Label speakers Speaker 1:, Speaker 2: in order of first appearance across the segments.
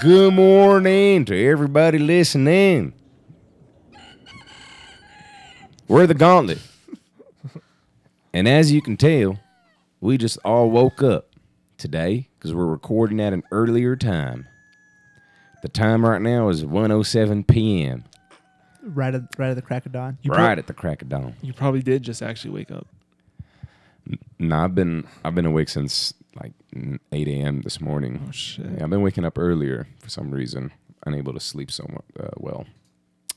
Speaker 1: Good morning to everybody listening. We're the Gauntlet. And as you can tell, we just all woke up today because we're recording at an earlier time. The time right now is 107 p.m.
Speaker 2: Right at right at the crack of dawn.
Speaker 3: You
Speaker 1: right
Speaker 3: prob-
Speaker 1: at the crack of dawn.
Speaker 3: you probably did just actually wake up.
Speaker 1: No, I've been I've been awake since like 8 a.m. this morning.
Speaker 3: Oh shit.
Speaker 1: Yeah, I've been waking up earlier for some reason, unable to sleep so mu- uh, well.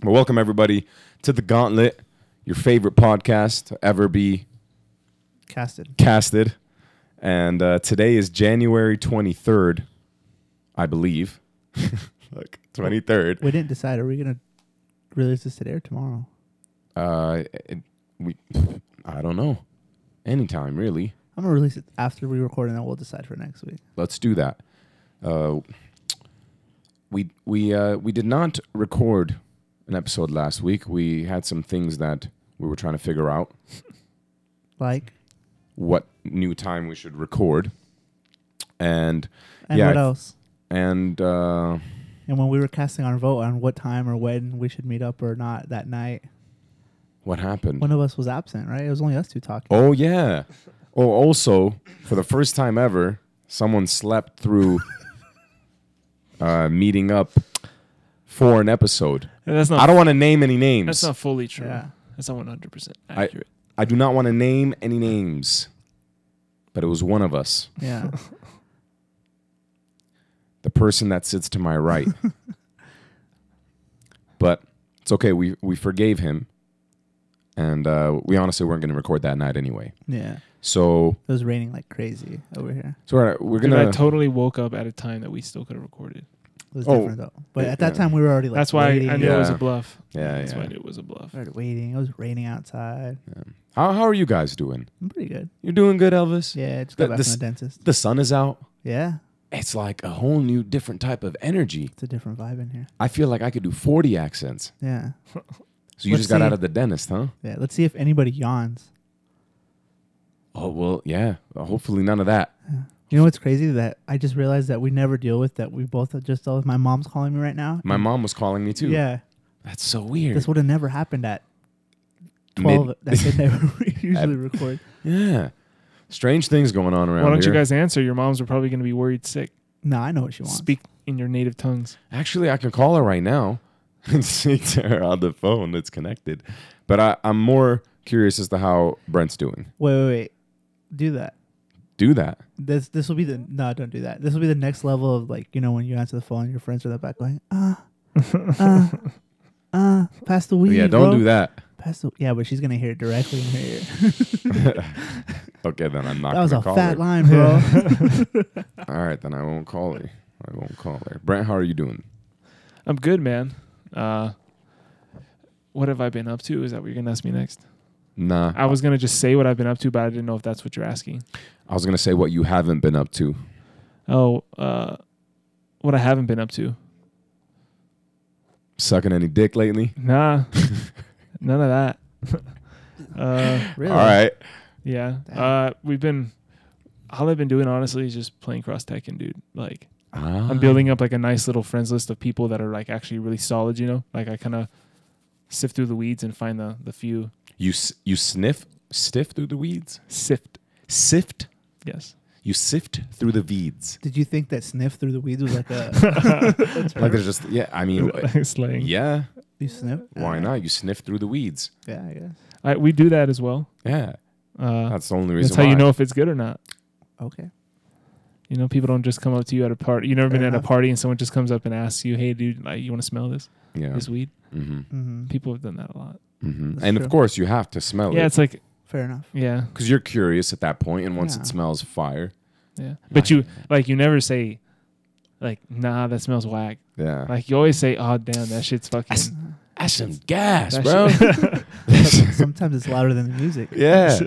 Speaker 1: But welcome everybody to the Gauntlet, your favorite podcast to ever be
Speaker 2: Casted.
Speaker 1: casted. And uh, today is January 23rd, I believe. Look, 23rd.
Speaker 2: We didn't decide. Are we gonna release this today or tomorrow?
Speaker 1: Uh, it, we, I don't know. Anytime really.
Speaker 2: I'm gonna release it after we record, and then we'll decide for next week.
Speaker 1: Let's do that. Uh, we we uh, we did not record an episode last week. We had some things that we were trying to figure out
Speaker 2: Like,
Speaker 1: what new time we should record, and
Speaker 2: and
Speaker 1: Yeah,
Speaker 2: what
Speaker 1: I-
Speaker 2: else?
Speaker 1: and uh,
Speaker 2: And when we were casting our vote on what time or when we should meet up or not that night,
Speaker 1: what happened?
Speaker 2: one of us was absent. Right? It was only us two talking.
Speaker 1: Oh yeah. Oh, also for the first time ever, someone slept through uh, meeting up for an episode.
Speaker 3: And that's
Speaker 1: I
Speaker 3: not
Speaker 1: don't want to name any names.
Speaker 3: that's not fully true.
Speaker 2: Yeah.
Speaker 3: That's not one hundred percent
Speaker 1: I-
Speaker 3: accurate.
Speaker 1: I do not want to name any names, but it was one of us.
Speaker 2: Yeah.
Speaker 1: The person that sits to my right. but it's okay. We we forgave him, and uh, we honestly weren't going to record that night anyway.
Speaker 2: yeah.
Speaker 1: So
Speaker 2: It was raining like crazy over here.
Speaker 1: so we're, we're
Speaker 3: Dude, I
Speaker 1: gonna.
Speaker 3: totally woke up at a time that we still could have recorded.
Speaker 2: It was
Speaker 1: Oh.
Speaker 2: different though. But
Speaker 1: Yeah.
Speaker 2: at that time, we were already like.
Speaker 3: that's why I,
Speaker 2: waiting.
Speaker 3: I knew it was a
Speaker 1: Yeah.
Speaker 3: bluff.
Speaker 1: yeah,
Speaker 3: That's why I
Speaker 1: yeah.
Speaker 3: knew it was a bluff.
Speaker 2: started waiting. It was raining outside.
Speaker 1: How how are you guys doing?
Speaker 2: I'm pretty good.
Speaker 1: You're doing good, Elvis.
Speaker 2: Yeah, just
Speaker 1: The-
Speaker 2: got back
Speaker 1: the
Speaker 2: from
Speaker 1: s-
Speaker 2: the dentist.
Speaker 1: The sun is out.
Speaker 2: Yeah,
Speaker 1: It's like a whole new, different type of energy.
Speaker 2: it's a different vibe in here.
Speaker 1: I feel like I could do 40 accents.
Speaker 2: Yeah.
Speaker 1: So you
Speaker 2: Let's
Speaker 1: just got
Speaker 2: see.
Speaker 1: out of the dentist, huh?
Speaker 2: Yeah, let's see if anybody yawns.
Speaker 1: Oh well, yeah. Hopefully none of that.
Speaker 2: You know what's crazy that I just realized that we never deal with that. We both have just dealt with. My mom's calling me right now.
Speaker 1: My mom was calling me too.
Speaker 2: Yeah,
Speaker 1: That's so weird.
Speaker 2: this would have never happened at
Speaker 1: Mid-
Speaker 2: twelve. That's the day we usually record.
Speaker 1: Yeah. Strange things going on around
Speaker 3: Why don't
Speaker 1: here.
Speaker 3: you guys answer? Your moms are probably going to be worried sick.
Speaker 2: No, I know what she wants.
Speaker 3: Speak in your native tongues.
Speaker 1: Actually, I can call her right now and speak to her on the phone that's connected. But I, I'm more curious as to how Brent's doing.
Speaker 2: Wait, wait, wait. Do that.
Speaker 1: Do that.
Speaker 2: This this will be the no. Don't do that. This will be the next level of like you know when you answer the phone, your friends are in the back going ah ah ah. Pass the weed.
Speaker 1: Oh, yeah, don't
Speaker 2: bro.
Speaker 1: do that.
Speaker 2: Pass the yeah, but she's gonna hear it directly in her ear.
Speaker 1: Okay, then I'm not
Speaker 2: That was
Speaker 1: going to
Speaker 2: a
Speaker 1: call
Speaker 2: fat
Speaker 1: her.
Speaker 2: line, bro.
Speaker 1: All right, then I won't call her. I won't call her. Brent, how are you doing?
Speaker 3: I'm good, man. Uh, what have I been up to? Is that what you're going to ask me next?
Speaker 1: Nah.
Speaker 3: I was going to just say what I've been up to, but I didn't know if that's what you're asking.
Speaker 1: I was going to say what you haven't been up to.
Speaker 3: Oh, uh, what I haven't been up to.
Speaker 1: Sucking any dick lately?
Speaker 3: Nah, none of that. uh,
Speaker 2: really?
Speaker 1: All right.
Speaker 3: yeah.
Speaker 2: Damn.
Speaker 3: Uh, we've been all I've been doing honestly is just playing cross Tekken, dude. Like
Speaker 1: Ah.
Speaker 3: I'm building up like a nice little friends list of people that are like actually really solid. You know, like I kind of sift through the weeds and find the the few
Speaker 1: You, s- you sniff, stiff through the weeds?
Speaker 3: sift.
Speaker 1: Sift?
Speaker 3: Yes.
Speaker 1: You sift through the weeds.
Speaker 2: Did you think that sniff through the weeds was like a
Speaker 1: Like there's just yeah. I mean,
Speaker 3: Slang.
Speaker 1: yeah.
Speaker 2: You sniff?
Speaker 1: Why not? You sniff through the weeds.
Speaker 2: Yeah, I guess.
Speaker 3: I, we do that as well.
Speaker 1: Yeah,
Speaker 3: Uh,
Speaker 1: that's the only reason.
Speaker 3: that's how
Speaker 1: why.
Speaker 3: you know if it's good or not.
Speaker 2: Okay.
Speaker 3: You know, people don't just come up to you at a party. You never been
Speaker 2: Fair
Speaker 3: at a
Speaker 2: enough.
Speaker 3: party and someone just comes up and asks you, "Hey, dude, like, you want to smell this
Speaker 1: Yeah.
Speaker 3: this weed?"
Speaker 1: Mm-hmm.
Speaker 2: hmm
Speaker 3: People have done that a lot.
Speaker 1: hmm
Speaker 2: That's
Speaker 1: And
Speaker 2: true.
Speaker 1: of course, you have to smell
Speaker 3: yeah,
Speaker 1: it
Speaker 3: it's like
Speaker 2: Fair enough.
Speaker 3: yeah,
Speaker 1: because you're curious at that point, and once
Speaker 2: Yeah.
Speaker 1: it smells fire,
Speaker 3: yeah. But you like you never say like nah, that smells whack.
Speaker 1: yeah,
Speaker 3: Like you always say, oh damn, that shit's fucking.
Speaker 1: That's-
Speaker 2: Uh-huh.
Speaker 1: that's some gas,
Speaker 3: that
Speaker 1: bro.
Speaker 3: shit-
Speaker 2: Sometimes it's louder than the music.
Speaker 1: yeah,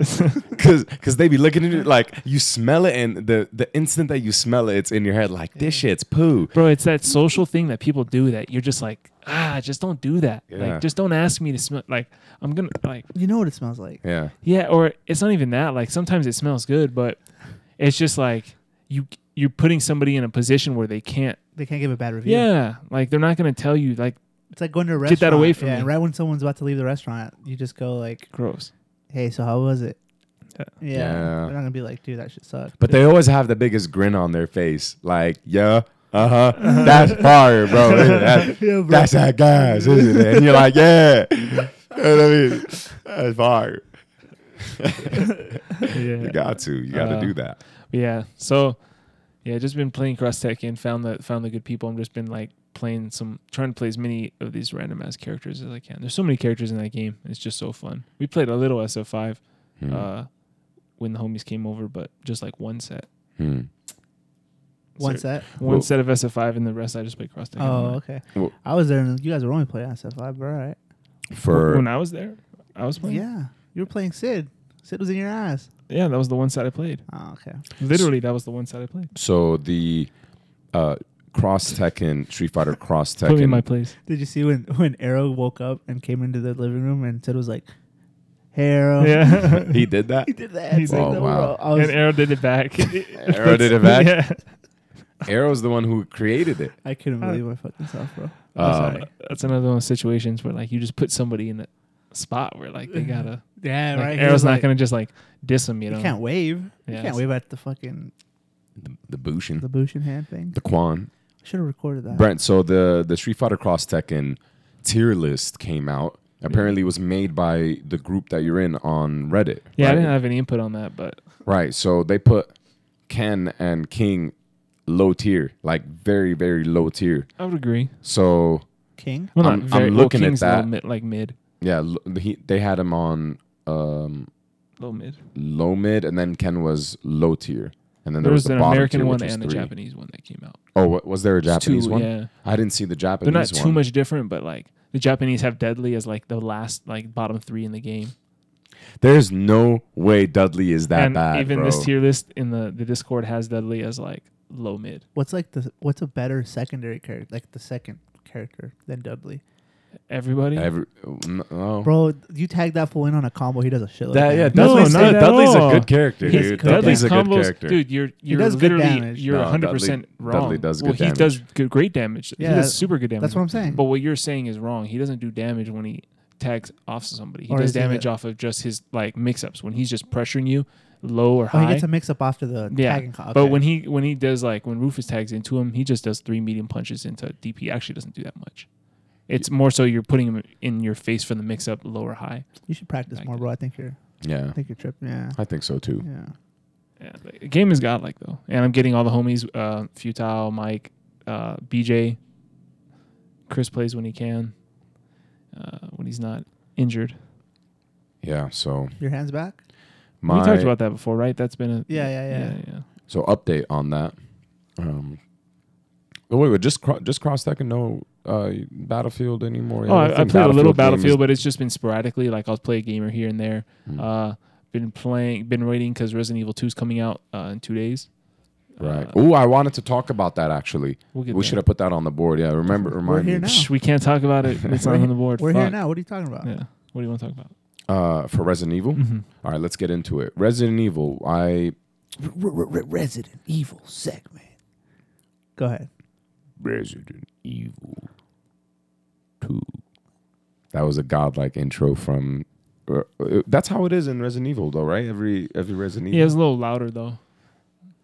Speaker 1: because they be looking at it like you smell it, and the the instant that you smell it, it's in your head like this shit's poo.
Speaker 3: bro, it's that social thing that people do that you're just like ah, just don't do that.
Speaker 1: Yeah.
Speaker 3: Like just don't ask me to smell. Like I'm gonna like
Speaker 2: You know what it smells like.
Speaker 1: Yeah,
Speaker 3: yeah, or it's not even that. Like sometimes it smells good, but it's just like you you're putting somebody in a position where they can't
Speaker 2: they can't give a bad review.
Speaker 3: Yeah, like they're not gonna tell you like
Speaker 2: It's like going to a restaurant.
Speaker 3: Get that away from
Speaker 2: yeah,
Speaker 3: me.
Speaker 2: And right when someone's about to leave the restaurant, you just go like,
Speaker 3: gross.
Speaker 2: "Hey, so how was it?"
Speaker 3: Yeah.
Speaker 2: Yeah.
Speaker 1: Yeah.
Speaker 2: They're not gonna be like, "Dude, that shit sucked."
Speaker 1: But they always have the biggest grin on their face. Like, yeah, uh huh. That's fire, bro. That-
Speaker 2: Yeah, bro.
Speaker 1: that's that guys, isn't it? And you're like, yeah. You know what I mean? That's fire. You
Speaker 3: yeah.
Speaker 1: got to. You got to
Speaker 3: Uh,
Speaker 1: do that.
Speaker 3: yeah. So yeah, just been playing Cross Tekken, found that found the good people. I'm just been like playing some trying to play as many of these random ass characters as I can. There's so many characters in that game. It's just so fun. We played a little SF5
Speaker 1: Hmm.
Speaker 3: uh when the homies came over, but just like one set.
Speaker 1: Hmm.
Speaker 2: one
Speaker 3: So-
Speaker 2: set.
Speaker 3: One
Speaker 1: Well-
Speaker 3: set of SF5 and the rest I just played Cross Tekken.
Speaker 2: Oh,
Speaker 3: online.
Speaker 2: okay.
Speaker 1: Well-
Speaker 2: I was there, and you guys were only playing SF5, but all right.
Speaker 1: For
Speaker 3: when I was there, I was playing. Yeah.
Speaker 2: Yeah, you were playing Sid. Sid was in your ass.
Speaker 3: Yeah, that was the one set I played.
Speaker 2: Oh, okay.
Speaker 3: Literally, that was the one set I played.
Speaker 1: so the uh, Cross Tekken Street Fighter Cross
Speaker 3: Put me in my
Speaker 1: Tekken.
Speaker 3: place.
Speaker 2: Did you see when when Arrow woke up and came into the living room and Sid was like, "Hey, Arrow."
Speaker 3: Yeah.
Speaker 1: He did that.
Speaker 2: He did that.
Speaker 3: He's
Speaker 1: like,
Speaker 2: no,
Speaker 1: wow.
Speaker 2: bro. I was,
Speaker 3: and Arrow did it back.
Speaker 1: Arrow did it back.
Speaker 3: Yeah.
Speaker 1: Arrow's the one who created it.
Speaker 2: I couldn't believe my fucking self, bro. I'm
Speaker 1: Uh,
Speaker 2: sorry.
Speaker 3: That's another one of those situations where like you just put somebody in a spot where like they gotta
Speaker 2: Yeah,
Speaker 3: like,
Speaker 2: right. He
Speaker 3: Arrow's
Speaker 2: was
Speaker 3: not
Speaker 2: like,
Speaker 3: gonna just like diss him, you know.
Speaker 2: You can't wave.
Speaker 3: Yeah,
Speaker 2: you
Speaker 3: it's-
Speaker 2: can't wave at the fucking
Speaker 1: The, the Bushin,
Speaker 2: the
Speaker 1: the,
Speaker 2: Bushin hand thing.
Speaker 1: Quan.
Speaker 2: Should have recorded that.
Speaker 1: Brent, so the the Street Fighter Cross Tekken tier list came out. Apparently, it was made by the group that you're in on Reddit.
Speaker 3: yeah,
Speaker 1: right?
Speaker 3: I didn't have any input on that, but
Speaker 1: Right. So they put Ken and King low tier, like very very low tier.
Speaker 3: I would agree.
Speaker 1: So
Speaker 2: King.
Speaker 3: Well, not
Speaker 1: I'm- I'm
Speaker 3: very, well,
Speaker 1: looking at
Speaker 3: King's a little
Speaker 1: that.
Speaker 3: mid, like mid,
Speaker 1: yeah, l- he, they had him on um,
Speaker 3: low mid.
Speaker 1: low mid, and then Ken was low tier, and then
Speaker 3: There,
Speaker 1: there,
Speaker 3: was,
Speaker 1: the
Speaker 3: an
Speaker 1: bottom
Speaker 3: American
Speaker 1: tier, which
Speaker 3: one
Speaker 1: was
Speaker 3: and a
Speaker 1: three.
Speaker 3: Japanese one that came out.
Speaker 1: Oh, wa- was there a
Speaker 3: There's
Speaker 1: Japanese
Speaker 3: two,
Speaker 1: one?
Speaker 3: Yeah,
Speaker 1: I didn't see the Japanese
Speaker 3: they're not
Speaker 1: one.
Speaker 3: too much different, but like the Japanese have Deadly as like the last like bottom three in the game.
Speaker 1: There's no way Dudley is that
Speaker 3: and
Speaker 1: bad,
Speaker 3: even
Speaker 1: bro.
Speaker 3: this tier list in the the Discord has Deadly as like low mid.
Speaker 2: What's like the what's a better secondary character like the second character than Dudley?
Speaker 3: Everybody.
Speaker 1: Every, mm, oh. no.
Speaker 3: Oh.
Speaker 2: Bro, you tag that fool in on a combo, he does a shit like
Speaker 1: That,
Speaker 2: that.
Speaker 1: yeah,
Speaker 3: No,
Speaker 1: Dudley's,
Speaker 3: not
Speaker 1: dude,
Speaker 3: at
Speaker 1: Dudley's a
Speaker 3: all.
Speaker 1: good character,
Speaker 2: He's
Speaker 1: dude.
Speaker 2: good.
Speaker 1: Dudley's a good
Speaker 3: combos-
Speaker 1: character.
Speaker 3: Dude, you're you're
Speaker 2: does good
Speaker 3: literally
Speaker 2: damage.
Speaker 3: you're
Speaker 1: No,
Speaker 3: 100 percent
Speaker 1: Dudley-
Speaker 3: wrong.
Speaker 1: Dudley does
Speaker 3: well,
Speaker 1: good
Speaker 3: he
Speaker 1: damage.
Speaker 3: does good, great damage.
Speaker 2: Yeah,
Speaker 3: he does super good damage.
Speaker 2: That's what I'm saying.
Speaker 3: But what you're saying is wrong. He doesn't do damage when he tags off somebody. He
Speaker 2: Or
Speaker 3: does
Speaker 2: is he
Speaker 3: damage
Speaker 2: the-
Speaker 3: off of just his like mix-ups when he's just pressuring you low or
Speaker 2: Oh, he
Speaker 3: high.
Speaker 2: gets a mix up after the
Speaker 3: Yeah,
Speaker 2: tagging combo.
Speaker 3: But when he when he does like when Rufus tags into him, he just does three medium punches into DP. Actually, doesn't do that much. It's more so you're putting him in your face for the mix up, low or high.
Speaker 2: you should practice
Speaker 3: Like
Speaker 2: more,
Speaker 3: it.
Speaker 2: bro. I think you're
Speaker 1: yeah,
Speaker 2: I think you're tripping. Yeah.
Speaker 1: I think so too.
Speaker 2: Yeah.
Speaker 3: Yeah, like, the game is godlike though, and I'm getting all the homies: uh, Futile, Mike, uh, BJ. Chris plays when he can, uh, when he's not injured.
Speaker 1: Yeah, so
Speaker 2: Your hands back?
Speaker 1: my
Speaker 3: we talked about that before, right? That's been a
Speaker 2: Yeah, yeah, yeah.
Speaker 3: yeah.
Speaker 1: so update on that. Um, oh wait, wait, just cro- just cross that and no uh, Battlefield anymore.
Speaker 3: Oh, I, I
Speaker 1: think
Speaker 3: played a
Speaker 1: game
Speaker 3: little
Speaker 1: is-
Speaker 3: Battlefield, but it's just been sporadically. Like I'll play a gamer here and there.
Speaker 1: Hmm.
Speaker 3: Uh, been playing, been waiting because Resident Evil 2 is coming out uh, in two days.
Speaker 1: right.
Speaker 3: Uh,
Speaker 1: oh, I wanted to talk about that actually.
Speaker 3: we'll get
Speaker 1: We
Speaker 3: there.
Speaker 1: should have put that on the board. Yeah, remember,
Speaker 2: We're
Speaker 1: remind
Speaker 2: here
Speaker 1: me.
Speaker 2: now.
Speaker 3: Psh, we can't talk about it. It's not on the board.
Speaker 2: We're here
Speaker 3: Fuck.
Speaker 2: now. What are you talking about?
Speaker 3: Yeah. What do you want to talk about?
Speaker 1: Uh, for Resident Evil.
Speaker 3: Mhm.
Speaker 1: All right, let's get into it. Resident Evil. I
Speaker 2: Resident Evil segment. Go ahead.
Speaker 1: Resident Evil 2. That was a godlike intro from. uh, uh, That's how it is in Resident Evil, though, right? Every every Resident Evil.
Speaker 3: Yeah, it's a little louder though.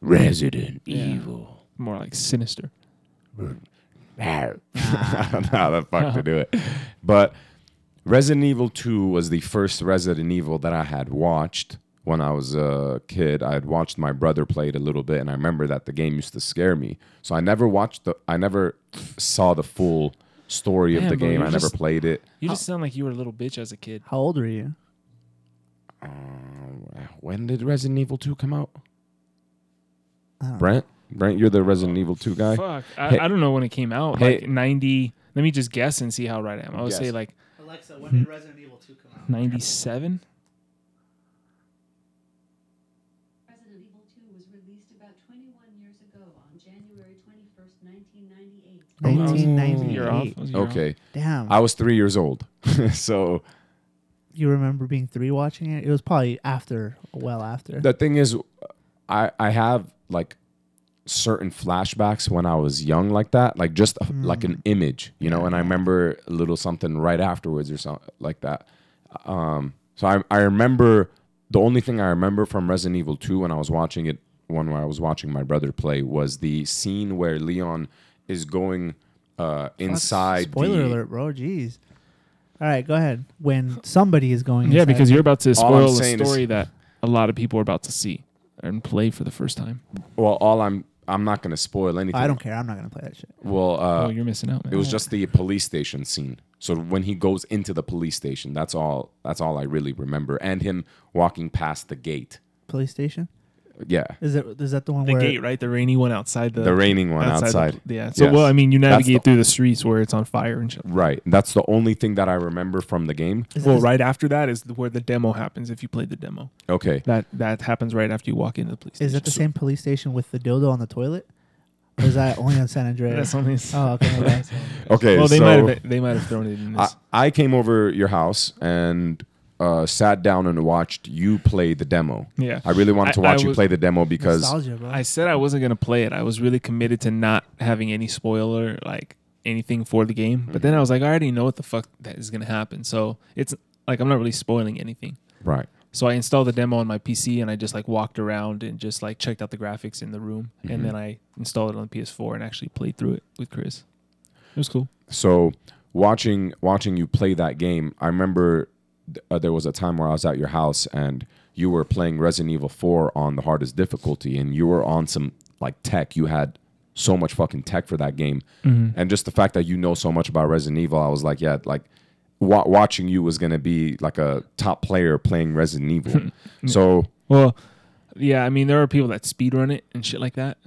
Speaker 1: Resident
Speaker 3: Yeah.
Speaker 1: Evil.
Speaker 3: More like sinister.
Speaker 1: I don't know how the fuck to do it, but Resident Evil 2 was the first Resident Evil that I had watched when I was a kid. I had watched my brother play it a little bit, and I remember that the game used to scare me. So I never watched the, I never saw the full story of
Speaker 3: Man,
Speaker 1: the
Speaker 3: bro,
Speaker 1: game.
Speaker 3: you're
Speaker 1: I never
Speaker 3: just-
Speaker 1: played it.
Speaker 3: You just sound like you were a little bitch as a kid.
Speaker 2: How old are you?
Speaker 1: Um, Uh, when did Resident Evil 2 come out?
Speaker 2: I don't know.
Speaker 1: Brent? Brent, you're the Resident Evil 2 guy?
Speaker 3: Fuck. I,
Speaker 1: Hey.
Speaker 3: I don't know when it came out.
Speaker 1: Hey.
Speaker 3: Like 90. Let me just guess and see how right I am. I would say
Speaker 1: Guess.
Speaker 3: like
Speaker 2: Alexa, when did Resident Evil 2 come out?
Speaker 3: 97.
Speaker 4: Resident Evil 2 was released about 21 years ago on January 21st, 1998.
Speaker 1: Oh, I was-
Speaker 3: You're off.
Speaker 2: 1998.
Speaker 3: I was a year off.
Speaker 1: Okay.
Speaker 2: Damn.
Speaker 1: I was three years old. so
Speaker 2: you remember being three watching it? It was probably after, well after.
Speaker 1: the thing is, I, I have like certain flashbacks when I was young like that, like just a- like
Speaker 2: Mm.
Speaker 1: an image, you know. And I remember a little something right afterwards or something like that. Um, so I I remember the only thing I remember from Resident Evil Two when I was watching it, one where I was watching my brother play, was the scene where Leon is going uh, inside.
Speaker 2: Spoiler
Speaker 1: the-
Speaker 2: alert, bro. Jeez. All right, go ahead. When somebody is going.
Speaker 3: Yeah,
Speaker 2: inside.
Speaker 3: because you're about to
Speaker 1: All I'm
Speaker 3: spoil a
Speaker 1: saying is-
Speaker 3: story that a lot of people are about to see and play for the first time.
Speaker 1: Well, all I'm I'm not gonna spoil anything.
Speaker 2: I don't care. I'm not gonna play that shit.
Speaker 1: Well, uh,
Speaker 3: oh, you're missing out, man.
Speaker 1: It was just the police station scene. So when he goes into the police station, that's all. That's all I really remember, and him walking past the gate.
Speaker 2: Police station.
Speaker 1: Yeah,
Speaker 2: Is it? Is that the one
Speaker 3: the
Speaker 2: where?
Speaker 3: gate, right? The rainy one outside the
Speaker 1: the raining one
Speaker 3: the-
Speaker 1: outside.
Speaker 3: yeah. So
Speaker 1: Yes.
Speaker 3: well, I mean, you
Speaker 1: That's
Speaker 3: navigate
Speaker 1: the-
Speaker 3: through the streets where it's on fire and shit.
Speaker 1: Right. That's the only thing that I remember from the game.
Speaker 2: Is it
Speaker 3: Well,
Speaker 2: this-
Speaker 3: right after that is where the demo happens. If you played the demo,
Speaker 1: Okay.
Speaker 3: that that happens right after you walk into the police.
Speaker 2: Is that the same police station with the dildo on the toilet? Or is that only on San Andreas?
Speaker 3: That's only.
Speaker 2: oh, okay. okay.
Speaker 1: Okay.
Speaker 3: Uh, well, they
Speaker 1: so
Speaker 3: might have they might have thrown it in
Speaker 1: I,
Speaker 3: this.
Speaker 1: I came over your house and uh, sat down and watched you play the demo.
Speaker 3: yeah.
Speaker 1: I really wanted to
Speaker 3: I- I
Speaker 1: watch you
Speaker 3: was-
Speaker 1: play the demo because
Speaker 2: Nostalgia, bro.
Speaker 3: I said I wasn't gonna play it. I was really committed to not having any spoiler, like anything for the game. But then I was like, I already know what the fuck that is gonna happen. So it's like I'm not really spoiling anything.
Speaker 1: right.
Speaker 3: So I installed the demo on my PC and I just like walked around and just like checked out the graphics in the room,
Speaker 1: Mhm.
Speaker 3: and then I installed it on PS4 and actually played through it with Chris. It was cool.
Speaker 1: So watching watching you play that game, I remember th- uh, there was a time where I was at your house and you were playing Resident Evil 4 on the hardest difficulty and you were on some like tech. You had so much fucking tech for that game.
Speaker 3: Mm-hmm.
Speaker 1: And just the fact that you know so much about Resident Evil, I was like, yeah, like wa- watching you was going to be like a top player playing Resident Evil. so,
Speaker 3: Well, yeah, I mean there are people that speedrun it and shit like that,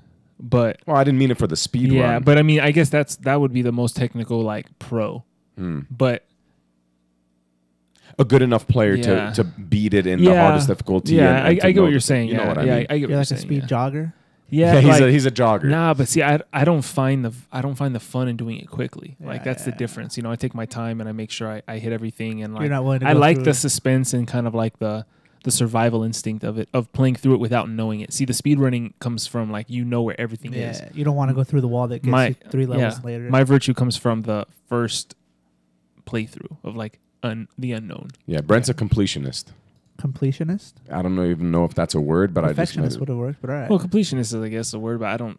Speaker 3: but
Speaker 1: well, I didn't mean it for the speed
Speaker 3: yeah,
Speaker 1: run.
Speaker 3: but I mean I guess that's that would be the most technical like pro,
Speaker 1: Mm.
Speaker 3: but
Speaker 1: a good enough player
Speaker 3: Yeah.
Speaker 1: to, to beat it in the
Speaker 3: Yeah.
Speaker 1: hardest difficulty.
Speaker 3: Yeah,
Speaker 1: and- and to
Speaker 3: I, I get
Speaker 1: know
Speaker 3: what
Speaker 1: the-
Speaker 3: you're saying.
Speaker 1: You
Speaker 3: yeah,
Speaker 1: know what I
Speaker 3: yeah,
Speaker 1: mean?
Speaker 3: I get
Speaker 2: You're
Speaker 3: what
Speaker 2: like a
Speaker 3: you're
Speaker 2: speed
Speaker 3: saying. yeah.
Speaker 2: jogger.
Speaker 3: Yeah,
Speaker 1: he's,
Speaker 3: like,
Speaker 1: a, he's a jogger.
Speaker 3: nah, but see, I I don't find the I don't find the fun in doing it quickly. like
Speaker 2: Yeah,
Speaker 3: that's
Speaker 2: yeah.
Speaker 3: the difference. You know, I take my time and I make sure I, I hit everything and
Speaker 2: You're
Speaker 3: like
Speaker 2: not willing to.
Speaker 3: I
Speaker 2: go
Speaker 3: like
Speaker 2: through
Speaker 3: the
Speaker 2: it.
Speaker 3: suspense and kind of like the the survival instinct of it of playing through it without knowing it. See, the speed running comes from like you know where everything is.
Speaker 2: Yeah, you don't want to go through the wall that gets
Speaker 3: My-
Speaker 2: you three levels
Speaker 3: yeah,
Speaker 2: later.
Speaker 3: My virtue comes from the first playthrough of like un, the unknown.
Speaker 1: Yeah, Brent's a completionist.
Speaker 2: Completionist.
Speaker 1: I don't know, even know if that's a word, but I just made
Speaker 2: Perfectionist
Speaker 1: it.
Speaker 2: would have worked, but all right.
Speaker 3: Well, completionist is I guess the word, but I don't.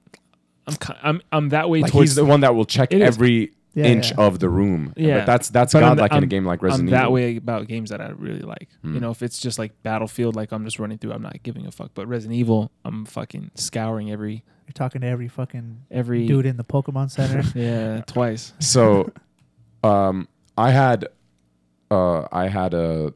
Speaker 3: I'm ki- I'm I'm that way
Speaker 1: like
Speaker 3: towards
Speaker 1: he's the one that will check
Speaker 3: It is.
Speaker 1: every
Speaker 2: Yeah,
Speaker 1: inch
Speaker 2: yeah.
Speaker 1: of the room.
Speaker 3: Yeah.
Speaker 1: but that's that's
Speaker 3: But I'm
Speaker 1: godlike
Speaker 3: the-
Speaker 1: in a
Speaker 3: I'm-
Speaker 1: game like Resident
Speaker 3: I'm that
Speaker 1: Evil.
Speaker 3: way about games that I really like.
Speaker 1: Mm.
Speaker 3: You know, if it's just like Battlefield, like I'm just running through, I'm not giving a fuck. But Resident Evil, I'm fucking scouring every
Speaker 2: You're talking to every fucking
Speaker 3: every
Speaker 2: dude in the Pokemon Center.
Speaker 3: Yeah, twice.
Speaker 1: So, um, I had, uh, I had a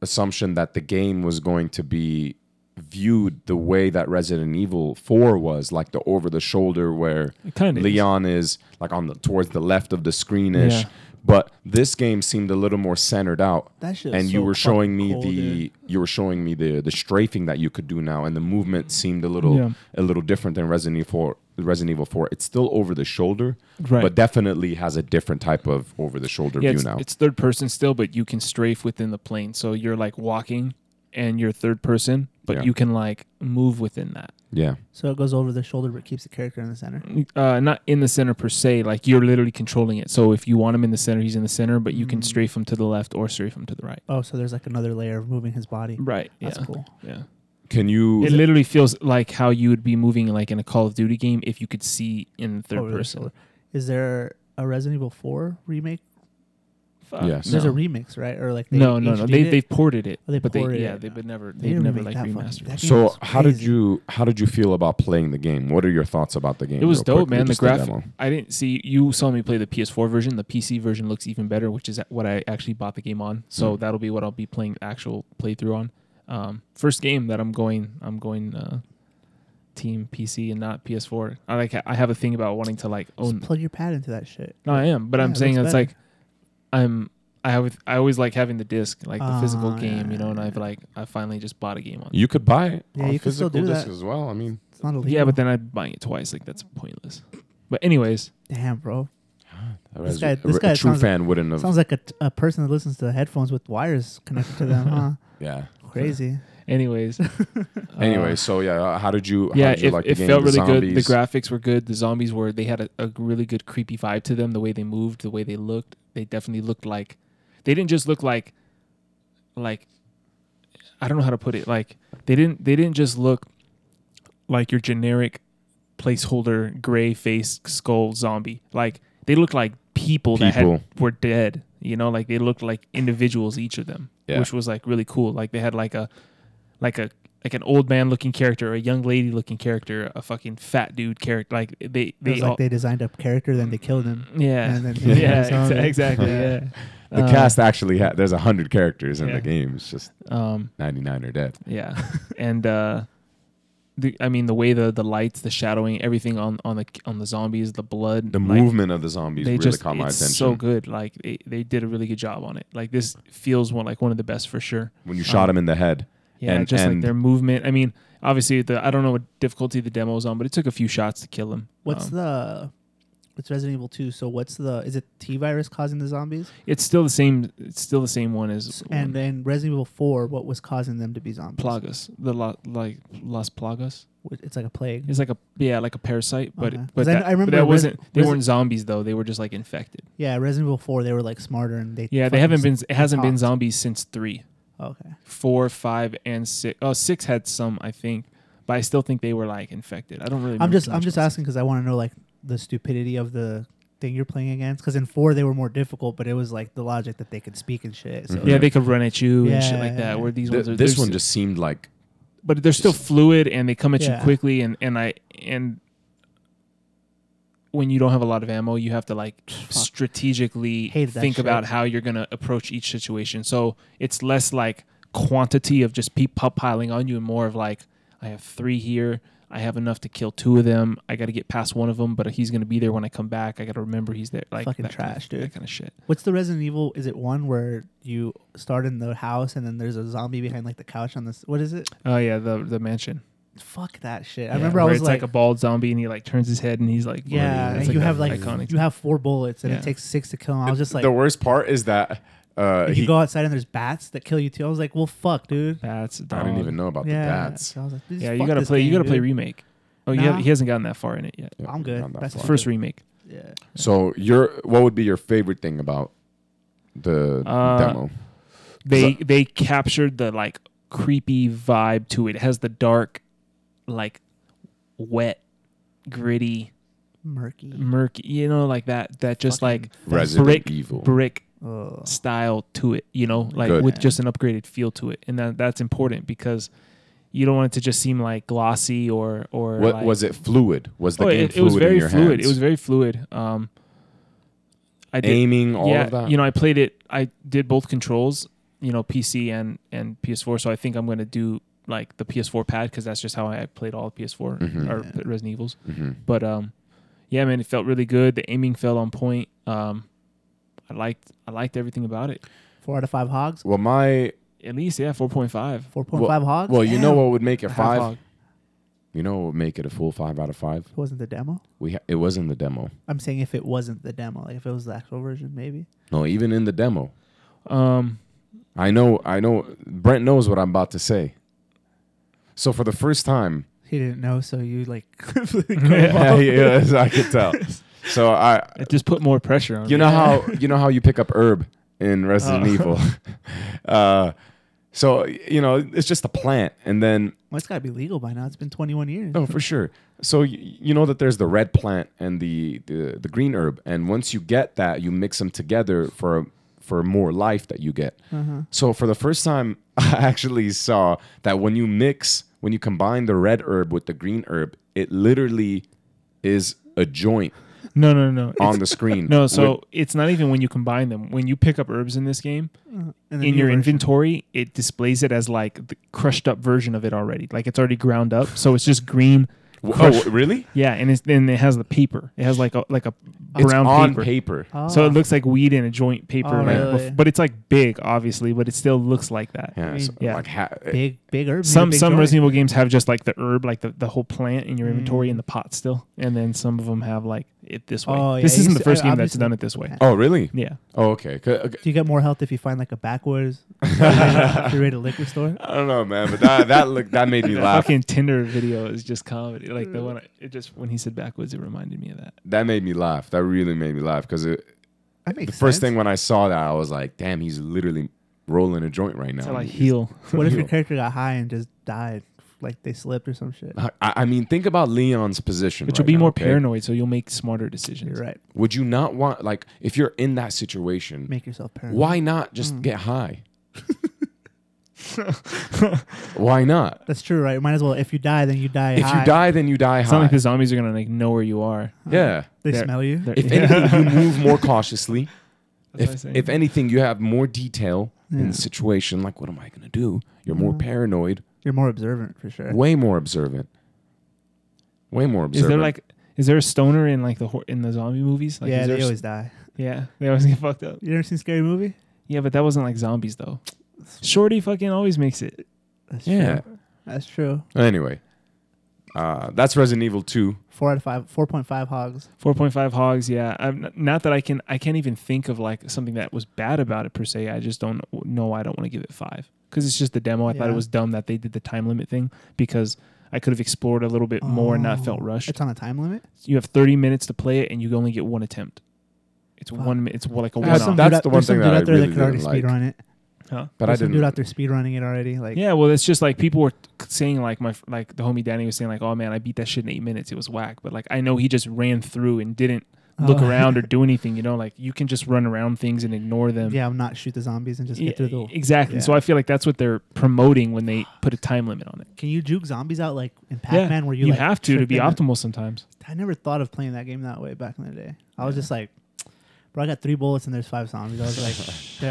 Speaker 1: assumption that the game was going to be viewed the way that Resident Evil Four was, like the over the shoulder where
Speaker 3: Kind of
Speaker 1: Leon is like on the towards the left of the screenish.
Speaker 3: Yeah.
Speaker 1: But this game seemed a little more centered out.
Speaker 2: that shit.
Speaker 1: and
Speaker 2: is
Speaker 1: you
Speaker 2: so
Speaker 1: were showing me
Speaker 2: fucking cool,
Speaker 1: the
Speaker 2: dude.
Speaker 1: you were showing me the the strafing that you could do now and the movement seemed a little
Speaker 3: Yeah.
Speaker 1: a little different than Resident Evil 4, Resident Evil 4 it's still over the shoulder
Speaker 3: Right.
Speaker 1: but definitely has a different type of over the shoulder
Speaker 3: yeah,
Speaker 1: view
Speaker 3: it's,
Speaker 1: now
Speaker 3: it's third person still, but you can strafe within the plane. So you're like walking and you're third person, but
Speaker 1: Yeah.
Speaker 3: you can like move within that.
Speaker 1: yeah
Speaker 2: So it goes over the shoulder, but keeps the character in the center.
Speaker 3: Uh, not in the center per se, like you're literally controlling it. So if you want him in the center, he's in the center, but you can
Speaker 2: Mm.
Speaker 3: strafe him to the left or strafe him to the right.
Speaker 2: Oh, so there's like another layer of moving his body.
Speaker 3: Right.
Speaker 2: That's cool.
Speaker 3: Yeah.
Speaker 1: can you
Speaker 3: It literally feels like how you would be moving like in a Call of Duty game if you could see in third
Speaker 2: Over the
Speaker 3: person.
Speaker 2: shoulder. Oh, Is there a Resident Evil 4 remake?
Speaker 3: Fuck,
Speaker 1: Yes.
Speaker 2: There's a
Speaker 3: no.
Speaker 2: remix, right? Or like they
Speaker 3: no, no, no.
Speaker 2: HD'd
Speaker 3: They
Speaker 2: it?
Speaker 3: they've ported it.
Speaker 2: Oh, they
Speaker 3: but
Speaker 2: ported
Speaker 3: they yeah,
Speaker 2: it.
Speaker 3: they've never
Speaker 2: They
Speaker 3: they've
Speaker 2: didn't
Speaker 3: never
Speaker 2: remake
Speaker 3: like
Speaker 2: that fucking-
Speaker 3: remastered.
Speaker 2: that
Speaker 3: it.
Speaker 2: game
Speaker 1: so
Speaker 2: was
Speaker 1: how did
Speaker 2: crazy.
Speaker 1: you how did you feel about playing the game what are your thoughts about the game
Speaker 3: It was
Speaker 1: real quick?
Speaker 3: dope,
Speaker 1: We
Speaker 3: man. The
Speaker 1: just did
Speaker 3: graphic.
Speaker 1: demo.
Speaker 3: I didn't see you saw me play the PS4 version. The PC version looks even better, which is what I actually bought the game on. So
Speaker 2: Hmm.
Speaker 1: Mm.
Speaker 3: that'll be what I'll be playing actual playthrough on. Um, first game that I'm going, I'm going uh, team PC and not PS4. I like I have a thing about wanting to like
Speaker 2: Just
Speaker 3: own
Speaker 2: plug your pad into that shit.
Speaker 3: No, I am, but
Speaker 2: Yeah,
Speaker 3: I'm
Speaker 2: it
Speaker 3: saying
Speaker 2: looks
Speaker 3: it's
Speaker 2: better.
Speaker 3: like I'm I always I always like having the disc, like the physical
Speaker 2: Ah, yeah,
Speaker 3: game, you know, and
Speaker 2: yeah,
Speaker 3: I've
Speaker 2: yeah.
Speaker 3: like I finally just bought a game on.
Speaker 1: you could buy it
Speaker 2: Yeah,
Speaker 1: on
Speaker 2: you could still
Speaker 1: physical
Speaker 2: do
Speaker 1: disc
Speaker 2: that.
Speaker 1: as well i mean
Speaker 2: It's not illegal.
Speaker 3: yeah, but then I'm buying it twice, like that's pointless. But anyways,
Speaker 2: damn, bro,
Speaker 1: a
Speaker 2: This
Speaker 1: Resi-
Speaker 2: guy- this
Speaker 1: a,
Speaker 2: guy
Speaker 1: true
Speaker 2: sounds-
Speaker 1: fan wouldn't have
Speaker 2: sounds like a, t- a person that listens to headphones with wires connected to them, huh?
Speaker 1: yeah
Speaker 2: Crazy.
Speaker 3: Anyways. uh,
Speaker 1: Anyway, so yeah, uh, how did you? How
Speaker 3: yeah,
Speaker 1: did you
Speaker 3: it,
Speaker 1: like the
Speaker 3: it
Speaker 1: game?
Speaker 3: felt
Speaker 1: The
Speaker 3: really good. The
Speaker 1: zombies?
Speaker 3: graphics were good. The zombies were they had a, a really good creepy vibe to them. The way they moved, the way they looked, they definitely looked like they didn't just look like like I don't know how to put it. Like they didn't they didn't just look like your generic placeholder gray face skull zombie. Like they looked like people, that
Speaker 1: People.
Speaker 3: had, were dead. You know, like they looked like individuals each of them,
Speaker 1: Yeah.
Speaker 3: which was like really cool. Like they had like a like a like an old man looking character, a young lady looking character, a fucking fat dude character. Like they
Speaker 2: It
Speaker 3: they
Speaker 2: was
Speaker 3: all Mm,
Speaker 2: like they designed a character, then they killed him.
Speaker 3: yeah
Speaker 2: and then-
Speaker 3: yeah,
Speaker 2: Yeah,
Speaker 3: exa-
Speaker 2: zombie.
Speaker 3: exactly yeah.
Speaker 2: Yeah.
Speaker 1: The
Speaker 3: Uh,
Speaker 1: cast actually had. There's hundred characters in
Speaker 3: yeah.
Speaker 1: the game. It's just
Speaker 3: Um,
Speaker 1: 99 are dead.
Speaker 3: yeah, and uh, the I mean the way the the lights, the shadowing, everything on on the on the zombies, the blood,
Speaker 1: The
Speaker 3: like,
Speaker 1: movement of the zombies really caught my
Speaker 3: it's
Speaker 1: attention.
Speaker 3: so good. Like they, they did a really good job on it. Like this feels one like one of the best for sure.
Speaker 1: when you shot
Speaker 3: Um,
Speaker 1: him in the head.
Speaker 3: Yeah,
Speaker 1: And-
Speaker 3: just like
Speaker 1: and-
Speaker 3: their movement. I mean, obviously the I don't know what difficulty the demo was on, but it took a few shots to kill him.
Speaker 2: What's
Speaker 3: Um,
Speaker 2: the it's Resident Evil 2, so what's the is it T virus causing the zombies?
Speaker 3: It's still the same. It's still the same one as
Speaker 2: And
Speaker 3: one-
Speaker 2: then Resident Evil 4, what was causing them to be zombies?
Speaker 3: plagas. The lo, like Las Plagas.
Speaker 2: Wh- It's like a plague.
Speaker 3: It's like a yeah, like a parasite, but
Speaker 2: Okay.
Speaker 3: but
Speaker 2: 'Cause I-
Speaker 3: that,
Speaker 2: I remember
Speaker 3: but that
Speaker 2: Res-
Speaker 3: wasn't. They
Speaker 2: Resi-
Speaker 3: weren't zombies though. They were just like infected.
Speaker 2: Yeah, Resident Evil 4, they were like smarter and they
Speaker 3: Yeah, they
Speaker 2: fucking
Speaker 3: haven't
Speaker 2: s-
Speaker 3: been. It hasn't been
Speaker 2: talked.
Speaker 3: zombies since three.
Speaker 2: Okay.
Speaker 3: four, five, and six. Oh, six had some, I think, but I still think they were like infected. I don't really.
Speaker 2: I'm
Speaker 3: remember
Speaker 2: just
Speaker 3: too
Speaker 2: I'm
Speaker 3: much
Speaker 2: just
Speaker 3: about
Speaker 2: asking cuz I want to know like the stupidity of the thing you're playing against cuz in 4 they were more difficult, but it was like the logic that they could speak and shit. So
Speaker 1: Mhm.
Speaker 3: six. Yeah, they could run at you and shit
Speaker 2: Yeah,
Speaker 3: like
Speaker 2: yeah,
Speaker 3: that. Where these
Speaker 1: Th-
Speaker 3: ones are
Speaker 1: this
Speaker 3: they're
Speaker 1: one
Speaker 3: s-
Speaker 1: just seemed like
Speaker 3: but they're still fluid and they come at
Speaker 2: Yeah.
Speaker 3: you quickly and and I and when you don't have a lot of ammo, you have to like strategically
Speaker 2: Hated that
Speaker 3: think
Speaker 2: shit.
Speaker 3: about how you're gonna approach each situation. So it's less like quantity of just people piling on you and more of like I have three here. I have enough to kill two of them. I got to get past one of them, but he's gonna be there when I come back. I got to remember he's there. Like
Speaker 2: Fucking
Speaker 3: that kind of-
Speaker 2: trash, dude.
Speaker 3: That kind of shit.
Speaker 2: What's the Resident Evil? Is it one where you start in the house and then there's a zombie behind like the couch on this? What is it?
Speaker 3: Oh yeah, the the mansion.
Speaker 2: Fuck that shit. I
Speaker 3: Yeah,
Speaker 2: remember I
Speaker 3: where
Speaker 2: was
Speaker 3: it's
Speaker 2: like,
Speaker 3: like, a bald zombie and he like turns his head and he's like
Speaker 2: yeah,
Speaker 3: bloody.
Speaker 2: and
Speaker 3: It's
Speaker 2: you
Speaker 3: that
Speaker 2: have like
Speaker 3: iconic.
Speaker 2: you have four bullets and
Speaker 3: Yeah.
Speaker 2: it takes six to kill him. I was just like,
Speaker 1: the worst part is that uh,
Speaker 2: you
Speaker 1: he,
Speaker 2: go outside and there's bats that kill you too. I was like, well, fuck, dude.
Speaker 3: That's
Speaker 1: I didn't even know about
Speaker 2: yeah,
Speaker 1: the bats.
Speaker 2: So I was like,
Speaker 3: Yeah, you gotta play. you gotta play remake. Oh, you
Speaker 2: Nah.
Speaker 3: have, he hasn't gotten that far in it yet.
Speaker 1: Yeah,
Speaker 2: I'm good.
Speaker 1: not that
Speaker 2: That's
Speaker 1: far.
Speaker 2: Fuck.
Speaker 3: First remake.
Speaker 2: yeah,
Speaker 1: So your what would be your favorite thing about the
Speaker 3: Uh,
Speaker 1: demo?
Speaker 3: They they captured the like creepy vibe to it. It has the dark, like wet, gritty,
Speaker 2: murky.
Speaker 3: murky. You know, like that. That just
Speaker 2: Fucking- uh,
Speaker 3: like
Speaker 1: Resident
Speaker 3: brick-
Speaker 1: Evil.
Speaker 3: brick
Speaker 2: Ugh.
Speaker 3: style to it, you know, like
Speaker 1: Good.
Speaker 3: with
Speaker 2: Yeah.
Speaker 3: just an upgraded feel to it, and that that's important because you don't want it to just seem like glossy or or
Speaker 1: What
Speaker 3: like-
Speaker 1: was it? Fluid was the
Speaker 3: Oh,
Speaker 1: game
Speaker 3: it, it
Speaker 1: fluid
Speaker 3: was very
Speaker 1: in your
Speaker 3: fluid.
Speaker 1: hands?
Speaker 3: It was very fluid. Um, I did,
Speaker 1: aiming all
Speaker 3: yeah,
Speaker 1: of that.
Speaker 3: you know, I played it. I did both controls, you know, PC and and PS4. So I think I'm gonna do like the PS4 pad because that's just how I played all the PS4
Speaker 1: Mhm.
Speaker 3: or
Speaker 2: Yeah.
Speaker 3: Resident Evils.
Speaker 1: Mhm.
Speaker 3: But um, yeah, man, it felt really good. The aiming felt on point. Um, I liked I liked everything about it.
Speaker 2: Four out of five hogs.
Speaker 1: Well, my
Speaker 3: At least yeah, four point five.
Speaker 2: Four point five hogs.
Speaker 1: well, you know
Speaker 2: Damn.
Speaker 1: what would make it
Speaker 3: Half
Speaker 1: five?
Speaker 3: hog.
Speaker 1: You know what would make it a full five out of five?
Speaker 2: It wasn't the demo.
Speaker 1: We ha- it was in the demo.
Speaker 2: I'm saying if it wasn't the demo, like if it was the actual version, maybe.
Speaker 1: No, even in the demo,
Speaker 3: Um,
Speaker 1: I know, I know. Brent knows what I'm about to say. So for the first time,
Speaker 2: He didn't know, so you like. completely cut him
Speaker 1: yeah,
Speaker 2: off.
Speaker 1: yeah, yes, I could tell. So I,
Speaker 3: it just put more pressure on.
Speaker 1: you
Speaker 3: me.
Speaker 1: know how you know how you pick up herb in Resident
Speaker 3: Oh.
Speaker 1: Evil. uh, so you know it's just a plant, and then
Speaker 2: Well, it's got to be legal by now. It's been 21 years.
Speaker 1: Oh, for sure. So you, you know that there's the red plant and the, the the green herb, and once you get that, you mix them together for for more life that you get. So for the first time, I actually saw that when you mix, when you combine the red herb with the green herb, it literally is a joint
Speaker 3: No, no, no. It's-
Speaker 1: on the screen.
Speaker 3: No,
Speaker 1: with-
Speaker 3: so it's not even when you combine them. When you pick up herbs in this game,
Speaker 2: Uh, And
Speaker 3: in your inventory, it displays it as like the crushed up version of it already. Like it's already ground up, so it's just green.
Speaker 1: oh,
Speaker 3: crushed-
Speaker 1: really?
Speaker 3: yeah, and it's then it has the paper. It has like a like a
Speaker 1: It's
Speaker 3: brown
Speaker 1: on
Speaker 3: paper.
Speaker 1: paper.
Speaker 2: Ah,
Speaker 3: So it looks like weed in a joint paper,
Speaker 2: Oh,
Speaker 3: like,
Speaker 2: really?
Speaker 3: bef- but it's like big, obviously, but it still looks like that.
Speaker 1: Yeah, so
Speaker 3: Yeah.
Speaker 1: like ha- eh,
Speaker 2: big, big herb.
Speaker 3: Some
Speaker 2: big
Speaker 3: some
Speaker 2: joint. Mm.
Speaker 3: Resident Evil games have just like the herb, like the, the whole plant in your inventory in the pot still, and then some of them have like it this way.
Speaker 2: Oh, yeah,
Speaker 3: this
Speaker 2: you
Speaker 3: isn't
Speaker 2: s-
Speaker 3: the first
Speaker 2: I-
Speaker 3: game that's
Speaker 2: obviously-
Speaker 3: done it this way.
Speaker 1: Oh, really?
Speaker 3: Yeah.
Speaker 1: Oh, okay. 'Cause- okay.
Speaker 2: Do you get more health if you find like a backwards curated liquor store?
Speaker 1: I don't know, man, but that that look that made me
Speaker 3: The
Speaker 1: laugh.
Speaker 3: fucking Tinder video is just comedy. Like the one, I- it just when he said backwards, it reminded me of that.
Speaker 1: That made me laugh. That really made me laugh because the
Speaker 2: That makes
Speaker 1: first
Speaker 2: sense.
Speaker 1: thing when I saw that, I was like, "Damn, he's literally rolling a joint right now."
Speaker 3: It's like heel.
Speaker 2: What if
Speaker 1: you-
Speaker 2: your character got high and just died? Like they slipped or some shit.
Speaker 1: I, I mean, think about Leon's position.
Speaker 3: But
Speaker 1: right
Speaker 3: you'll be
Speaker 1: now,
Speaker 3: more
Speaker 1: okay?
Speaker 3: paranoid, so you'll make smarter decisions.
Speaker 2: You're right.
Speaker 1: Would you not want like if you're in that situation?
Speaker 2: Make yourself paranoid.
Speaker 1: why not just
Speaker 3: Mm.
Speaker 1: get high? why not?
Speaker 2: That's true, right? Might as well. If you die, then you die.
Speaker 1: If
Speaker 2: high.
Speaker 1: you die, then you die
Speaker 3: It's
Speaker 1: high.
Speaker 3: not like the zombies are gonna like know where you are.
Speaker 1: yeah.
Speaker 2: they
Speaker 3: they're-
Speaker 2: smell you.
Speaker 3: They're-
Speaker 1: If
Speaker 3: Yeah.
Speaker 1: anything, you move more cautiously.
Speaker 3: That's what I
Speaker 1: if,
Speaker 3: say.
Speaker 1: if anything, you have more detail in
Speaker 2: Yeah.
Speaker 1: the situation. Like, what am I going to do? You're more
Speaker 3: Mm-hmm.
Speaker 1: paranoid,
Speaker 2: You're more observant for sure.
Speaker 1: way more observant. Way more
Speaker 3: is
Speaker 1: observant.
Speaker 3: there like is there a stoner in like the hor- in the zombie movies? Like,
Speaker 2: yeah,
Speaker 3: is there
Speaker 2: they
Speaker 3: s-
Speaker 2: always die.
Speaker 3: yeah they always get fucked up.
Speaker 2: You ever seen Scary Movie?
Speaker 3: Yeah, but that wasn't like zombies though. Shorty fucking always makes it.
Speaker 2: That's
Speaker 1: Yeah.
Speaker 2: true. That's true.
Speaker 1: Anyway, uh, that's Resident Evil 2.
Speaker 2: Four out of five, four point five hogs.
Speaker 3: Four point five hogs. Yeah, I'm n- not that I can. I can't even think of like something that was bad about it per se. I just don't know. I don't want to give it five because it's just the demo. I thought it
Speaker 2: Yeah.
Speaker 3: was dumb that they did the time limit thing because I could have explored a little bit more and not
Speaker 2: Oh.
Speaker 3: felt rushed.
Speaker 2: It's on a time limit.
Speaker 3: You have thirty minutes to play it, and you only get one attempt. It's
Speaker 2: Fuck.
Speaker 3: one. mi- It's like
Speaker 1: Yeah,
Speaker 3: a one.
Speaker 2: There's some
Speaker 1: that's
Speaker 2: dude out-
Speaker 1: the one
Speaker 2: there's some
Speaker 1: thing
Speaker 2: dude
Speaker 1: that I
Speaker 2: out there
Speaker 1: really
Speaker 2: that could already
Speaker 1: didn't like.
Speaker 2: speed run it.
Speaker 3: Huh?
Speaker 1: But I
Speaker 2: There's some dude
Speaker 1: didn't.
Speaker 2: out there speed running it already. Like
Speaker 3: Yeah, well, it's just like people were saying, like my like the homie Danny was saying, like, oh man, I beat that shit in eight minutes. It was whack. But like, I know he just ran through and didn't look
Speaker 2: Oh.
Speaker 3: around or do anything. You know, like you can just run around things and ignore them.
Speaker 2: yeah, I'm not shoot the zombies and just
Speaker 3: Yeah,
Speaker 2: get through the.
Speaker 3: exactly. So
Speaker 2: yeah.
Speaker 3: I feel like that's what they're promoting when they put a time limit on it.
Speaker 2: Can you juke zombies out like in Pac-Man where you like,
Speaker 3: have to to
Speaker 2: trip
Speaker 3: be
Speaker 2: them and-
Speaker 3: optimal sometimes.
Speaker 2: I never thought of playing that game that way back in the day. I was just like, bro, I got three bullets and there's five zombies. I was like,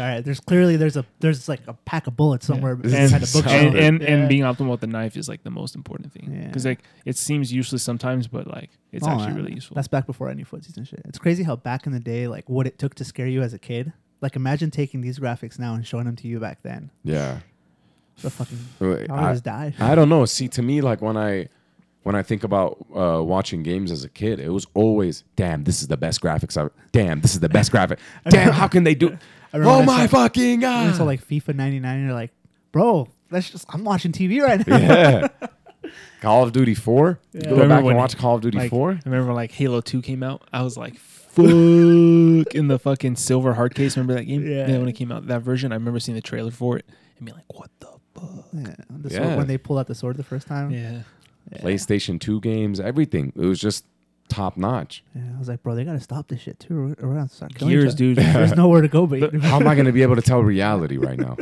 Speaker 2: all right, there's clearly there's a there's like a pack of bullets somewhere
Speaker 1: This is
Speaker 2: inside
Speaker 3: And,
Speaker 2: the
Speaker 1: so-
Speaker 2: bookshelf.
Speaker 3: and, and,
Speaker 2: Yeah.
Speaker 3: and being optimal with the knife is like the most important thing
Speaker 2: Yeah.
Speaker 3: because like it seems useless sometimes, but like it's
Speaker 2: Oh,
Speaker 3: actually
Speaker 2: man.
Speaker 3: really useful.
Speaker 2: That's back before I knew footsies and shit. It's crazy how back in the day, like what it took to scare you as a kid. Like imagine taking these graphics now and showing them to you back then.
Speaker 1: Yeah.
Speaker 2: The fucking
Speaker 1: Wait,
Speaker 2: I would
Speaker 1: I-
Speaker 2: just die.
Speaker 1: I don't know. See, to me, like when I when I think about uh, watching games as a kid, it was always, damn, this is the best graphics. I've, damn, this is the best graphic. Damn, how can they do?
Speaker 2: remember
Speaker 1: Oh
Speaker 2: I
Speaker 1: my
Speaker 2: saw-
Speaker 1: fucking
Speaker 2: And
Speaker 1: god!
Speaker 2: so like FIFA 99, you're like, bro, that's just I'm watching TV right now.
Speaker 1: yeah. Call of Duty Four. You
Speaker 3: I
Speaker 1: go
Speaker 3: remember
Speaker 1: back
Speaker 3: when-
Speaker 1: and watch Call of Duty
Speaker 3: Like,
Speaker 1: Four.
Speaker 3: I remember when, like Halo Two came out. I was like, "Fuck!" in the fucking silver hard case. Remember that game?
Speaker 2: Yeah.
Speaker 3: when it came out, that version. I remember seeing the trailer for it and being like, "What the fuck?"
Speaker 2: Yeah, the
Speaker 1: Yeah.
Speaker 2: Sword, when they pulled out the sword the first time,
Speaker 3: Yeah.
Speaker 1: PlayStation Two games, everything. It was just top notch.
Speaker 2: yeah, I was like, bro, they gotta stop this shit too. Or we're gonna start killing each
Speaker 3: Gears,
Speaker 2: other."
Speaker 3: dude.
Speaker 2: There's nowhere to go, but
Speaker 1: How am I going to be able to tell reality right now?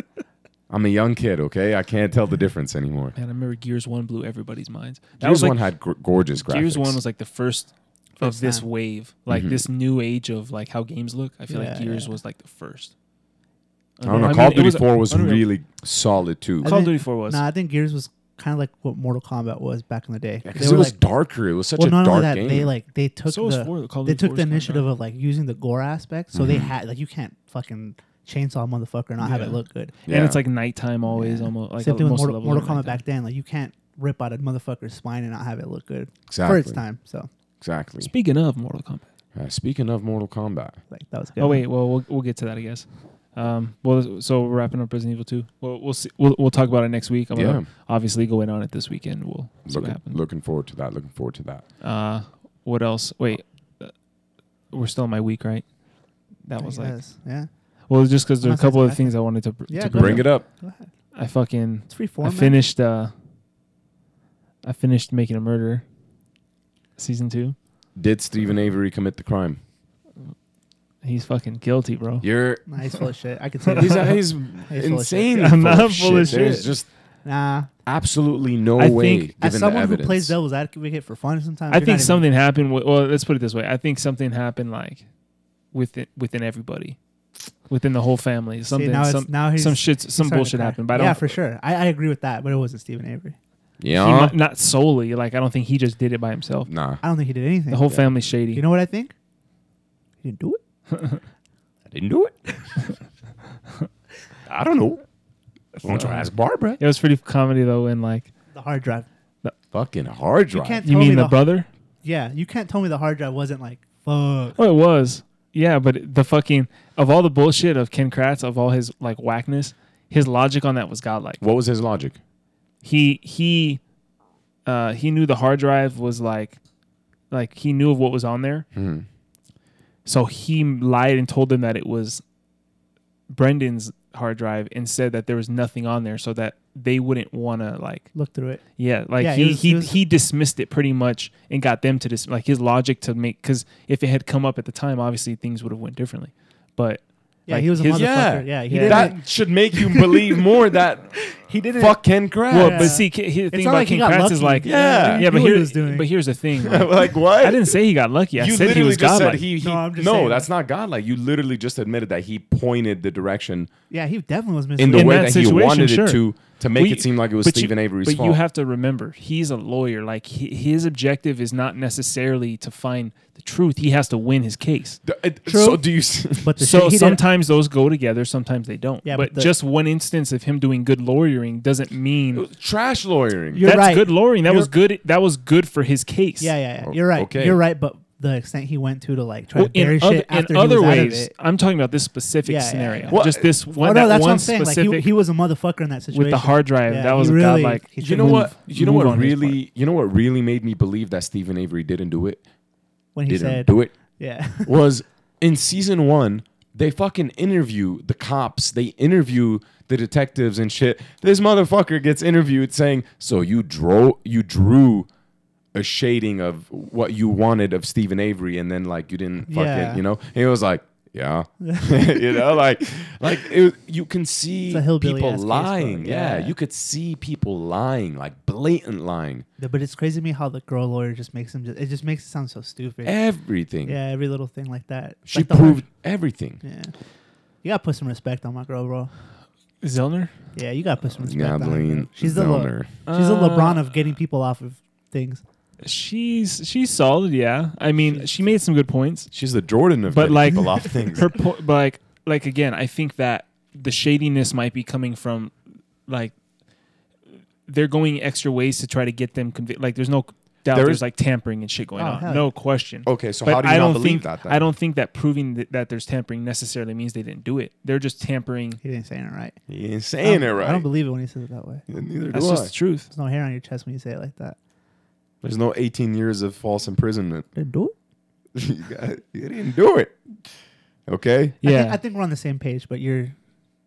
Speaker 1: I'm a young kid, okay? I can't tell the difference anymore.
Speaker 3: Man, I remember Gears One blew everybody's minds. That
Speaker 1: Gears
Speaker 3: was like,
Speaker 1: One had gr- gorgeous graphics.
Speaker 3: Gears One was like the first, of
Speaker 2: First
Speaker 3: this
Speaker 2: time.
Speaker 3: wave, like
Speaker 1: Mhm.
Speaker 3: this new age of like how games look. I feel like
Speaker 2: Yeah,
Speaker 3: Gears
Speaker 2: yeah.
Speaker 3: was like the first.
Speaker 1: I don't know.
Speaker 3: mean,
Speaker 1: Call
Speaker 3: it
Speaker 1: of Duty
Speaker 3: was-
Speaker 1: Four was
Speaker 3: Unreal.
Speaker 1: really solid too.
Speaker 2: I
Speaker 3: Call of
Speaker 2: think-
Speaker 3: Duty Four was.
Speaker 2: Nah, I think Gears was kind of like what Mortal Kombat was back in the day.
Speaker 1: Because it was darker. It was such
Speaker 2: well,
Speaker 1: a
Speaker 2: not
Speaker 1: dark
Speaker 2: only that,
Speaker 1: game.
Speaker 2: they like they took
Speaker 3: so was
Speaker 2: the
Speaker 3: four. Call of
Speaker 2: they
Speaker 3: Duty
Speaker 2: took
Speaker 3: 4's
Speaker 2: the
Speaker 3: coming out.
Speaker 2: initiative of like using the gore aspect, so they had like you can't fucking chainsaw a motherfucker and not have
Speaker 3: Mm-hmm. Yeah.
Speaker 2: it look good.
Speaker 1: Yeah.
Speaker 3: and it's like nighttime always, almost like uh,
Speaker 2: Same thing with
Speaker 3: most of the
Speaker 2: Mortal,
Speaker 3: levels are
Speaker 2: Mortal Kombat
Speaker 3: nighttime.
Speaker 2: back then, like you can't rip out a motherfucker's spine and not have it look good
Speaker 1: exactly.
Speaker 2: for its time. So
Speaker 1: Exactly.
Speaker 3: Speaking of Mortal Kombat.
Speaker 1: Uh, speaking of Mortal Kombat,
Speaker 2: like that was good.
Speaker 3: Oh wait, well we'll we'll get to that I guess. Um, well, so we're wrapping up Resident Evil Two. We'll we'll see, we'll, Oh, we'll talk about it next week. I'm
Speaker 1: yeah,
Speaker 3: gonna obviously go in on it this weekend. We'll see what
Speaker 1: looking,
Speaker 3: happens.
Speaker 1: looking forward to that. Looking forward to that.
Speaker 3: Uh, what else? Wait, uh, we're still in my week, right? That
Speaker 2: I
Speaker 3: was like
Speaker 2: guess, yeah.
Speaker 3: well, just because there's a
Speaker 2: Unless I-
Speaker 3: couple
Speaker 2: I
Speaker 3: of things I wanted to, br-
Speaker 2: Yeah,
Speaker 3: to
Speaker 2: go
Speaker 1: Bring
Speaker 2: ahead.
Speaker 3: bring.
Speaker 1: it up.
Speaker 2: Go ahead.
Speaker 3: I fucking
Speaker 2: It's free
Speaker 3: I
Speaker 2: form. man.
Speaker 3: finished. Uh, I finished making a murder. Season two.
Speaker 1: Did Stephen Avery commit the crime?
Speaker 3: He's fucking guilty, bro.
Speaker 1: You're
Speaker 2: Nah, he's full of shit. I can say
Speaker 1: he's,
Speaker 2: that.
Speaker 1: he's
Speaker 2: shit.
Speaker 1: insane.
Speaker 3: I'm not full
Speaker 1: There's
Speaker 3: of shit.
Speaker 1: just
Speaker 2: nah.
Speaker 1: absolutely no
Speaker 3: I
Speaker 1: way.
Speaker 3: think-
Speaker 1: given
Speaker 2: As
Speaker 1: the
Speaker 2: someone who
Speaker 1: evidence.
Speaker 2: plays devil's advocate for fun, sometimes
Speaker 3: I
Speaker 2: you're not
Speaker 3: think
Speaker 2: even-
Speaker 3: something happened. With, well, let's put it this way. I think something happened like within within everybody, within the whole family. Something.
Speaker 2: now it's-
Speaker 3: some
Speaker 2: now he's-
Speaker 3: some shit. Some
Speaker 2: starting to
Speaker 3: bullshit
Speaker 2: cry.
Speaker 3: happened. But I don't.
Speaker 2: yeah, for sure. I, I agree with that, but it wasn't Stephen Avery.
Speaker 3: he
Speaker 1: yeah,
Speaker 3: mu- not solely. Like I don't think he just did it by himself.
Speaker 1: nah,
Speaker 2: I don't think he did anything.
Speaker 3: The whole
Speaker 1: Yeah.
Speaker 3: family's shady.
Speaker 2: You know what I think? He didn't do it.
Speaker 1: I didn't do it. I don't know. Why don't you ask Barbara?
Speaker 3: it was pretty comedy though. When like
Speaker 2: The hard drive.
Speaker 1: Fucking hard
Speaker 2: You
Speaker 1: drive.
Speaker 2: can't
Speaker 3: you
Speaker 2: tell me
Speaker 3: mean the
Speaker 2: the
Speaker 3: brother.
Speaker 2: Yeah, you can't tell me the hard drive wasn't like Fuck.
Speaker 3: Oh, it was. Yeah, but the fucking of all the bullshit of Ken Kratz, of all his like whackness, his logic on that was godlike.
Speaker 1: What was his logic?
Speaker 3: He he uh he knew the hard drive was like like he knew of what was on there.
Speaker 1: Hmm.
Speaker 3: So he lied and told them that it was Brendan's hard drive and said that there was nothing on there so that they wouldn't want to like
Speaker 2: Look through it.
Speaker 3: yeah like
Speaker 2: Yeah,
Speaker 3: he
Speaker 2: it
Speaker 3: he,
Speaker 2: was-
Speaker 3: he,
Speaker 2: it was-
Speaker 3: dismissed it pretty much and got them to dis- like his logic to make because if it had come up at the time obviously things would have went differently but
Speaker 2: Yeah,
Speaker 3: Like
Speaker 2: he was a
Speaker 3: his-
Speaker 2: motherfucker. Yeah, he didn't.
Speaker 1: that should make you believe more that
Speaker 2: he didn't.
Speaker 1: fuck Ken Kratz.
Speaker 3: well
Speaker 2: Yeah.
Speaker 3: but see K- he- the thing
Speaker 2: not
Speaker 3: about
Speaker 2: like he
Speaker 3: King
Speaker 2: got
Speaker 3: Kratz
Speaker 2: lucky.
Speaker 3: is like yeah,
Speaker 1: Yeah.
Speaker 2: he
Speaker 1: Yeah,
Speaker 3: but
Speaker 2: knew what
Speaker 3: here
Speaker 2: he was doing.
Speaker 3: but here's the thing like,
Speaker 1: like what?
Speaker 3: I didn't say he got lucky I
Speaker 1: you
Speaker 3: said
Speaker 1: literally
Speaker 3: he was
Speaker 1: just
Speaker 3: godlike
Speaker 1: said he. he-
Speaker 2: No, I'm just
Speaker 1: no,
Speaker 2: saying.
Speaker 1: that's not godlike. You literally just admitted that he pointed the direction
Speaker 2: yeah, he definitely was
Speaker 1: in
Speaker 2: missing.
Speaker 1: the
Speaker 3: In
Speaker 1: way
Speaker 3: that
Speaker 1: that, he
Speaker 3: situation,
Speaker 1: wanted
Speaker 3: sure.
Speaker 1: it to to make
Speaker 3: We-
Speaker 1: it seem like it was
Speaker 3: but you-
Speaker 1: Stephen Avery's
Speaker 3: but
Speaker 1: fault.
Speaker 3: you have to remember he's a lawyer like he, his objective is not necessarily to find the truth he has to win his case
Speaker 1: D- it-
Speaker 2: True.
Speaker 1: So do you? s-
Speaker 2: but the
Speaker 3: so
Speaker 2: shit he did,
Speaker 3: sometimes those go together, sometimes they don't.
Speaker 2: Yeah,
Speaker 3: but
Speaker 2: but the-
Speaker 3: just one instance of him doing good lawyering doesn't
Speaker 1: it
Speaker 3: mean
Speaker 1: was trash lawyering.
Speaker 2: You're
Speaker 3: that's
Speaker 2: right.
Speaker 3: good lawyering. That was
Speaker 2: You're-
Speaker 3: good. That was good for his case.
Speaker 2: Yeah, yeah, yeah.
Speaker 1: Oh,
Speaker 2: You're right.
Speaker 1: okay.
Speaker 2: You're right. But the extent he went to to like try
Speaker 3: Well,
Speaker 2: to bury
Speaker 3: in
Speaker 2: shit
Speaker 3: other,
Speaker 2: after
Speaker 3: in
Speaker 2: he
Speaker 3: other
Speaker 2: was out of
Speaker 3: ways,
Speaker 2: it.
Speaker 3: I'm talking about this specific
Speaker 2: Yeah, yeah,
Speaker 3: scenario.
Speaker 2: yeah.
Speaker 1: Well,
Speaker 3: Just this one.
Speaker 2: oh
Speaker 3: that
Speaker 2: no, that's
Speaker 3: one
Speaker 2: what I'm saying. Like
Speaker 3: specific
Speaker 2: he, he was a motherfucker in that situation
Speaker 3: with the hard drive.
Speaker 2: Yeah,
Speaker 3: that
Speaker 2: he
Speaker 3: was
Speaker 2: really-
Speaker 3: godlike.
Speaker 2: he
Speaker 1: You know
Speaker 2: Move-
Speaker 1: what? You know
Speaker 3: move
Speaker 1: what
Speaker 3: on his part.
Speaker 1: really? You know what really made me believe that Stephen Avery didn't do it.
Speaker 2: when he
Speaker 1: Didn't
Speaker 2: said,
Speaker 1: do it.
Speaker 2: "Yeah,
Speaker 1: was in season one, they fucking interview the cops. They interview the detectives and shit. This motherfucker gets interviewed saying, "So you drew you drew a shading of what you wanted of Stephen Avery, and then like you didn't fucking
Speaker 2: Yeah.
Speaker 1: you know." And it was like, "Yeah, you know, like like it, was- you can see
Speaker 2: It's a hillbilly ass
Speaker 1: people
Speaker 2: case, bro.
Speaker 1: lying. yeah,
Speaker 2: Yeah.
Speaker 1: you could see people lying, like blatant lying.
Speaker 2: No, but it's crazy to me how the girl lawyer just makes him. Just, it just makes it sound so stupid.
Speaker 1: Everything.
Speaker 2: yeah, every little thing like that.
Speaker 1: She
Speaker 2: Like the
Speaker 1: proved everything.
Speaker 2: Hard, yeah, you gotta put some respect on my girl, bro.
Speaker 3: Zellner.
Speaker 2: Yeah, you gotta put some respect on her.
Speaker 1: Nadine
Speaker 2: bro. She's the
Speaker 1: Zellner.
Speaker 2: Le- she's a
Speaker 3: Uh,
Speaker 2: LeBron of getting people off of things.
Speaker 3: She's she's solid. Yeah. I mean, she made some good points.
Speaker 1: She's the Jordan of
Speaker 3: But,
Speaker 1: getting
Speaker 3: like,
Speaker 1: people off things.
Speaker 3: her po- but like like again i think that the shadiness might be coming from like they're going extra ways to try to get them convicted like there's no doubt
Speaker 1: There
Speaker 3: there's
Speaker 1: is-
Speaker 3: like tampering and shit going
Speaker 2: Oh, hell
Speaker 3: on no question
Speaker 1: Okay, so
Speaker 3: But
Speaker 1: how do you
Speaker 3: I
Speaker 1: not
Speaker 3: don't
Speaker 1: believe
Speaker 3: think
Speaker 1: that? Then?
Speaker 3: I don't think that proving that, that there's tampering necessarily means they didn't do it. They're just tampering.
Speaker 2: He didn't say it right.
Speaker 1: You ain't
Speaker 2: I
Speaker 1: saying
Speaker 2: don't-
Speaker 1: it right.
Speaker 2: I don't believe it when he says it that way.
Speaker 1: Yeah, Neither
Speaker 3: That's
Speaker 1: do
Speaker 3: just
Speaker 1: I.
Speaker 3: the truth.
Speaker 2: There's no hair on your chest when you say it like that.
Speaker 1: There's no 18 years of false imprisonment.
Speaker 2: Didn't do it.
Speaker 1: you, got- you didn't do it. Okay.
Speaker 2: I
Speaker 3: Yeah.
Speaker 2: think, I think we're on the same page, but you're.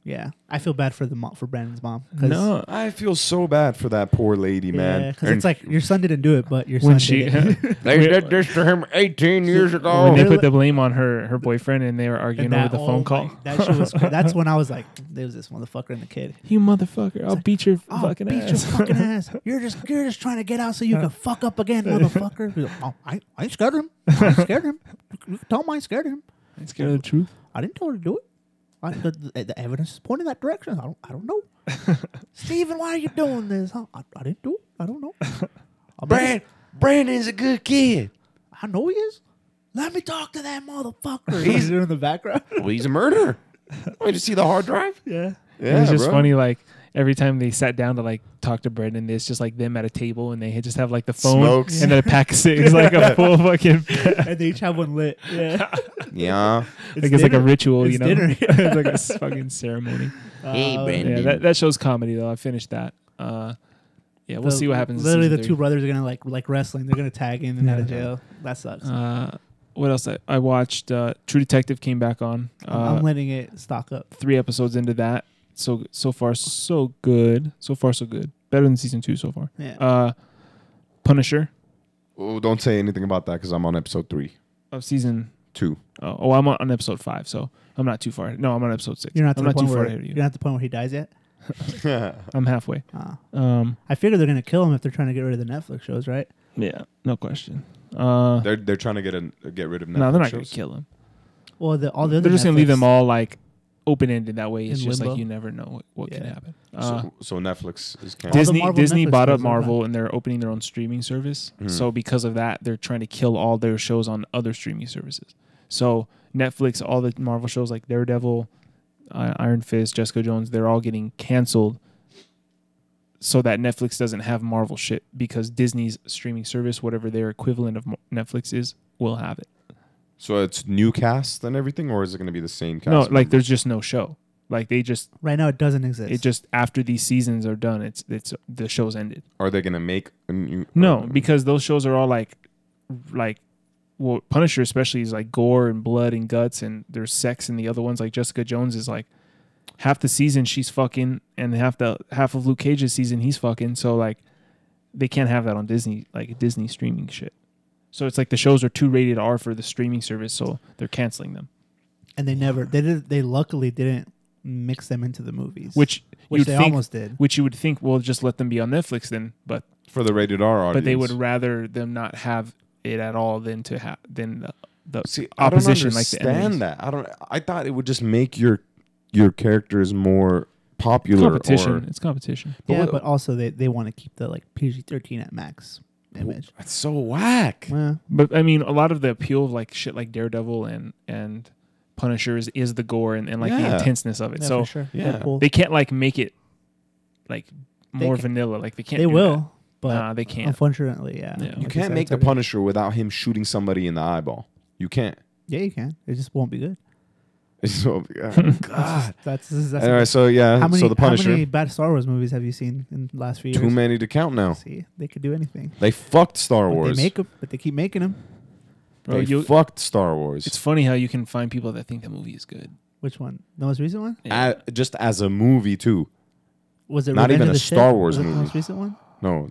Speaker 2: Yeah, I feel bad for the mo- for Brandon's mom. 'cause-
Speaker 3: no.
Speaker 1: I feel so bad for that poor lady, man.
Speaker 2: yeah, because
Speaker 1: And
Speaker 2: it's like your son didn't do it, but your son
Speaker 3: When she
Speaker 2: did it.
Speaker 1: they did this to him 18 years
Speaker 3: when they
Speaker 1: ago.
Speaker 3: put the blame on her her boyfriend and they were arguing
Speaker 2: Oh, And that-
Speaker 3: over the
Speaker 2: oh
Speaker 3: phone
Speaker 2: my-
Speaker 3: call.
Speaker 2: that shit was. cra- That's when I was like, "There's this motherfucker and the kid."
Speaker 3: You motherfucker! I'll beat your
Speaker 2: Oh,
Speaker 3: fucking
Speaker 2: beat
Speaker 3: ass.
Speaker 2: your fucking ass. You're just you're just trying to get out so you can fuck up again, motherfucker. He's like, oh, I, I ain't scared of him. I ain't scared of him. You can Tell him I ain't scared of him.
Speaker 3: I'm scared of the truth.
Speaker 2: I didn't tell her to do it. I, the, the- the evidence is pointing that direction. I don't, I don't know. Steven, why are you doing this? Huh? I, I didn't do it. I don't know. I, mean,
Speaker 1: Brand, Brandon's a good kid.
Speaker 2: I know he is. Let me talk to that motherfucker. He's in the background.
Speaker 1: Well, he's a murderer. Oh, did you see the hard drive?
Speaker 3: Yeah.
Speaker 1: Yeah,
Speaker 3: it was just
Speaker 1: bro.
Speaker 3: funny, like every time they sat down to like talk to Brendan, it's just like them at a table and they had- just have like the phone
Speaker 1: Smokes.
Speaker 3: and then a pack of cigs, like a full fucking, like
Speaker 2: and they each have one lit. Yeah.
Speaker 1: Yeah.
Speaker 3: it's like a ritual,
Speaker 2: It's
Speaker 3: you know,
Speaker 2: dinner.
Speaker 3: it's like a s- fucking ceremony.
Speaker 1: Hey,
Speaker 2: Uh,
Speaker 1: Brandon.
Speaker 3: Yeah, that, that show's comedy though. I finished that. Uh, yeah, we'll
Speaker 2: The-
Speaker 3: see what happens. in
Speaker 2: Literally, the
Speaker 3: season
Speaker 2: two brothers are gonna like like wrestling. They're gonna tag in and out of
Speaker 3: Yeah.
Speaker 2: jail. That sucks.
Speaker 3: three. Uh, what else? I, I watched uh, True Detective came back on.
Speaker 2: I'm,
Speaker 3: Uh,
Speaker 2: I'm letting it stock up.
Speaker 3: three episodes into that, so so far so good. So far so good. Better than season two so far.
Speaker 2: Yeah.
Speaker 3: Uh, Punisher
Speaker 1: Oh, don't say anything about that because I'm on episode three,
Speaker 3: of season
Speaker 1: two.
Speaker 3: Oh, oh, I'm on, on episode five, so I'm not too far. No, I'm on episode six.
Speaker 2: you're not. To
Speaker 3: I'm
Speaker 2: the
Speaker 3: not too
Speaker 2: point
Speaker 3: far
Speaker 2: where,
Speaker 3: ahead of
Speaker 2: You're
Speaker 3: you.
Speaker 2: not at the point where he dies yet.
Speaker 3: I'm halfway.
Speaker 2: Uh,
Speaker 3: Um,
Speaker 2: I figure they're gonna kill him if they're trying to get rid of the Netflix shows, right?
Speaker 3: yeah, no question. Uh,
Speaker 1: They're they're trying to get a, get rid of Netflix
Speaker 3: no, they're not going
Speaker 1: shows.
Speaker 3: to kill him.
Speaker 2: Well, the, all the
Speaker 3: They're
Speaker 2: other.
Speaker 3: just going to leave
Speaker 2: Netflix-
Speaker 3: them all like open ended. That way, it's
Speaker 2: In
Speaker 3: just like
Speaker 2: limbo.
Speaker 3: you never know what, what can
Speaker 2: Yeah.
Speaker 3: happen. Uh,
Speaker 1: so, so Netflix is canceled.
Speaker 3: Disney
Speaker 2: Marvel
Speaker 3: Disney
Speaker 2: Netflix
Speaker 3: bought up
Speaker 2: shows are
Speaker 3: Marvel and they're opening their own streaming service.
Speaker 1: Mhm.
Speaker 3: So because of that, they're trying to kill all their shows on other streaming services. So Netflix, all the Marvel shows like Daredevil, uh, Iron Fist, Jessica Jones, they're all getting canceled. So that Netflix doesn't have Marvel shit because Disney's streaming service, whatever their equivalent of Mo- Netflix is, will have it.
Speaker 1: So it's new cast and everything, or is it going to be the same cast?
Speaker 3: No, like
Speaker 1: members?
Speaker 3: there's just no show. Like they just
Speaker 2: Right now, it doesn't exist.
Speaker 3: it just after these seasons are done, it's it's the show's ended.
Speaker 1: are they going to make a new?
Speaker 3: No, because those shows are all like like well, Punisher especially is like gore and blood and guts and there's sex and the other ones like Jessica Jones is like half the season she's fucking and half the half of Luke Cage's season he's fucking so like they can't have that on Disney like Disney streaming shit. So it's like the shows are too rated R for the streaming service, so they're canceling them.
Speaker 2: and they never they did they luckily didn't mix them into the movies,
Speaker 3: Which,
Speaker 2: which
Speaker 3: you'd
Speaker 2: they
Speaker 3: think,
Speaker 2: almost did.
Speaker 3: which you would think, well, just let them be on Netflix then, but
Speaker 1: for the rated R audience.
Speaker 3: but they would rather them not have it at all than to have than the, the
Speaker 1: See,
Speaker 3: opposition
Speaker 1: I don't
Speaker 3: like the
Speaker 1: understand
Speaker 3: enemies.
Speaker 1: that. I don't. I thought it would just make your your characters more popular.
Speaker 3: competition.
Speaker 1: Or,
Speaker 3: it's competition.
Speaker 1: but
Speaker 2: yeah,
Speaker 1: what-
Speaker 2: but also they, they want to keep the like PG thirteen at max image.
Speaker 1: it's so whack.
Speaker 2: Well,
Speaker 3: But I mean, a lot of the appeal of like shit like Daredevil and and Punisher is, is the gore and, and like the
Speaker 1: Yeah.
Speaker 3: intenseness of it.
Speaker 2: yeah,
Speaker 3: so
Speaker 2: for sure.
Speaker 1: yeah.
Speaker 2: Deadpool.
Speaker 3: they can't like make it like
Speaker 2: They
Speaker 3: more
Speaker 2: ca-
Speaker 3: vanilla. Like they can't.
Speaker 2: they
Speaker 3: do
Speaker 2: will,
Speaker 3: that.
Speaker 2: but
Speaker 3: nah, they can't.
Speaker 2: unfortunately, Uh, yeah,
Speaker 3: Yeah. You
Speaker 1: You
Speaker 2: Like I
Speaker 1: can't
Speaker 2: said,
Speaker 1: make
Speaker 2: it's
Speaker 1: the
Speaker 2: already-
Speaker 1: Punisher without him shooting somebody in the eyeball. You can't.
Speaker 2: Yeah, you can. It just won't be good.
Speaker 1: So, yeah. God.
Speaker 2: That's this is- that's
Speaker 1: anyway, so yeah,
Speaker 2: how many
Speaker 1: so the
Speaker 2: how
Speaker 1: Punisher.
Speaker 2: many bad Star Wars movies have you seen in the last few years?
Speaker 1: too many to count now.
Speaker 2: See, they could do anything.
Speaker 1: They fucked Star
Speaker 2: But
Speaker 1: Wars.
Speaker 2: they make them, but they keep making them.
Speaker 3: Bro,
Speaker 1: they
Speaker 3: you-
Speaker 1: fucked Star Wars.
Speaker 3: it's funny how you can find people that think the movie is good.
Speaker 2: Which one? The most recent one
Speaker 3: Yeah.
Speaker 1: A- just as a movie too.
Speaker 2: was it?
Speaker 1: Not
Speaker 2: Revenge
Speaker 1: even
Speaker 2: of
Speaker 1: a
Speaker 2: the Sith?
Speaker 1: Star Wars
Speaker 2: was It the
Speaker 1: movie.
Speaker 2: most recent one.
Speaker 1: No,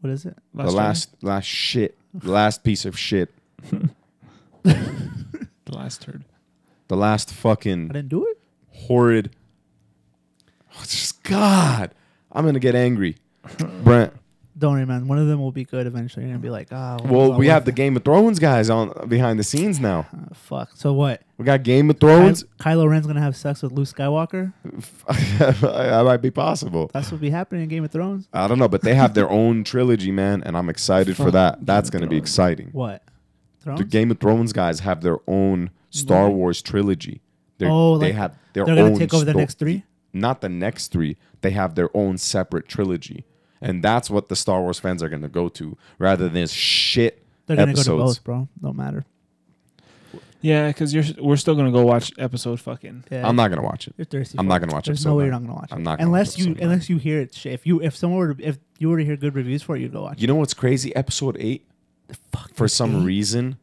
Speaker 2: What is it?
Speaker 1: the last last shit, the last piece of shit,
Speaker 3: turd? the last turd.
Speaker 1: the last
Speaker 2: I
Speaker 1: fucking
Speaker 2: didn't do it.
Speaker 1: horrid. Oh, just God, I'm gonna get angry, Brent.
Speaker 2: Don't worry, man. One of them will be good eventually. You're gonna be like, ah.
Speaker 1: Well, we have the
Speaker 2: game.
Speaker 1: Game of Thrones guys on behind the scenes now.
Speaker 2: Uh, fuck. So what?
Speaker 1: We got Game of
Speaker 2: Ky-
Speaker 1: Thrones.
Speaker 2: Kylo Ren's gonna have sex with Luke Skywalker.
Speaker 1: that might be possible.
Speaker 2: That's what'll be happening in Game of Thrones.
Speaker 1: I don't know, but they have their own trilogy, man, and I'm excited for
Speaker 3: Fuck
Speaker 1: that.
Speaker 3: Game
Speaker 1: That's
Speaker 3: of
Speaker 1: gonna be
Speaker 3: Thrones.
Speaker 1: exciting.
Speaker 2: What? Thrones.
Speaker 1: The Game of Thrones guys have their own Star
Speaker 2: Movie.
Speaker 1: Wars trilogy. They're,
Speaker 2: Oh,
Speaker 1: they
Speaker 2: like
Speaker 1: have their
Speaker 2: They're gonna
Speaker 1: own
Speaker 2: take over the
Speaker 1: sto-
Speaker 2: next three.
Speaker 1: Not the next three. They have their own separate trilogy, and that's what the Star Wars fans are going to go to rather than this shit
Speaker 2: They're gonna
Speaker 1: episodes.
Speaker 2: go to both, bro. Don't matter.
Speaker 3: Yeah, because you're we're still gonna go watch episode fucking.
Speaker 2: Yeah.
Speaker 1: I'm not going to watch it.
Speaker 2: You're thirsty.
Speaker 1: I'm
Speaker 2: for
Speaker 1: not
Speaker 2: it.
Speaker 1: gonna watch
Speaker 2: There's
Speaker 1: episode
Speaker 2: no way you're not
Speaker 1: nine.
Speaker 2: gonna watch
Speaker 1: I'm
Speaker 2: it.
Speaker 1: not gonna watch
Speaker 2: unless you
Speaker 1: episode nine.
Speaker 2: unless you hear it. Shit. If you if someone were to, if you were to hear good reviews for it, you'd go watch.
Speaker 1: You know what's crazy? Episode eight,
Speaker 2: fuck
Speaker 1: for some reason,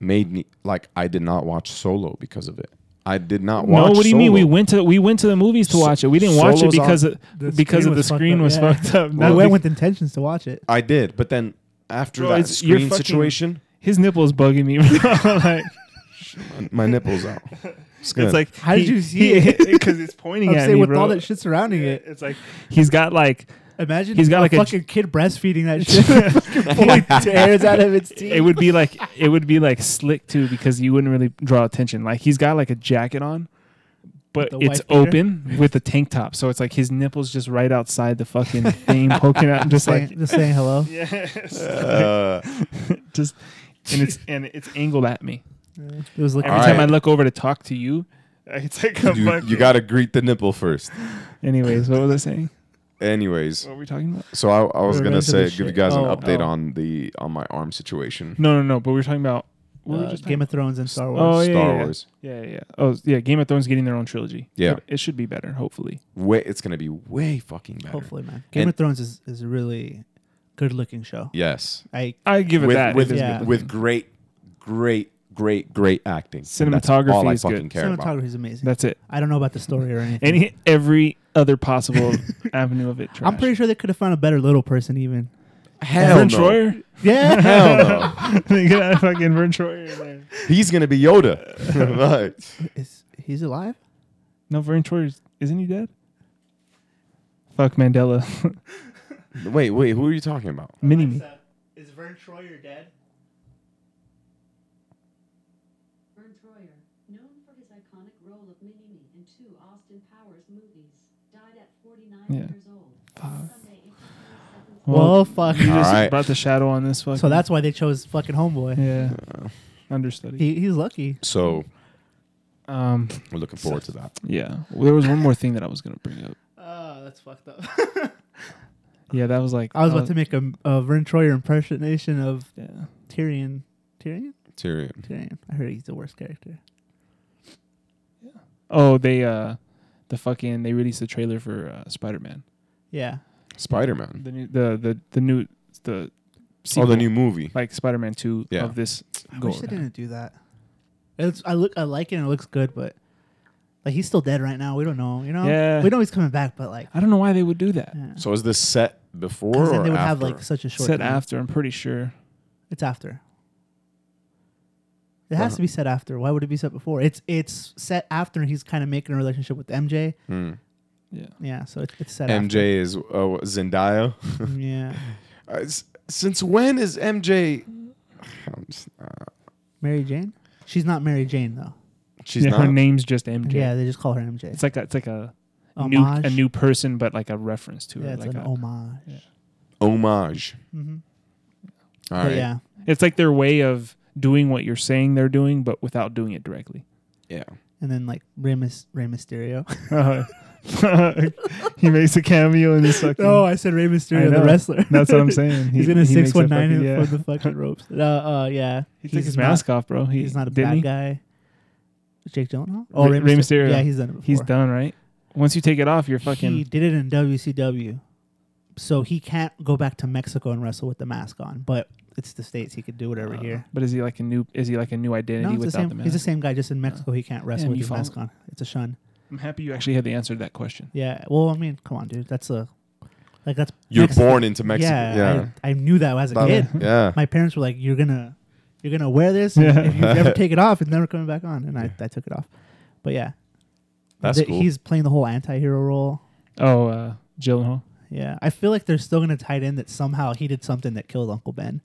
Speaker 1: made me like I did not watch Solo because of it. I did not watch.
Speaker 3: no, what do you mean? We
Speaker 1: Solo.
Speaker 3: went to we went to the movies to
Speaker 1: So-
Speaker 3: watch it. We didn't watch it
Speaker 1: Solo's
Speaker 3: because
Speaker 1: on-
Speaker 3: it,
Speaker 2: The
Speaker 3: because
Speaker 2: screen
Speaker 3: of the
Speaker 2: was fucked
Speaker 3: screen
Speaker 2: up,
Speaker 3: was
Speaker 2: yeah.
Speaker 3: fucked up.
Speaker 2: it. I
Speaker 3: Not
Speaker 2: went
Speaker 3: be-
Speaker 2: with intentions to watch it.
Speaker 1: I did, but then after
Speaker 3: Bro,
Speaker 1: that
Speaker 3: it's- you're
Speaker 1: screen
Speaker 3: fucking-
Speaker 1: situation,
Speaker 3: his nipple is bugging me. bro. like
Speaker 1: my nipples out. It's, good.
Speaker 3: it's like
Speaker 2: How did you see it?
Speaker 3: Because it's pointing
Speaker 2: I'm
Speaker 3: at
Speaker 2: saying
Speaker 3: me,
Speaker 2: with
Speaker 3: bro.
Speaker 2: all that shit surrounding it.
Speaker 3: It's like he's got like
Speaker 2: Imagine
Speaker 3: He's got
Speaker 2: a
Speaker 3: like a-
Speaker 2: fucking kid breastfeeding that shit. fucking pulling tears out of its teeth.
Speaker 3: it would be like it would be like slick too because you wouldn't really draw attention. Like he's got like a jacket on, but
Speaker 2: the
Speaker 3: it's
Speaker 2: wife beater?
Speaker 3: open with a tank top, so it's like his nipples just right outside the fucking thing poking out, just like
Speaker 2: saying, just saying hello.
Speaker 3: yes,
Speaker 1: Uh,
Speaker 3: just and it's and it's angled at me.
Speaker 2: It was looking.
Speaker 3: Every
Speaker 1: All
Speaker 3: time
Speaker 1: right.
Speaker 3: I look over to talk to you, it's like a
Speaker 1: you,
Speaker 3: fucking-
Speaker 1: you got to greet the nipple first.
Speaker 3: Anyways, what was I saying?
Speaker 1: Anyways,
Speaker 3: What were we talking about?
Speaker 1: so I, I was
Speaker 2: We're
Speaker 1: gonna
Speaker 2: into
Speaker 1: say
Speaker 2: this
Speaker 1: give you
Speaker 2: shit.
Speaker 1: guys
Speaker 2: Oh,
Speaker 1: an update
Speaker 3: oh.
Speaker 1: on the on my arm situation.
Speaker 3: No, no, no. But we were talking about what were we
Speaker 2: Uh,
Speaker 3: just
Speaker 2: Game of Thrones and Star Wars.
Speaker 3: Oh, yeah,
Speaker 1: Star
Speaker 3: yeah, yeah.
Speaker 1: Wars.
Speaker 3: Yeah, yeah, yeah. Oh, yeah. Game of Thrones getting their own trilogy.
Speaker 1: Yeah.
Speaker 3: It- it should be better, hopefully.
Speaker 1: Way, it's gonna be way fucking better.
Speaker 2: Hopefully, man. Game
Speaker 1: And-
Speaker 2: of Thrones is, is a really good looking show.
Speaker 1: Yes,
Speaker 2: I
Speaker 3: I give it
Speaker 1: with
Speaker 3: that.
Speaker 1: with
Speaker 3: It is
Speaker 2: Yeah.
Speaker 3: good
Speaker 1: with
Speaker 3: looking.
Speaker 1: great, great, great, great acting. And that's all
Speaker 3: Cinematography
Speaker 1: I
Speaker 3: is
Speaker 1: fucking
Speaker 3: good.
Speaker 1: care about.
Speaker 2: cinematography is amazing.
Speaker 3: that's it.
Speaker 2: I don't know about the story or anything.
Speaker 3: Any every other possible avenue of it. Trash.
Speaker 2: I'm pretty sure they could have found a better little person even.
Speaker 1: Hell
Speaker 3: Vern
Speaker 1: no.
Speaker 3: Troyer.
Speaker 2: Yeah.
Speaker 1: Hell no.
Speaker 3: they could have fucking Vern Troyer in there.
Speaker 1: He's gonna be Yoda. right.
Speaker 2: Is he's alive?
Speaker 3: No, Vern Troyer is- isn't he dead? Fuck Mandela.
Speaker 1: Wait, wait. Who are you talking about?
Speaker 3: Mini me.
Speaker 2: Is Vern Troyer dead?
Speaker 4: Vern Troyer, known for his iconic role of Mini-Me in two Austin Powers movies, died at 49
Speaker 3: Yeah.
Speaker 4: years old. Sunday, April 27th.
Speaker 2: Well, fuck.
Speaker 3: You just
Speaker 1: Alright.
Speaker 3: brought the shadow on this fucking.
Speaker 2: So that's why they chose fucking Homeboy.
Speaker 3: yeah. Understudy.
Speaker 2: He, he's lucky.
Speaker 1: So
Speaker 3: um.
Speaker 1: we're looking forward to that.
Speaker 3: Yeah. Well, there was one more thing that I was gonna bring up.
Speaker 2: Oh, that's fucked up.
Speaker 3: Yeah, that was like
Speaker 2: I was about to make a, a Vern Troyer impersonation of
Speaker 3: Yeah.
Speaker 2: Tyrion. Tyrion?
Speaker 1: Tyrion.
Speaker 2: Tyrion. I heard he's the worst character.
Speaker 3: Oh, they uh, the fucking they released the trailer for uh, Spider Man.
Speaker 2: Yeah.
Speaker 1: Spider Man.
Speaker 3: The new the the the new the
Speaker 1: Oh,
Speaker 3: sequel,
Speaker 1: the new movie.
Speaker 3: like Spider Man two
Speaker 1: Yeah.
Speaker 3: of this.
Speaker 2: I
Speaker 3: go
Speaker 2: wish they didn't do that. It's I look I like it and it looks good, but like he's still dead right now. We don't know, you know?
Speaker 3: Yeah.
Speaker 2: We know he's coming back, but like
Speaker 3: I don't know why they would do that.
Speaker 2: yeah.
Speaker 1: So is this set before
Speaker 2: 'Cause
Speaker 1: or
Speaker 2: then they would have
Speaker 1: after?
Speaker 2: like such a short
Speaker 3: Set
Speaker 2: time.
Speaker 3: after, I'm pretty sure.
Speaker 2: It's after. It
Speaker 3: Uh-huh.
Speaker 2: has to be set after. Why would it be set before? It's it's set after he's kind of making a relationship with MJ.
Speaker 1: Hmm.
Speaker 3: Yeah.
Speaker 2: Yeah, so it's it's set after.
Speaker 1: MJ is uh, what, Zendaya.
Speaker 2: Yeah.
Speaker 1: Uh, s- since when is MJ? I'm just- uh,
Speaker 2: Mary Jane? She's not Mary Jane though.
Speaker 1: she's
Speaker 3: yeah, her
Speaker 1: not.
Speaker 3: name's just MJ.
Speaker 2: Yeah, they just call her MJ.
Speaker 3: It's like a, it's like a new
Speaker 2: homage.
Speaker 3: a new person, but like a reference to
Speaker 2: yeah,
Speaker 3: her.
Speaker 2: it's
Speaker 3: Like
Speaker 2: an
Speaker 3: a,
Speaker 2: homage.
Speaker 3: yeah.
Speaker 1: Homage.
Speaker 2: Mhm.
Speaker 1: All
Speaker 2: But
Speaker 1: right.
Speaker 2: yeah.
Speaker 3: It's like their way of doing what you're saying they're doing, but without doing it directly.
Speaker 1: Yeah.
Speaker 2: And then like Rey, Mys- Rey Mysterio.
Speaker 3: he makes a cameo in this fucking.
Speaker 2: no, Oh, I said Rey Mysterio, the
Speaker 3: know.
Speaker 2: wrestler.
Speaker 3: that's what I'm saying.
Speaker 2: he's
Speaker 3: He-
Speaker 2: gonna
Speaker 3: he makes a
Speaker 2: six one nine
Speaker 3: fucking-
Speaker 2: him
Speaker 3: yeah.
Speaker 2: from the fucking ropes. Uh, uh, yeah.
Speaker 3: He took his
Speaker 2: not-
Speaker 3: mask off, bro. He,
Speaker 2: He's not a
Speaker 3: didn't
Speaker 2: bad
Speaker 3: he? Oh,
Speaker 2: guy. Jake Gyllenhaal.
Speaker 3: Rey- Rey Mysterio.
Speaker 2: Yeah, he's done it before.
Speaker 3: He's done, right? Once you take it off, you're
Speaker 2: He
Speaker 3: fucking.
Speaker 2: did it in WCW, so he can't go back to Mexico and wrestle with the mask on. But it's the states; he could do whatever
Speaker 3: uh,
Speaker 2: here.
Speaker 3: But is he like a new? Is he like a new
Speaker 2: No,
Speaker 3: identity
Speaker 2: it's the
Speaker 3: without the,
Speaker 2: same.
Speaker 3: mask? Uh,
Speaker 2: he's the same guy, just in Mexico. He can't wrestle
Speaker 3: Damn,
Speaker 2: with
Speaker 3: you
Speaker 2: his
Speaker 3: follow-
Speaker 2: mask on. It's a shun.
Speaker 3: I'm happy you actually had the answer to that question.
Speaker 2: Yeah. Well, I mean, come on, dude. That's a like that's
Speaker 1: You're
Speaker 2: Mexico.
Speaker 1: born into Mexico.
Speaker 2: Yeah,
Speaker 1: Yeah.
Speaker 2: I, I knew that as a
Speaker 1: That-
Speaker 2: kid.
Speaker 1: yeah.
Speaker 2: My parents were like, "You're gonna, you're gonna wear this. and
Speaker 3: Yeah.
Speaker 2: If you never take it off, it's never coming back on." And I, I took it off. But yeah,
Speaker 1: That's
Speaker 2: Th-
Speaker 1: cool.
Speaker 2: He's playing the whole anti-hero role.
Speaker 3: Oh, uh, Gyllenhaal.
Speaker 2: Yeah, I feel like they're still gonna tie it in that somehow he did something that killed Uncle Ben.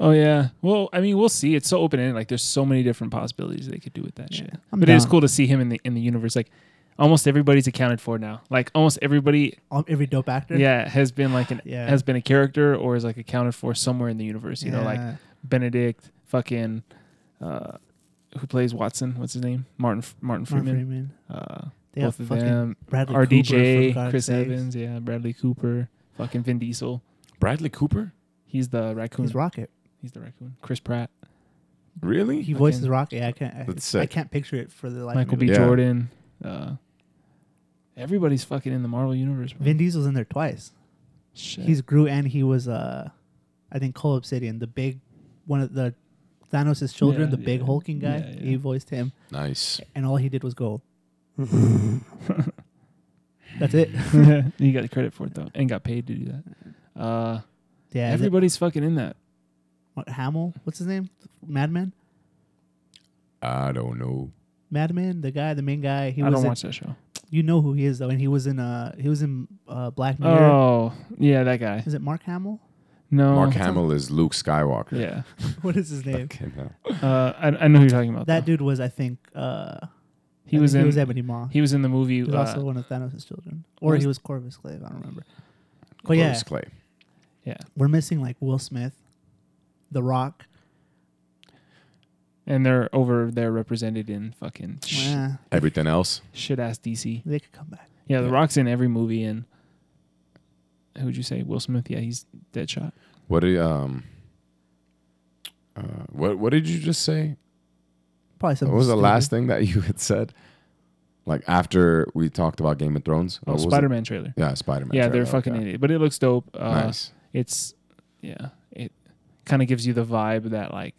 Speaker 3: Oh yeah. Well, I mean, we'll see. It's so open ended. Like, there's so many different possibilities they could do with that
Speaker 2: Yeah.
Speaker 3: shit.
Speaker 2: I'm
Speaker 3: but it is
Speaker 2: down.
Speaker 3: cool to see him in the in the universe. Like, almost everybody's accounted for now. Like, almost everybody,
Speaker 2: Um, every dope actor.
Speaker 3: yeah, has been like an
Speaker 2: Yeah.
Speaker 3: has been a character or is like accounted for somewhere in the universe. You know, like
Speaker 2: Yeah.
Speaker 3: Benedict, fucking, uh, who plays Watson? What's his name? Martin F- Martin
Speaker 2: Martin
Speaker 3: Freeman.
Speaker 2: Freeman.
Speaker 3: Uh,
Speaker 2: They
Speaker 3: both
Speaker 2: have
Speaker 3: of
Speaker 2: fucking
Speaker 3: them.
Speaker 2: Bradley Cooper, for
Speaker 3: RDJ,
Speaker 2: God's
Speaker 3: Chris
Speaker 2: sakes.
Speaker 3: Evans, yeah, Bradley Cooper, fucking Vin Diesel.
Speaker 1: Bradley Cooper.
Speaker 3: He's the raccoon.
Speaker 2: He's Rocket.
Speaker 3: He's the raccoon. Chris Pratt,
Speaker 1: Really?
Speaker 2: He
Speaker 3: Fucking-
Speaker 2: voices Rocket. I can't. I,
Speaker 1: That's
Speaker 2: I
Speaker 1: sick.
Speaker 2: can't picture it for the life.
Speaker 3: Michael
Speaker 2: of me.
Speaker 3: B.
Speaker 1: Yeah.
Speaker 3: Jordan. Uh, everybody's fucking in the Marvel universe. Bro.
Speaker 2: Vin Diesel's in there twice.
Speaker 3: Shit.
Speaker 2: He's Gru and he was uh I think Cole Obsidian, the big one of the Thanos' children,
Speaker 3: Yeah,
Speaker 2: the big
Speaker 3: yeah.
Speaker 2: hulking guy.
Speaker 3: Yeah, yeah.
Speaker 2: He voiced him
Speaker 1: Nice.
Speaker 2: and all he did was go That's it.
Speaker 3: you got the credit for it though, and got paid to do that. Uh,
Speaker 2: Yeah. is it-
Speaker 3: everybody's fucking in that.
Speaker 2: what, Hamill, what's his name? Madman?
Speaker 1: I don't know.
Speaker 2: Madman, the guy, the main guy. He
Speaker 3: I
Speaker 2: was
Speaker 3: don't
Speaker 2: in,
Speaker 3: watch that show.
Speaker 2: you know who he is though, and he was in uh he was in uh Black Mirror.
Speaker 3: Oh, yeah, that guy.
Speaker 2: Is it Mark Hamill? Oh,
Speaker 3: No,
Speaker 1: Mark Hamill is Luke Skywalker.
Speaker 3: Yeah,
Speaker 2: what is his name?
Speaker 1: Fucking hell.
Speaker 3: uh, I, I know who you're talking about.
Speaker 2: That
Speaker 3: though.
Speaker 2: dude was I think uh
Speaker 3: He
Speaker 2: I
Speaker 3: was
Speaker 2: think
Speaker 3: in.
Speaker 2: he was Ebony Maw.
Speaker 3: He was in the movie.
Speaker 2: He was
Speaker 3: uh,
Speaker 2: also one of Thanos' children. Or
Speaker 3: was-
Speaker 2: he was Corvus Clave, I don't remember. But yeah,
Speaker 1: Close Clay.
Speaker 3: yeah,
Speaker 2: we're missing like Will Smith, The Rock.
Speaker 3: and they're over there represented in fucking sh-
Speaker 2: Nah,
Speaker 1: Everything else.
Speaker 3: shit ass DC.
Speaker 2: they could come back.
Speaker 3: Yeah, The
Speaker 1: Yeah.
Speaker 3: Rock's in every movie. And who'd you say? Will Smith. Yeah, he's Deadshot.
Speaker 1: What did um. Uh, what what did you just say?
Speaker 2: Probably something.
Speaker 1: What was the
Speaker 2: stupid.
Speaker 1: last thing that you had said? Like after we talked about Game of Thrones,
Speaker 3: Oh,
Speaker 1: What was it?
Speaker 3: Spider Man trailer.
Speaker 1: Yeah, Spider Man.
Speaker 3: Yeah, they're fucking idiot, but it looks dope. Uh,
Speaker 1: nice.
Speaker 3: It's yeah, it kind of gives you the vibe that like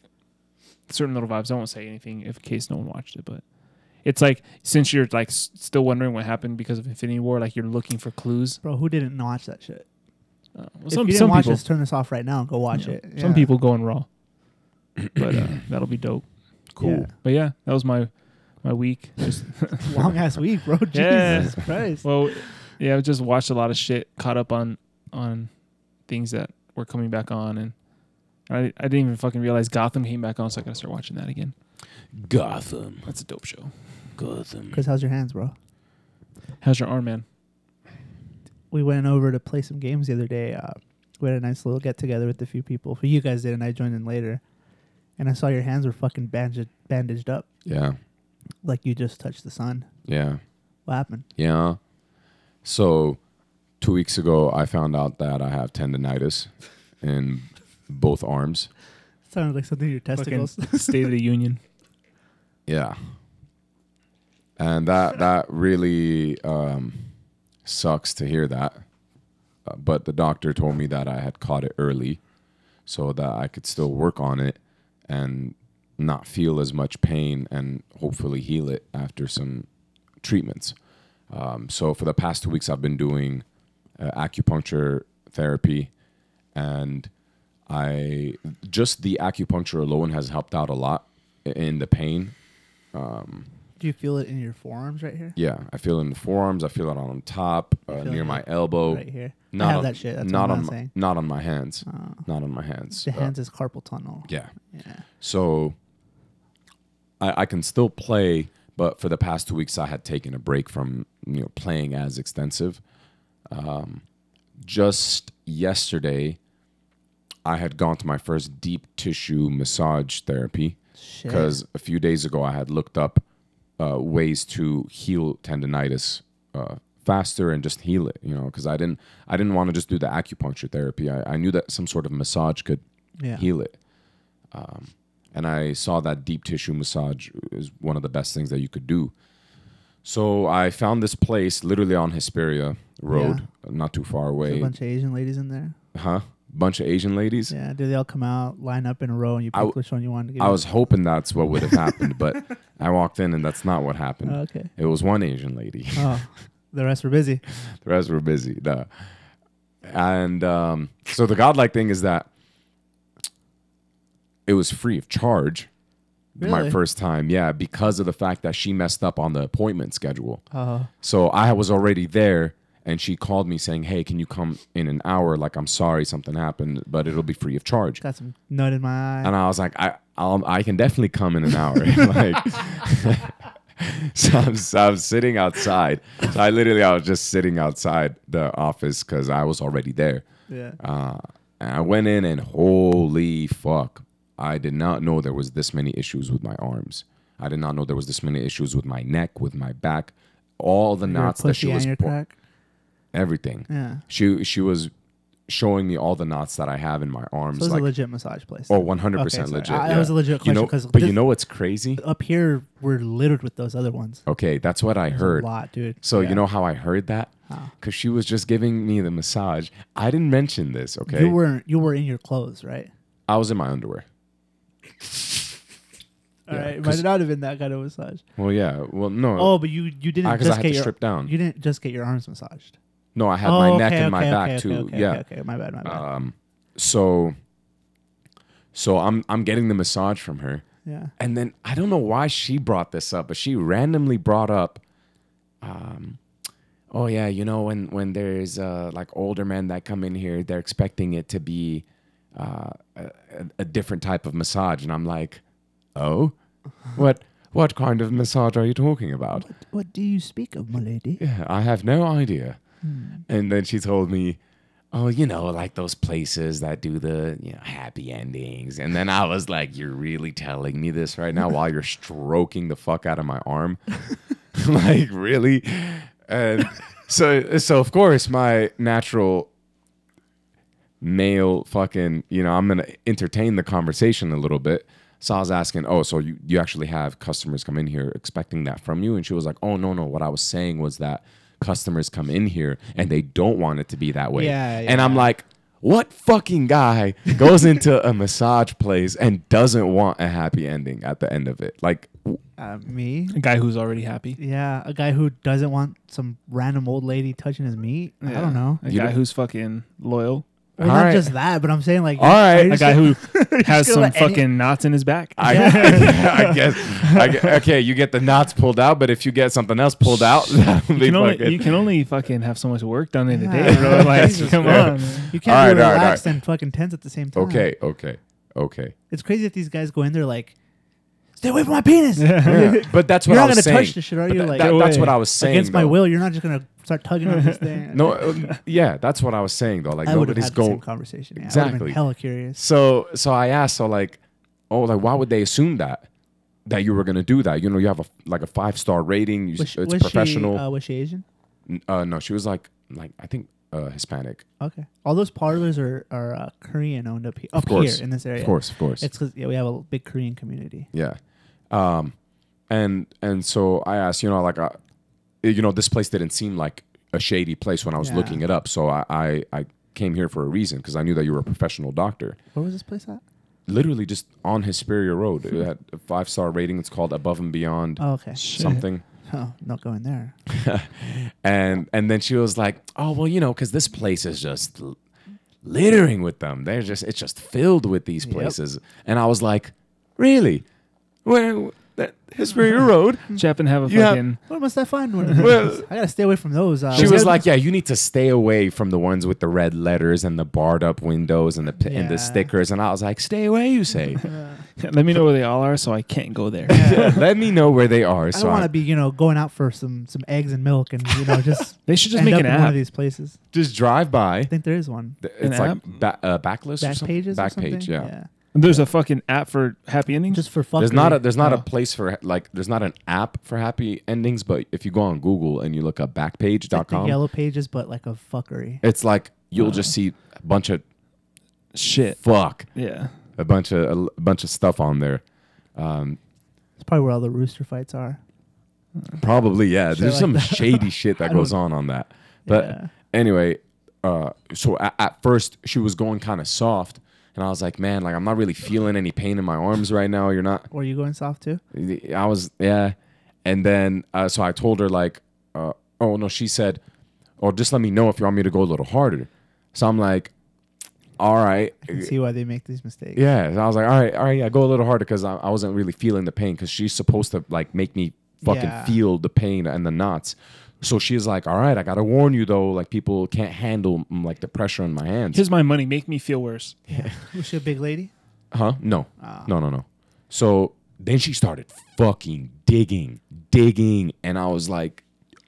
Speaker 3: certain little vibes. I won't say anything if in case no one watched it, but it's like since you're like s- still wondering what happened because of Infinity War, like you're looking for clues.
Speaker 2: Bro, who didn't watch that shit?
Speaker 3: Uh, well,
Speaker 2: if you didn't watch this, turn this off right now and go watch
Speaker 3: yeah,
Speaker 2: it.
Speaker 3: Some
Speaker 2: Yeah.
Speaker 3: people go in raw, but uh, that'll be dope.
Speaker 1: Cool.
Speaker 3: But yeah, that was my my week. Just,
Speaker 2: Yeah. Long ass week, bro. Jesus
Speaker 3: Yeah.
Speaker 2: Christ.
Speaker 3: well, yeah, I just watched a lot of shit, caught up on on things that were coming back on, and I I didn't even fucking realize Gotham came back on, so I gotta start watching that again.
Speaker 1: Gotham.
Speaker 3: That's a dope show.
Speaker 1: Gotham.
Speaker 2: Chris, how's your hands, bro?
Speaker 3: How's your arm, man?
Speaker 2: We went over to play some games the other day. Uh, we had a nice little get together with a few people. For you guys did, and I joined in later. And I saw your hands were fucking bandaged, bandaged up,
Speaker 1: Yeah.
Speaker 2: like you just touched the sun.
Speaker 1: Yeah.
Speaker 2: What happened?
Speaker 1: Yeah. So, two weeks ago, I found out that I have tendonitis in both arms.
Speaker 2: Sounded like something in your
Speaker 3: Fucking
Speaker 2: testicles.
Speaker 3: State of the Union.
Speaker 1: Yeah. And that that really um, sucks to hear that. Uh, but the doctor told me that I had caught it early, so that I could still work on it and not feel as much pain and hopefully heal it after some treatments. Um, so for the past two weeks, I've been doing uh, acupuncture therapy, and I just the acupuncture alone has helped out a lot i- in the pain
Speaker 2: Do you feel it in your forearms right here?
Speaker 1: Um, yeah, I feel it in the forearms. I feel it on top, uh,
Speaker 2: feel
Speaker 1: near
Speaker 2: it
Speaker 1: my elbow.
Speaker 2: Right here.
Speaker 1: Not
Speaker 2: I have
Speaker 1: on,
Speaker 2: that shit. That's
Speaker 1: not
Speaker 2: what I'm
Speaker 1: on
Speaker 2: not
Speaker 1: my,
Speaker 2: saying.
Speaker 1: not on my hands.
Speaker 2: Oh.
Speaker 1: Not on my hands.
Speaker 2: The
Speaker 1: Uh,
Speaker 2: hands is carpal tunnel.
Speaker 1: yeah.
Speaker 2: Yeah.
Speaker 1: So I, I can still play, but for the past two weeks, I had taken a break from you know playing as extensive. Um, just yesterday, I had gone to my first deep tissue massage therapy
Speaker 2: Shit.
Speaker 1: because a few days ago I had looked up uh, ways to heal tendonitis uh, faster and just heal it. You know, because I didn't I didn't want to just do the acupuncture therapy. I, I knew that some sort of massage could
Speaker 2: Yeah.
Speaker 1: heal it. Um, and I saw that deep tissue massage is one of the best things that you could do. So I found this place literally on Hesperia Road, not too far
Speaker 2: There's
Speaker 1: away.
Speaker 2: a bunch of Asian ladies in there.
Speaker 1: huh? Bunch of Asian ladies.
Speaker 2: Yeah. Do they all come out, line up in a row, and you pick
Speaker 1: I w-
Speaker 2: which one you want to give?
Speaker 1: I
Speaker 2: you?
Speaker 1: was hoping that's what would have happened, but I walked in and that's not what happened.
Speaker 2: Oh, okay.
Speaker 1: It was one Asian lady.
Speaker 2: Oh, the rest were busy.
Speaker 1: the rest were busy. Nah. And um, so the godlike thing is that it was free of charge. My
Speaker 2: Really?
Speaker 1: first time, yeah, because of the fact that she messed up on the appointment schedule.
Speaker 2: Oh,
Speaker 1: So I was already there, and she called me saying, "Hey, can you come in an hour? Like, I'm sorry, something happened, but it'll be free of charge."
Speaker 2: got some nut in my eye.
Speaker 1: And I was like, I I'll, I can definitely come in an hour. like, so I'm, so I'm sitting outside. So I literally I was just sitting outside the office because I was already there.
Speaker 2: Yeah.
Speaker 1: Uh, and I went in and holy fuck, I did not know there was this many issues with my arms. I did not know there was this many issues with my neck, with my back, all the
Speaker 2: Your
Speaker 1: knots that she
Speaker 2: pussy
Speaker 1: was
Speaker 2: and your
Speaker 1: pu-
Speaker 2: crack.
Speaker 1: everything.
Speaker 2: Yeah.
Speaker 1: She she was showing me all the knots that I have in my arms.
Speaker 2: So it was
Speaker 1: like,
Speaker 2: a legit massage place.
Speaker 1: Oh, 100%
Speaker 2: Okay, sorry.
Speaker 1: legit.
Speaker 2: I- that
Speaker 1: yeah.
Speaker 2: was a legit
Speaker 1: You know-
Speaker 2: question 'cause
Speaker 1: but
Speaker 2: this-
Speaker 1: you know what's crazy?
Speaker 2: Up here, we're littered with those other ones.
Speaker 1: Okay, that's what I
Speaker 2: There's
Speaker 1: heard.
Speaker 2: A lot, dude.
Speaker 1: So
Speaker 2: Yeah.
Speaker 1: you know how I heard that?
Speaker 2: How?
Speaker 1: Because she was just giving me the massage. I didn't mention this, okay?
Speaker 2: You weren't. You were in your clothes, right?
Speaker 1: I was in my underwear.
Speaker 2: All right. It
Speaker 1: 'cause-
Speaker 2: might not have been that kind of massage.
Speaker 1: Well, yeah. Well, no.
Speaker 2: Oh, but you you didn't
Speaker 1: because
Speaker 2: just
Speaker 1: I had
Speaker 2: get
Speaker 1: to
Speaker 2: your
Speaker 1: strip down.
Speaker 2: you didn't just get your arms massaged.
Speaker 1: no, I had
Speaker 2: oh,
Speaker 1: my
Speaker 2: okay,
Speaker 1: neck and
Speaker 2: okay,
Speaker 1: my
Speaker 2: okay,
Speaker 1: back
Speaker 2: okay,
Speaker 1: too.
Speaker 2: Okay,
Speaker 1: yeah.
Speaker 2: Okay, okay, my bad, my bad.
Speaker 1: Um, so, so I'm I'm getting the massage from her,
Speaker 2: yeah.
Speaker 1: and then I don't know why she brought this up, but she randomly brought up, um, oh yeah, you know when when there's uh, like older men that come in here, they're expecting it to be uh, a, a- a different type of massage, and I'm like, oh, what what kind of massage are you talking about?
Speaker 2: What do you speak of, my lady?
Speaker 1: Yeah, I have no idea. And then she told me, oh, you know, like those places that do the you know happy endings. And then I was like, you're really telling me this right now while you're stroking the fuck out of my arm, like really. And so, so of course, my natural male fucking, you know, I'm gonna entertain the conversation a little bit. So I was asking, oh, so you, you actually have customers come in here expecting that from you? And she was like, oh, no, no. What I was saying was that customers come in here and they don't want it to be that way.
Speaker 2: Yeah,
Speaker 1: And I'm
Speaker 2: yeah.
Speaker 1: like, what fucking guy goes into a massage place and doesn't want a happy ending at the end of it? Like, w-
Speaker 2: Uh, me?
Speaker 3: A guy who's already happy.
Speaker 2: Yeah, a guy who doesn't want some random old lady touching his meat. I don't know.
Speaker 3: A
Speaker 1: You
Speaker 3: guy
Speaker 1: don't-
Speaker 3: who's fucking loyal.
Speaker 2: Well,
Speaker 1: All
Speaker 2: not
Speaker 1: right. Oh.
Speaker 2: just that, but I'm saying like
Speaker 1: all right.
Speaker 3: A guy who has
Speaker 2: gonna
Speaker 3: some
Speaker 2: let any-
Speaker 3: fucking knots in his back.
Speaker 1: I, I guess. I, gue- okay, you get the knots pulled out, but if you get something else pulled out, that'll
Speaker 3: You
Speaker 1: be
Speaker 3: can,
Speaker 1: fucking.
Speaker 3: only, you can only fucking have so much work done in a day,
Speaker 2: Yeah.
Speaker 3: bro. Like,
Speaker 2: Jesus
Speaker 3: come on.
Speaker 2: Christ.
Speaker 3: man.
Speaker 2: you can't
Speaker 1: All
Speaker 2: be
Speaker 1: right, all right, all
Speaker 2: relaxed and fucking tense at the same time.
Speaker 1: okay, okay, okay.
Speaker 2: It's crazy if these guys go in there like, stay away from my penis.
Speaker 1: Yeah. But that's what
Speaker 2: You're
Speaker 1: I was
Speaker 2: not gonna
Speaker 1: saying.
Speaker 2: touch this shit, are
Speaker 1: But
Speaker 2: you?
Speaker 1: tha-
Speaker 2: Like-
Speaker 1: that-
Speaker 3: No
Speaker 1: that's
Speaker 3: way.
Speaker 1: what I was saying.
Speaker 2: Against my
Speaker 1: though.
Speaker 2: will, you're not just gonna start tugging on this thing.
Speaker 1: No, um, yeah, that's what I was saying though. Like
Speaker 2: I would have
Speaker 1: nobody's
Speaker 2: had the same
Speaker 1: going.
Speaker 2: conversation. Yeah, I would have
Speaker 1: Exactly.
Speaker 2: been hella curious.
Speaker 1: So, so I asked. So like, oh, like why would they assume that that you were gonna do that? You know, you have a like a five star rating. You, s-
Speaker 2: Was she, uh,
Speaker 1: it's
Speaker 2: was
Speaker 1: professional.
Speaker 2: She, uh, was she Asian?
Speaker 1: N- uh, no, she was like like I think uh, Hispanic.
Speaker 2: Okay. All those parlors are are uh, Korean owned up here, up
Speaker 1: course.
Speaker 2: here in this area.
Speaker 1: Of course, of course.
Speaker 2: It's because yeah, we have a big Korean community.
Speaker 1: Yeah. Um, and and so I asked, you know, like, uh, you know, this place didn't seem like a shady place when I was
Speaker 2: Yeah.
Speaker 1: looking it up. So I I, I came here for a reason because I knew that you were a professional doctor.
Speaker 2: Where was this place at?
Speaker 1: Literally just on Hesperia Road. It had a five star rating. It's called Above and Beyond
Speaker 2: Oh, okay.
Speaker 1: something.
Speaker 2: Oh, not going there.
Speaker 1: And and then she was like, oh well, you know, because this place is just l- littering with them. They're just it's just filled with these
Speaker 2: Yep.
Speaker 1: places. And I was like, really? Where? That Hesperia Road?
Speaker 3: Japan have a
Speaker 1: You have-
Speaker 3: fucking.
Speaker 2: Where must I find one of those?
Speaker 1: Well-
Speaker 2: I gotta stay away from those. Uh,
Speaker 1: She
Speaker 2: weird-
Speaker 1: was like, "Yeah, you need to stay away from the ones with the red letters and the barred up windows and the pi- and
Speaker 2: Yeah.
Speaker 1: the stickers." And I was like, "Stay away, you say."
Speaker 3: Let me know where they all are, so I can't go there.
Speaker 1: Let me know where they are.
Speaker 2: I
Speaker 1: So
Speaker 2: don't want
Speaker 1: I
Speaker 2: to be, you know, going out for some some eggs and milk, and you know, just
Speaker 3: They should just
Speaker 2: end
Speaker 3: make
Speaker 2: up
Speaker 3: an
Speaker 2: in one
Speaker 3: app.
Speaker 2: of these places.
Speaker 1: just drive by.
Speaker 2: I think there is one.
Speaker 1: Th-
Speaker 3: An
Speaker 1: It's like
Speaker 3: app?
Speaker 1: ba- uh, backlist, or
Speaker 2: Back
Speaker 1: something?
Speaker 2: pages, or
Speaker 1: back
Speaker 2: something?
Speaker 1: page. Yeah.
Speaker 3: There's a fucking app for happy endings.
Speaker 2: Just for fuckery.
Speaker 1: There's not a there's not a
Speaker 3: Oh.
Speaker 1: place for like there's not an app for happy endings, but if you go on Google and you look up
Speaker 2: like the
Speaker 1: backpage.com,
Speaker 2: yellow Uh. pages, but like a fuckery.
Speaker 1: it's like you'll just see a bunch of
Speaker 3: shit.
Speaker 1: fuck,
Speaker 3: Yeah.
Speaker 1: a bunch of a l- bunch of stuff on there. Um,
Speaker 2: It's probably where all the rooster fights are.
Speaker 1: Probably, yeah. There's
Speaker 2: like
Speaker 1: some
Speaker 2: that.
Speaker 1: shady shit that goes on on that. But
Speaker 2: Yeah.
Speaker 1: anyway, uh, so at, at first she was going kind of soft, and I was like, man, like I'm not really feeling any pain in my arms right now. You're not.
Speaker 2: Or you going soft too?
Speaker 1: I was, yeah. And then uh, so I told her like, uh, oh no, she said, oh just let me know if you want me to go a little harder. So I'm like, all right.
Speaker 2: I can see why they make these mistakes.
Speaker 1: Yeah, so I was like, all right, all right, yeah, go a little harder because I, I wasn't really feeling the pain because she's supposed to like make me fucking
Speaker 2: Yeah.
Speaker 1: feel the pain and the knots. So she's like, all right, I gotta warn you though, like people can't handle mm, like the pressure on my hands.
Speaker 3: Here's my money. Make me feel worse.
Speaker 2: Was she a big lady?
Speaker 1: huh? No,
Speaker 3: Ah.
Speaker 1: no, no, no. So then she started fucking digging, digging, and I was like,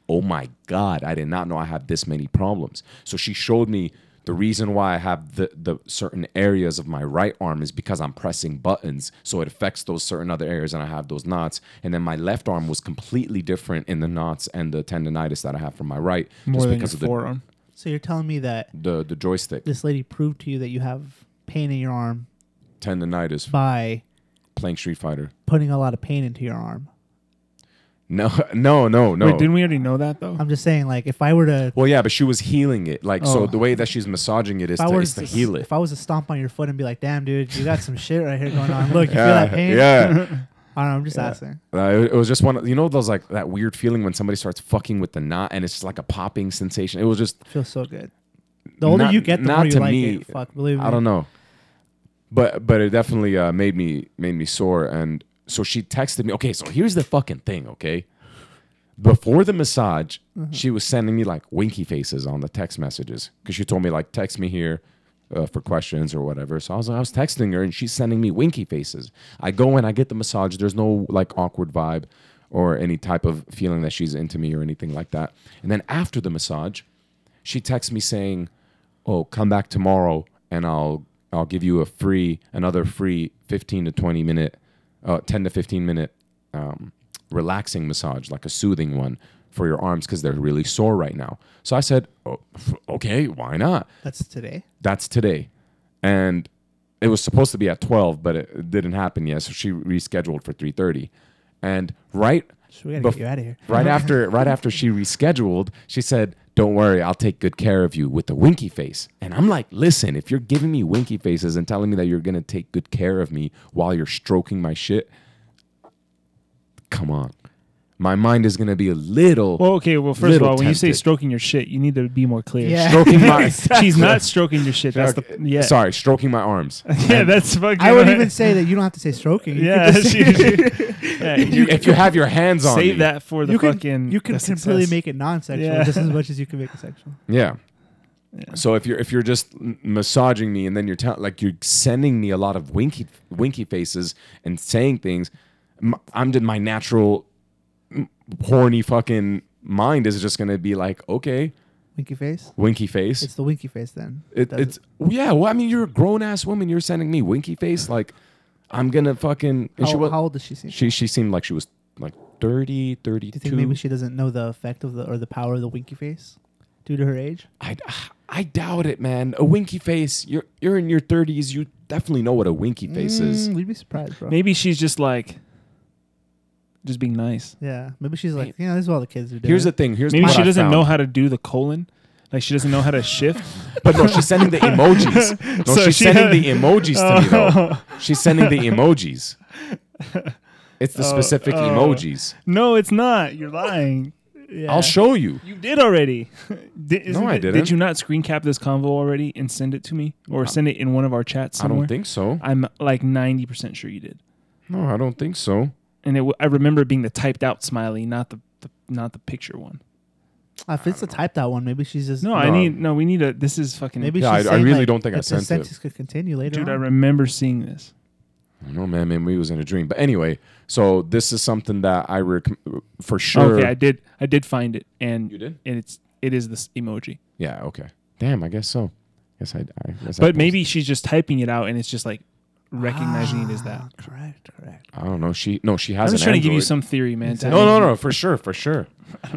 Speaker 1: oh my god, I did not know I have this many problems. So she showed me. The reason why I have the, the certain areas of my right arm is because I'm pressing buttons, so it affects those certain other areas, and I have those knots. And then my left arm was completely different in the knots and the tendonitis that I have from my right,
Speaker 3: More
Speaker 1: just
Speaker 3: than your
Speaker 1: because of the,
Speaker 3: forearm.
Speaker 2: So you're telling me that
Speaker 1: the the joystick
Speaker 2: this lady proved to you that you have pain in your arm
Speaker 1: tendonitis
Speaker 2: by
Speaker 1: playing Street Fighter.
Speaker 2: putting a lot of pain into your arm.
Speaker 1: No, no, no, no.
Speaker 3: Wait, didn't we already know that though?
Speaker 2: I'm just saying, like, if I were to,
Speaker 1: Well, yeah, but she was healing it. Like,
Speaker 3: Oh.
Speaker 1: so the way that she's massaging it is
Speaker 2: if I
Speaker 1: to,
Speaker 2: were
Speaker 1: is to
Speaker 2: to,
Speaker 1: heal it.
Speaker 2: if I was to stomp on your foot and be like, "Damn, dude, you got some shit right here going on. Look, you feel
Speaker 1: Yeah,
Speaker 2: that pain?"
Speaker 1: yeah.
Speaker 2: I don't know, I'm just asking.
Speaker 1: Uh, it, it was just one. Of, you know those like that weird feeling when somebody starts fucking with the knot and it's just like a popping sensation. It was just
Speaker 2: Feels so good. The older
Speaker 1: Not-
Speaker 2: you get, the
Speaker 1: not
Speaker 2: more you
Speaker 1: to
Speaker 2: like
Speaker 1: me.
Speaker 2: it. Fuck, believe me.
Speaker 1: I don't know, but but it definitely uh, made me made me sore. And so she texted me. Okay, so here's the fucking thing. Okay, before the massage,
Speaker 2: Mm-hmm.
Speaker 1: she was sending me like winky faces on the text messages because she told me like text me here. Uh, for questions or whatever, so I was I was texting her and she's sending me winky faces. I go in, I get the massage. There's no like awkward vibe or any type of feeling that she's into me or anything like that. And then after the massage, she texts me saying, "Oh, come back tomorrow, and I'll I'll give you a free another free fifteen to twenty minute, uh, ten to fifteen minute, um, relaxing massage, like a soothing one for your arms because they're really sore right now." So I said, oh, f- "Okay, why not?
Speaker 2: That's today.
Speaker 1: That's today," and it was supposed to be at twelve, but it, it didn't happen yet. So she rescheduled for three thirty, and right
Speaker 2: So we gotta
Speaker 1: Bef-
Speaker 2: get you out of here.
Speaker 1: right after right after she rescheduled, she said, "Don't worry, I'll take good care of you with the winky face." And I'm like, "Listen, if you're giving me winky faces and telling me that you're going to take good care of me while you're stroking my shit, come on. My mind is going to be a little
Speaker 3: Well, okay. Well, first of
Speaker 1: Little
Speaker 3: all, when you say
Speaker 1: tempted.
Speaker 3: stroking your shit, you need to be more clear.
Speaker 2: Yeah.
Speaker 1: stroking my
Speaker 3: She's not stroking your shit. That's the yeah.
Speaker 1: Sorry, stroking my arms.
Speaker 3: Yeah, that's fucking.
Speaker 2: I would even say that you don't have to say stroking. You could
Speaker 3: Yeah.
Speaker 2: just say-
Speaker 3: she- she- yeah, you
Speaker 1: if you have your hands on
Speaker 3: save
Speaker 1: me.
Speaker 3: that for the
Speaker 2: you
Speaker 3: fucking.
Speaker 2: can you can
Speaker 3: the success.
Speaker 2: completely make it non-sexual
Speaker 3: Yeah.
Speaker 2: just as much as you can make it sexual.
Speaker 1: Yeah.
Speaker 3: Yeah.
Speaker 1: So if you're if you're just m- massaging me and then you're tell like you're sending me a lot of winky winky faces and saying things, m- I'm just my natural m- horny fucking mind is just gonna be like, okay,
Speaker 2: Winky face.
Speaker 1: winky face.
Speaker 2: It's the winky face then.
Speaker 1: It,
Speaker 2: Does
Speaker 1: it's yeah. Well, I mean, you're a grown ass woman. You're sending me winky face. Like, I'm gonna fucking.
Speaker 2: How,
Speaker 1: And she was
Speaker 2: how old does she seem?
Speaker 1: she she seemed like she was like 30,
Speaker 2: Do
Speaker 1: 32.
Speaker 2: you think maybe she doesn't know the effect of the or the power of the winky face due to her age?
Speaker 1: I I doubt it, man. A winky face. You're you're in your 30s. You definitely know what a winky face is.
Speaker 2: Mm, You'd be surprised, bro.
Speaker 3: Maybe she's just like, just being nice.
Speaker 2: Yeah, maybe she's like, you know, this is what all the kids are doing.
Speaker 1: Here's the thing. Here's
Speaker 3: Maybe
Speaker 1: what
Speaker 3: she
Speaker 1: I
Speaker 3: doesn't
Speaker 1: found.
Speaker 3: know how to do the colon. Like she doesn't know how to shift.
Speaker 1: But no, she's sending the emojis. No,
Speaker 3: So
Speaker 1: she's
Speaker 3: she
Speaker 1: sending
Speaker 3: had- Oh.
Speaker 1: the emojis to me though. She's sending the emojis. It's the specific
Speaker 3: oh.
Speaker 1: emojis.
Speaker 3: no, it's not. You're lying. Yeah.
Speaker 1: I'll show you.
Speaker 3: You did already. did, isn't
Speaker 1: I
Speaker 3: it-
Speaker 1: didn't.
Speaker 3: Did you not screen cap this convo already and send it to me, or send it in one of our chats
Speaker 1: I don't
Speaker 3: somewhere?
Speaker 1: think so.
Speaker 3: I'm like ninety percent sure you did.
Speaker 1: No, I don't think so.
Speaker 3: And it, w- I remember it being the typed out smiley, not the, the not the picture one.
Speaker 2: Uh, if it's the typed out one, maybe she's just
Speaker 3: No, I
Speaker 1: No.
Speaker 3: need no. We need a. This is fucking.
Speaker 2: Maybe
Speaker 1: Yeah,
Speaker 2: she's
Speaker 1: I- I
Speaker 2: saying,
Speaker 1: really
Speaker 2: like,
Speaker 1: don't think I
Speaker 2: that the
Speaker 1: sent it.
Speaker 2: sentence could continue later.
Speaker 3: dude, I
Speaker 2: on.
Speaker 3: remember seeing this.
Speaker 1: I don't know, man. Maybe it was in a dream. But anyway, so this is something that I rec- for sure.
Speaker 3: Okay, I did. I did find it, and
Speaker 1: You did?
Speaker 3: and it's it is this emoji.
Speaker 1: yeah. Okay. Damn. I guess so. Guess I. I guess I
Speaker 3: But
Speaker 1: posted-
Speaker 3: maybe she's just typing it out, and it's just like recognizing it as that.
Speaker 2: Ah, correct, correct.
Speaker 1: I don't know. She no. She has.
Speaker 3: I'm just
Speaker 1: an
Speaker 3: trying to give you
Speaker 1: Android.
Speaker 3: some theory, man. to-
Speaker 1: No, no, no, for sure, for sure.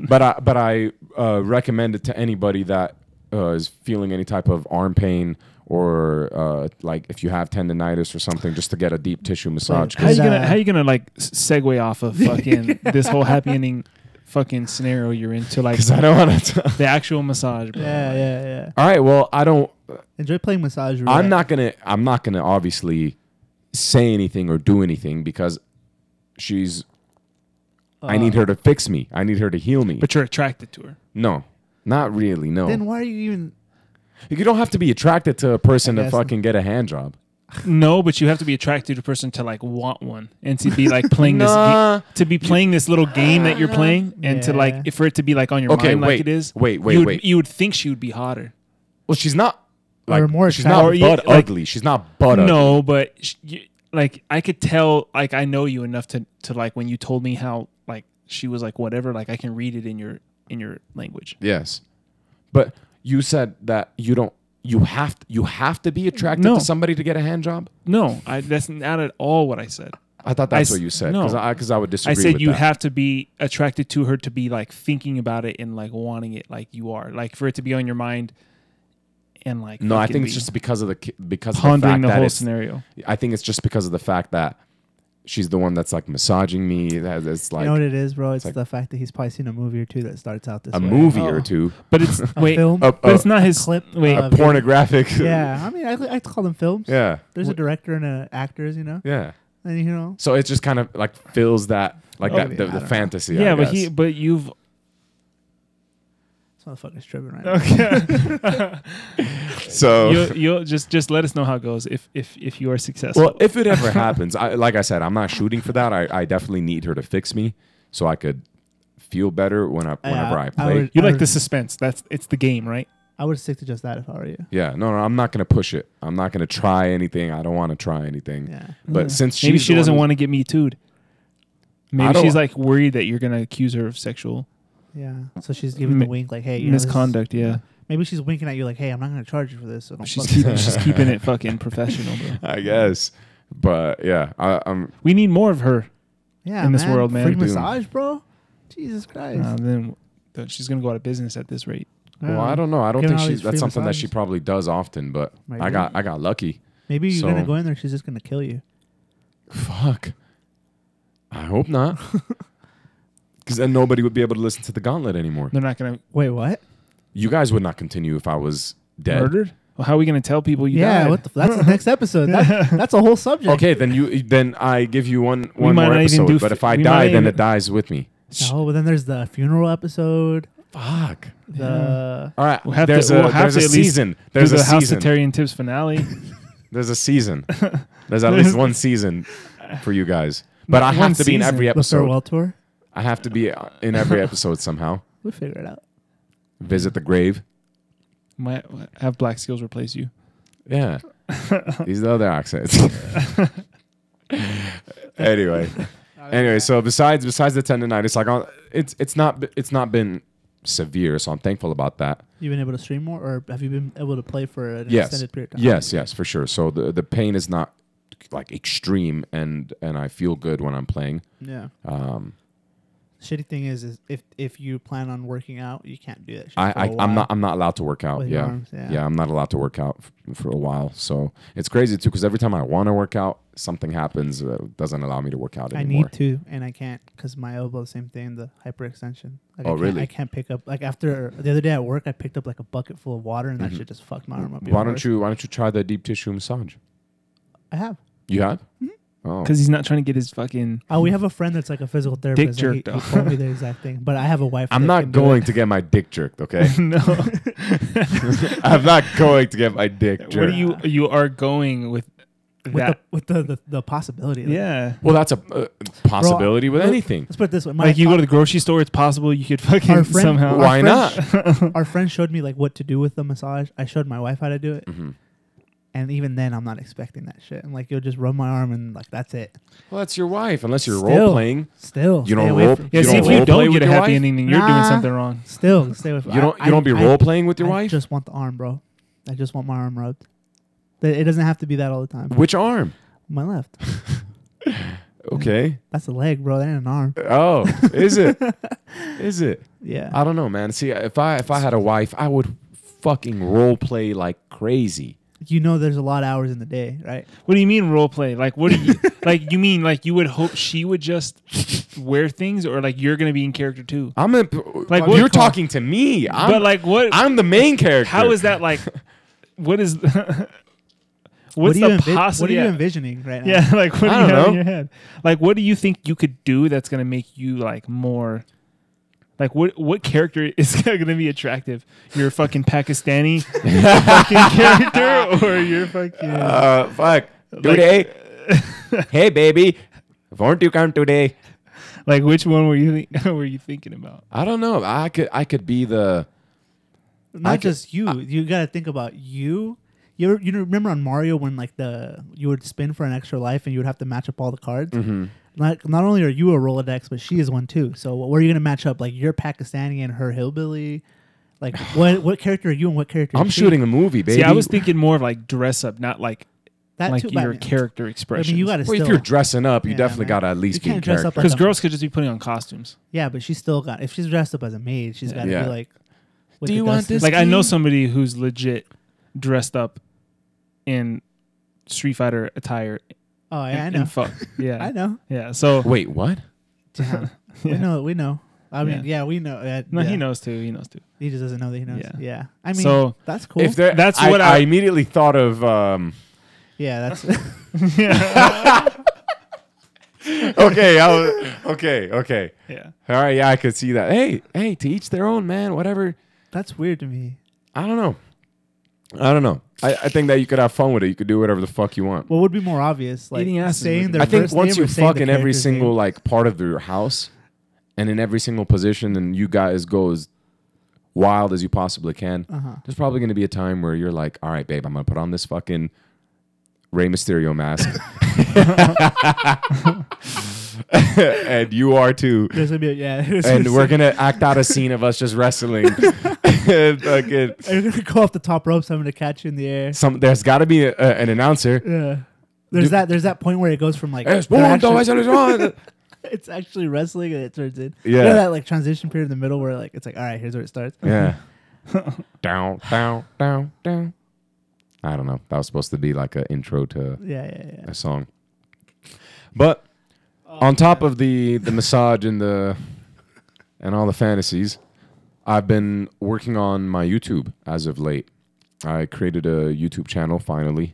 Speaker 1: But I, but I uh, recommend it to anybody that uh, is feeling any type of arm pain or uh, like if you have tendonitis or something, just to get a deep tissue massage.
Speaker 3: How
Speaker 2: Is
Speaker 3: you gonna
Speaker 2: that-
Speaker 3: how you gonna like s- segue off of fucking this whole happy ending fucking scenario you're into like
Speaker 1: Because I don't want to.
Speaker 3: the actual massage, bro.
Speaker 2: Yeah, yeah, yeah.
Speaker 1: All right, well, I don't.
Speaker 2: Enjoy playing massage.
Speaker 1: I'm
Speaker 2: roulette.
Speaker 1: not gonna. I'm not gonna obviously say anything or do anything because she's. I need her to fix me. I need her to heal me.
Speaker 3: Uh. But you're attracted to her.
Speaker 1: no, not really. No,
Speaker 2: Then why are you even?
Speaker 1: you don't have to be attracted to a person
Speaker 2: I
Speaker 1: to
Speaker 2: guess.
Speaker 1: fucking get a hand job.
Speaker 3: No, but you have to be attracted to a person to like want one and to be like playing this
Speaker 1: Nah.
Speaker 3: ga- to be playing this little game that you're playing and to
Speaker 2: Yeah.
Speaker 3: like if for it to be like on your
Speaker 1: Okay,
Speaker 3: mind like
Speaker 1: wait,
Speaker 3: it is.
Speaker 1: wait, wait,
Speaker 3: you would,
Speaker 1: wait.
Speaker 3: You would think she would be hotter.
Speaker 1: Well, she's not
Speaker 2: Or
Speaker 1: like
Speaker 2: more
Speaker 1: she's not
Speaker 3: attractive. Or, yeah,
Speaker 1: butt
Speaker 3: like-
Speaker 1: ugly. She's not butt ugly.
Speaker 3: no, but sh- you, like I could tell, like I know you enough to to like when you told me how like she was like whatever, like I can read it in your in your language.
Speaker 1: Yes, but you said that you don't. You have to, you have to be attracted
Speaker 3: No.
Speaker 1: to somebody to get a hand job.
Speaker 3: No, I, that's not at all what I said.
Speaker 1: I thought
Speaker 3: I
Speaker 1: that's
Speaker 3: s-
Speaker 1: what you said.
Speaker 3: no.
Speaker 1: Because I, 'cause I would disagree.
Speaker 3: I said
Speaker 1: with
Speaker 3: you
Speaker 1: that.
Speaker 3: have to be attracted to her to be like thinking about it and like wanting it like you are, like for it to be on your mind and like
Speaker 1: No, I
Speaker 3: fucking
Speaker 1: think it's
Speaker 3: be
Speaker 1: just because of the ki- because of the
Speaker 3: pondering
Speaker 1: fact
Speaker 3: the,
Speaker 1: that
Speaker 3: whole
Speaker 1: it's-
Speaker 3: scenario.
Speaker 1: I think it's just because of the fact that she's the one that's like massaging me. That it's
Speaker 2: You
Speaker 1: like
Speaker 2: know what it is, bro? It's,
Speaker 1: like-
Speaker 2: the fact that he's probably seen a movie or two that starts out this
Speaker 1: a
Speaker 2: way.
Speaker 1: movie
Speaker 3: Oh.
Speaker 1: or two,
Speaker 3: But it's
Speaker 2: a
Speaker 3: wait,
Speaker 2: film.
Speaker 1: a,
Speaker 3: but
Speaker 1: a-
Speaker 3: it's not his
Speaker 2: clip
Speaker 3: Wait,
Speaker 1: a
Speaker 2: of-
Speaker 1: pornographic.
Speaker 2: yeah, I mean, I, I call them films.
Speaker 1: yeah,
Speaker 2: There's a director and a actors, you know,
Speaker 1: yeah.
Speaker 2: and you know,
Speaker 1: So it just kind of like fills that like
Speaker 2: Okay,
Speaker 1: that the,
Speaker 2: I
Speaker 1: the
Speaker 2: don't know.
Speaker 1: fantasy.
Speaker 3: yeah,
Speaker 1: I
Speaker 3: but he
Speaker 1: guess.
Speaker 3: but you've
Speaker 2: this motherfucker's tripping right now.
Speaker 3: okay.
Speaker 1: so
Speaker 3: you'll, you'll just just let us know how it goes if if if you are successful.
Speaker 1: Well, if it ever happens, I, like I said, I'm not shooting for that. I, I definitely need her to fix me so I could feel better when I, whenever I,
Speaker 2: I
Speaker 1: play.
Speaker 2: would-
Speaker 3: you like the suspense. That's it's the game, right?
Speaker 2: I would stick to just that if I were you.
Speaker 1: yeah, no, no, I'm not gonna push it. I'm not gonna try anything. I don't want to try anything.
Speaker 2: Yeah.
Speaker 1: But since she's
Speaker 3: Maybe
Speaker 1: the
Speaker 3: she
Speaker 1: one
Speaker 3: doesn't
Speaker 1: who's-
Speaker 3: want to get me too'd.
Speaker 1: I
Speaker 3: Maybe
Speaker 1: don't-
Speaker 3: she's like worried that you're gonna accuse her of sexual
Speaker 2: Yeah. So she's giving the
Speaker 3: Mi-
Speaker 2: wink like, hey, you know, this is-
Speaker 3: misconduct. yeah,
Speaker 2: maybe she's winking at you like, hey, I'm not going to charge you for this. So don't Oh,
Speaker 3: she's
Speaker 2: fuck
Speaker 3: keeping
Speaker 2: with me.
Speaker 3: she's keeping it fucking professional, bro.
Speaker 1: I guess, but yeah, I, I'm.
Speaker 3: We need more of her.
Speaker 2: yeah,
Speaker 3: in this world, man.
Speaker 2: Free
Speaker 1: We do.
Speaker 2: massage, bro. Jesus Christ.
Speaker 3: Uh, then then she's gonna go out of business at this rate.
Speaker 1: Well, I don't know. I don't
Speaker 2: Giving
Speaker 1: think
Speaker 2: all
Speaker 1: she.
Speaker 2: these free
Speaker 1: That's something that she
Speaker 2: massages.
Speaker 1: probably does often. But I
Speaker 2: Maybe.
Speaker 1: got I got lucky.
Speaker 2: Maybe you're going
Speaker 1: So-
Speaker 2: to go in there. She's just going to kill you.
Speaker 1: Fuck. I hope not. Because then nobody would be able to listen to the gauntlet anymore.
Speaker 3: They're not gonna
Speaker 2: Wait, what?
Speaker 1: You guys would not continue if I was dead.
Speaker 3: murdered. Well, how are we gonna tell people you
Speaker 2: yeah.
Speaker 3: died?
Speaker 2: What the, that's the next episode. That, that's a whole subject.
Speaker 1: Okay, then you then I give you one
Speaker 3: We
Speaker 1: one
Speaker 3: might
Speaker 1: more
Speaker 3: not even
Speaker 1: episode.
Speaker 3: do
Speaker 1: but
Speaker 3: fi-
Speaker 1: if I
Speaker 3: we
Speaker 1: die,
Speaker 3: might
Speaker 1: then
Speaker 3: even-
Speaker 1: it dies with me.
Speaker 2: No, but then there's the funeral episode.
Speaker 1: Fuck.
Speaker 2: The
Speaker 1: All right,
Speaker 3: We'll have
Speaker 1: there's
Speaker 3: to-
Speaker 1: a
Speaker 3: we'll
Speaker 1: there's
Speaker 3: have to
Speaker 1: a
Speaker 3: at least
Speaker 1: season.
Speaker 3: Do
Speaker 1: There's
Speaker 3: the
Speaker 1: a
Speaker 3: House of
Speaker 1: season.
Speaker 3: Terry and Tibbs finale.
Speaker 1: There's a season. There's at least one season for you guys. But I
Speaker 3: One
Speaker 1: have to be in
Speaker 3: season.
Speaker 1: every
Speaker 2: the
Speaker 1: episode.
Speaker 2: farewell tour.
Speaker 1: I have to be uh, in every episode somehow.
Speaker 2: We'll figure it out.
Speaker 1: Visit the grave.
Speaker 3: Might have Black Skills replace you.
Speaker 1: Yeah. These are the other accents. anyway. Anyway, so besides besides the tendonitis, like uh, it's it's not it's not been severe, so I'm thankful about that.
Speaker 2: You've been able to stream more, or have you been able to play for an
Speaker 1: yes.
Speaker 2: extended period of time?
Speaker 1: Yes, yes, for sure. So the the pain is not like extreme, and and I feel good when I'm playing.
Speaker 2: Yeah.
Speaker 1: Um,
Speaker 2: Shitty thing is, is if if you plan on working out, you can't do that. Shit
Speaker 1: I,
Speaker 2: for
Speaker 1: I
Speaker 2: a
Speaker 1: I'm
Speaker 2: while.
Speaker 1: not I'm not allowed to work out.
Speaker 2: With your
Speaker 1: Yeah.
Speaker 2: arms, yeah.
Speaker 1: yeah, I'm not allowed to work out f- for a while. So it's crazy too, because every time I want to work out, something happens uh, doesn't allow me to work out
Speaker 2: I
Speaker 1: anymore.
Speaker 2: need to, and I can't because my elbow, same thing, the hyperextension. Like,
Speaker 1: Oh,
Speaker 2: I can't-
Speaker 1: really?
Speaker 2: I can't pick up. Like after the other day at work, I picked up like a bucket full of water, and that shit just fucked my arm up. even
Speaker 1: Mm-hmm. why don't
Speaker 2: worse.
Speaker 1: you Why don't you try the deep tissue massage?
Speaker 2: I have.
Speaker 1: You have? Oh,
Speaker 3: because he's not trying to get his fucking.
Speaker 2: Oh, we have a friend that's like a physical therapist. and he-
Speaker 3: jerked
Speaker 2: he,
Speaker 3: off.
Speaker 2: told me the exact thing, but I have a wife.
Speaker 1: I'm
Speaker 2: that
Speaker 1: not
Speaker 2: can do
Speaker 1: going
Speaker 2: it.
Speaker 1: to get my dick jerked. Okay,
Speaker 3: no,
Speaker 1: I'm not going to get my dick jerked.
Speaker 3: where you you are going with
Speaker 2: with the
Speaker 3: that?
Speaker 2: with the, the, the possibility. like,
Speaker 3: yeah,
Speaker 1: well, that's a uh, possibility with
Speaker 2: look-
Speaker 1: anything.
Speaker 2: Let's put it this way. My,
Speaker 3: like you go to the grocery store. It's possible you could fucking
Speaker 2: Our friend-
Speaker 3: somehow.
Speaker 2: our
Speaker 1: Why
Speaker 2: friend-
Speaker 1: not?
Speaker 2: our friend showed me like what to do with the massage. I showed my wife how to do it.
Speaker 1: Mm-hmm.
Speaker 2: And even then, I'm not expecting that shit. I'm like, you'll just rub my arm and like that's it.
Speaker 1: Well, that's your wife, unless you're
Speaker 2: Still.
Speaker 1: role playing.
Speaker 2: Still,
Speaker 1: You
Speaker 2: stay
Speaker 1: don't
Speaker 2: away
Speaker 1: roll-
Speaker 2: From,
Speaker 3: Yeah,
Speaker 1: You
Speaker 3: see,
Speaker 1: don't
Speaker 3: if you
Speaker 1: role play with
Speaker 3: don't get a
Speaker 1: your
Speaker 3: happy
Speaker 1: wife?
Speaker 3: ending, then you're doing
Speaker 2: Nah.
Speaker 3: something wrong.
Speaker 2: still, stay away from.
Speaker 1: You don't.
Speaker 2: I-
Speaker 1: You don't be
Speaker 2: I-
Speaker 1: role playing with your
Speaker 2: I
Speaker 1: wife.
Speaker 2: just want the arm, bro. I just want my arm rubbed. Th- It doesn't have to be that all the time.
Speaker 1: Which arm?
Speaker 2: My left.
Speaker 1: Okay.
Speaker 2: That's a leg, bro. That ain't an arm.
Speaker 1: Oh, is it? is it?
Speaker 2: Yeah.
Speaker 1: I don't know, man. See, if I if I had a wife, I would fucking role play like crazy.
Speaker 2: you know, there's a lot of hours in the day, right?
Speaker 3: What do you mean role play? Like what do you like you mean like you would hope she would just wear things or like you're gonna be in character too?
Speaker 1: I'm a,
Speaker 3: Like
Speaker 1: like
Speaker 3: what-
Speaker 1: you're talking to me. I'm,
Speaker 3: but like what
Speaker 1: I'm the main character.
Speaker 3: how is that like what is
Speaker 2: What
Speaker 3: what's
Speaker 2: do you
Speaker 3: the
Speaker 2: envi- What are
Speaker 3: possible
Speaker 2: you
Speaker 3: yeah,
Speaker 2: envisioning right now?
Speaker 3: yeah, like what do
Speaker 1: I
Speaker 3: you
Speaker 1: don't
Speaker 3: have in
Speaker 1: know.
Speaker 3: your head? Like what do you think you could do that's gonna make you like more like what what character is gonna be attractive? Your fucking Pakistani fucking character or your fucking
Speaker 1: Uh, fuck. Today, hey baby, won't you come today?
Speaker 3: like which one were you think were you thinking about?
Speaker 1: I don't know. I could I could be the
Speaker 2: Not
Speaker 1: I could-
Speaker 2: just you. you got to think about you. You you remember on Mario when like the you would spin for an extra life and you would have to match up all the cards.
Speaker 1: Mm-hmm.
Speaker 2: Like not only are you a Rolodex, but she is one too. So where are you gonna match up? Like you're Pakistani and her hillbilly. Like what what character are you and what character? is
Speaker 1: I'm
Speaker 2: she?
Speaker 1: shooting a movie, baby.
Speaker 3: See, I was thinking more of like dress up, not like
Speaker 2: that
Speaker 3: like
Speaker 2: too. but I
Speaker 3: your
Speaker 2: mean-
Speaker 3: character
Speaker 2: I
Speaker 3: expression.
Speaker 2: mean, you got to
Speaker 1: well,
Speaker 2: still.
Speaker 1: if you're dressing up, you
Speaker 2: Yeah,
Speaker 1: definitely
Speaker 2: man.
Speaker 1: gotta at
Speaker 2: You
Speaker 1: least be in
Speaker 2: can't dress up
Speaker 1: character.
Speaker 2: like
Speaker 3: because
Speaker 2: a-
Speaker 3: girls could just be putting on costumes.
Speaker 2: yeah, but she's still got. If she's dressed up as a maid, she's got to
Speaker 1: Yeah.
Speaker 2: be like. with
Speaker 1: Do
Speaker 2: the
Speaker 1: you want
Speaker 2: dusty-
Speaker 1: this?
Speaker 3: Like I know
Speaker 1: Steve-
Speaker 3: somebody who's legit dressed up in Street Fighter attire.
Speaker 2: Oh yeah, I
Speaker 3: and,
Speaker 2: know.
Speaker 3: and fuck. Yeah,
Speaker 2: I know.
Speaker 3: Yeah. So
Speaker 1: Wait, what?
Speaker 2: Damn.
Speaker 3: Yeah.
Speaker 2: We know. We know. I mean,
Speaker 3: Yeah.
Speaker 2: yeah, we know. Uh,
Speaker 3: no,
Speaker 2: yeah.
Speaker 3: he knows too. He knows too.
Speaker 2: He just doesn't know that he knows.
Speaker 3: Yeah.
Speaker 2: Yeah. I mean,
Speaker 3: So-
Speaker 2: that's cool.
Speaker 1: If there, that's
Speaker 3: That's
Speaker 1: I,
Speaker 3: what
Speaker 1: what
Speaker 3: I-
Speaker 1: I, immediately thought of. Um,
Speaker 2: yeah, that's
Speaker 1: okay, I was, okay, okay.
Speaker 3: Yeah.
Speaker 1: All right, yeah, I could see that. Hey, hey, to each their own, man. Whatever.
Speaker 2: that's weird to me.
Speaker 1: I don't know. I don't know. I, I think that you could have fun with it. You could do whatever the fuck you want.
Speaker 2: What would be more obvious? Like
Speaker 3: Eating asses would
Speaker 2: saying
Speaker 3: be-
Speaker 2: their
Speaker 1: I think
Speaker 2: first
Speaker 1: once
Speaker 2: name or
Speaker 1: you
Speaker 2: saying
Speaker 1: fuck
Speaker 2: the
Speaker 1: in every
Speaker 2: character's name?
Speaker 1: single like part of your house, and in every single position, and you guys go as wild as you possibly can,
Speaker 2: Uh-huh.
Speaker 1: there's probably going to be a time where you're like, "All right, babe, I'm gonna put on this fucking Rey Mysterio mask," and you are too.
Speaker 2: There's gonna be a, yeah. there's
Speaker 1: And
Speaker 2: gonna
Speaker 1: we're
Speaker 2: be-
Speaker 1: gonna act out a scene of us just wrestling. And fucking-
Speaker 2: they're gonna go off the top ropes. I'm gonna catch you in the air.
Speaker 1: some there's got to be a, a- an announcer.
Speaker 2: Yeah. There's
Speaker 1: Dude.
Speaker 2: that. There's that point where it goes from like
Speaker 1: It's
Speaker 2: they're
Speaker 1: one,
Speaker 2: actually-
Speaker 1: two, three, one.
Speaker 2: it's actually wrestling and it turns in.
Speaker 1: Yeah.
Speaker 2: You know that like transition period in the middle where like it's like all right, here's where it starts.
Speaker 1: Yeah. down, down, down, down. I don't know. That was supposed to be like an intro to
Speaker 2: Yeah, yeah, yeah.
Speaker 1: a song. But on top of the the massage and the and all the fantasies, I've been working on my YouTube as of late. I created a YouTube channel finally,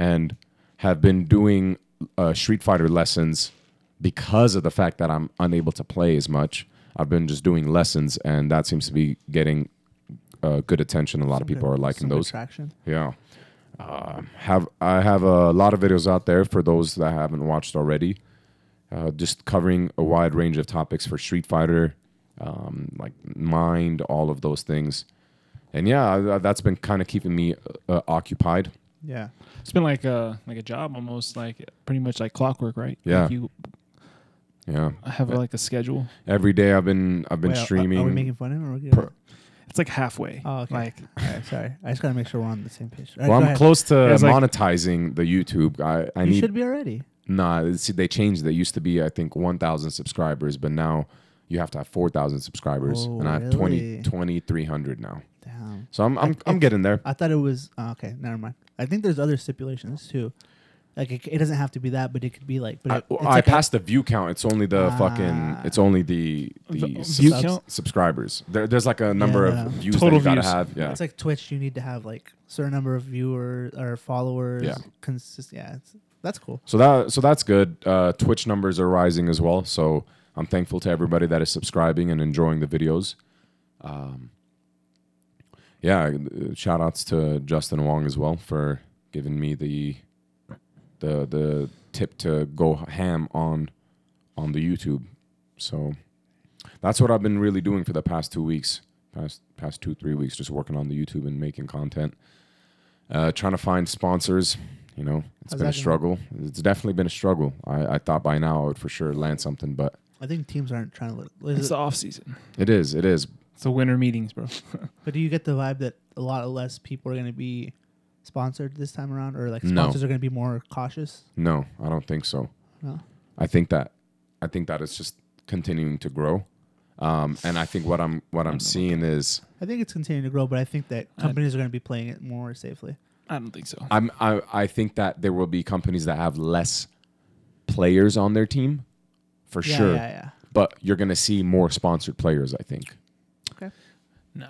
Speaker 1: and have been doing uh, Street Fighter lessons because of the fact that I'm unable to play as much. I've been just doing lessons, and that seems to be getting uh, good attention. A lot of people are liking
Speaker 2: Some
Speaker 1: those.
Speaker 2: attraction.
Speaker 1: Yeah. Um have I have a lot of videos out there for those that haven't watched already, uh, just covering a wide range of topics for Street Fighter, um, like mind, all of those things, and yeah, I- I- that's been kind of keeping me uh, occupied.
Speaker 2: Yeah.
Speaker 3: It's been like a like a job almost like pretty much like clockwork, right?
Speaker 1: Yeah.
Speaker 3: Like you
Speaker 1: Yeah,
Speaker 3: have like a schedule.
Speaker 1: every day I've been I've been
Speaker 2: Wait, uh, are-
Speaker 1: streaming.
Speaker 2: Are, we making fun of him? Or are we
Speaker 1: Per-
Speaker 3: It's like halfway.
Speaker 2: oh, okay.
Speaker 3: Like
Speaker 2: all right, sorry. I just gotta make sure we're on the same page. All right,
Speaker 1: well,
Speaker 2: go
Speaker 1: I'm
Speaker 2: ahead.
Speaker 1: close to
Speaker 3: Yeah, it's like-
Speaker 1: monetizing the YouTube. I, I
Speaker 2: You
Speaker 1: need
Speaker 2: should be already.
Speaker 1: Nah, see, they changed. It used to be, I think, 1,000 subscribers, but now you have to have 4,000 subscribers,
Speaker 2: Oh,
Speaker 1: and I have 20,
Speaker 2: really?
Speaker 1: 2,300 now.
Speaker 2: Damn.
Speaker 1: So I'm I'm, I'm getting there.
Speaker 2: I thought it was oh, okay. Never mind. I think there's other stipulations too. Like it, it doesn't have to be that, but it could be like. But
Speaker 1: I,
Speaker 2: it- it's
Speaker 1: I
Speaker 2: like a-
Speaker 1: passed the view count. It's only the fucking.
Speaker 2: Ah.
Speaker 1: It's only the the,
Speaker 3: The
Speaker 1: subs-
Speaker 3: view count?
Speaker 1: subscribers. There, there's like a number
Speaker 2: yeah.
Speaker 1: of views
Speaker 3: Total
Speaker 1: that you
Speaker 3: views.
Speaker 1: gotta have. Yeah,
Speaker 2: It's like Twitch. You need to have like certain number of viewers or followers.
Speaker 1: Yeah.
Speaker 2: Consist. Yeah. It's, that's cool.
Speaker 1: So that so that's good. Uh, Twitch numbers are rising as well. So I'm thankful to everybody that is subscribing and enjoying the videos. Um, yeah, uh, shout outs to Justin Wong as well for giving me the the the tip to go ham on on the YouTube. So that's what I've been really doing for the past two weeks, past past two three weeks, just working on the YouTube and making content, uh, trying to find sponsors. You know, it's
Speaker 2: How's
Speaker 1: been a
Speaker 2: that going?
Speaker 1: struggle. It's definitely been a struggle. I, I thought by now I would for sure land something, but
Speaker 2: I think teams aren't trying to. Li-
Speaker 3: It's
Speaker 2: is
Speaker 3: the
Speaker 2: it,
Speaker 3: off season.
Speaker 1: it is it is.
Speaker 3: It's the winter meetings, bro.
Speaker 2: but do you get the vibe that a lot of less people are going to be sponsored this time around, or like
Speaker 1: No.
Speaker 2: sponsors are going to be more cautious?
Speaker 1: No, I don't think so.
Speaker 2: No.
Speaker 1: I think that I think that it's just continuing to grow. Um, and I think what I'm what I'm seeing is
Speaker 2: I think it's continuing to grow, but I think that
Speaker 3: I-
Speaker 2: companies are going to be playing it more safely.
Speaker 3: I don't think so.
Speaker 1: I'm I, I think that there will be companies that have less players on their team for
Speaker 2: yeah,
Speaker 1: sure.
Speaker 2: Yeah, yeah.
Speaker 1: But you're gonna see more sponsored players, I think.
Speaker 3: Nah.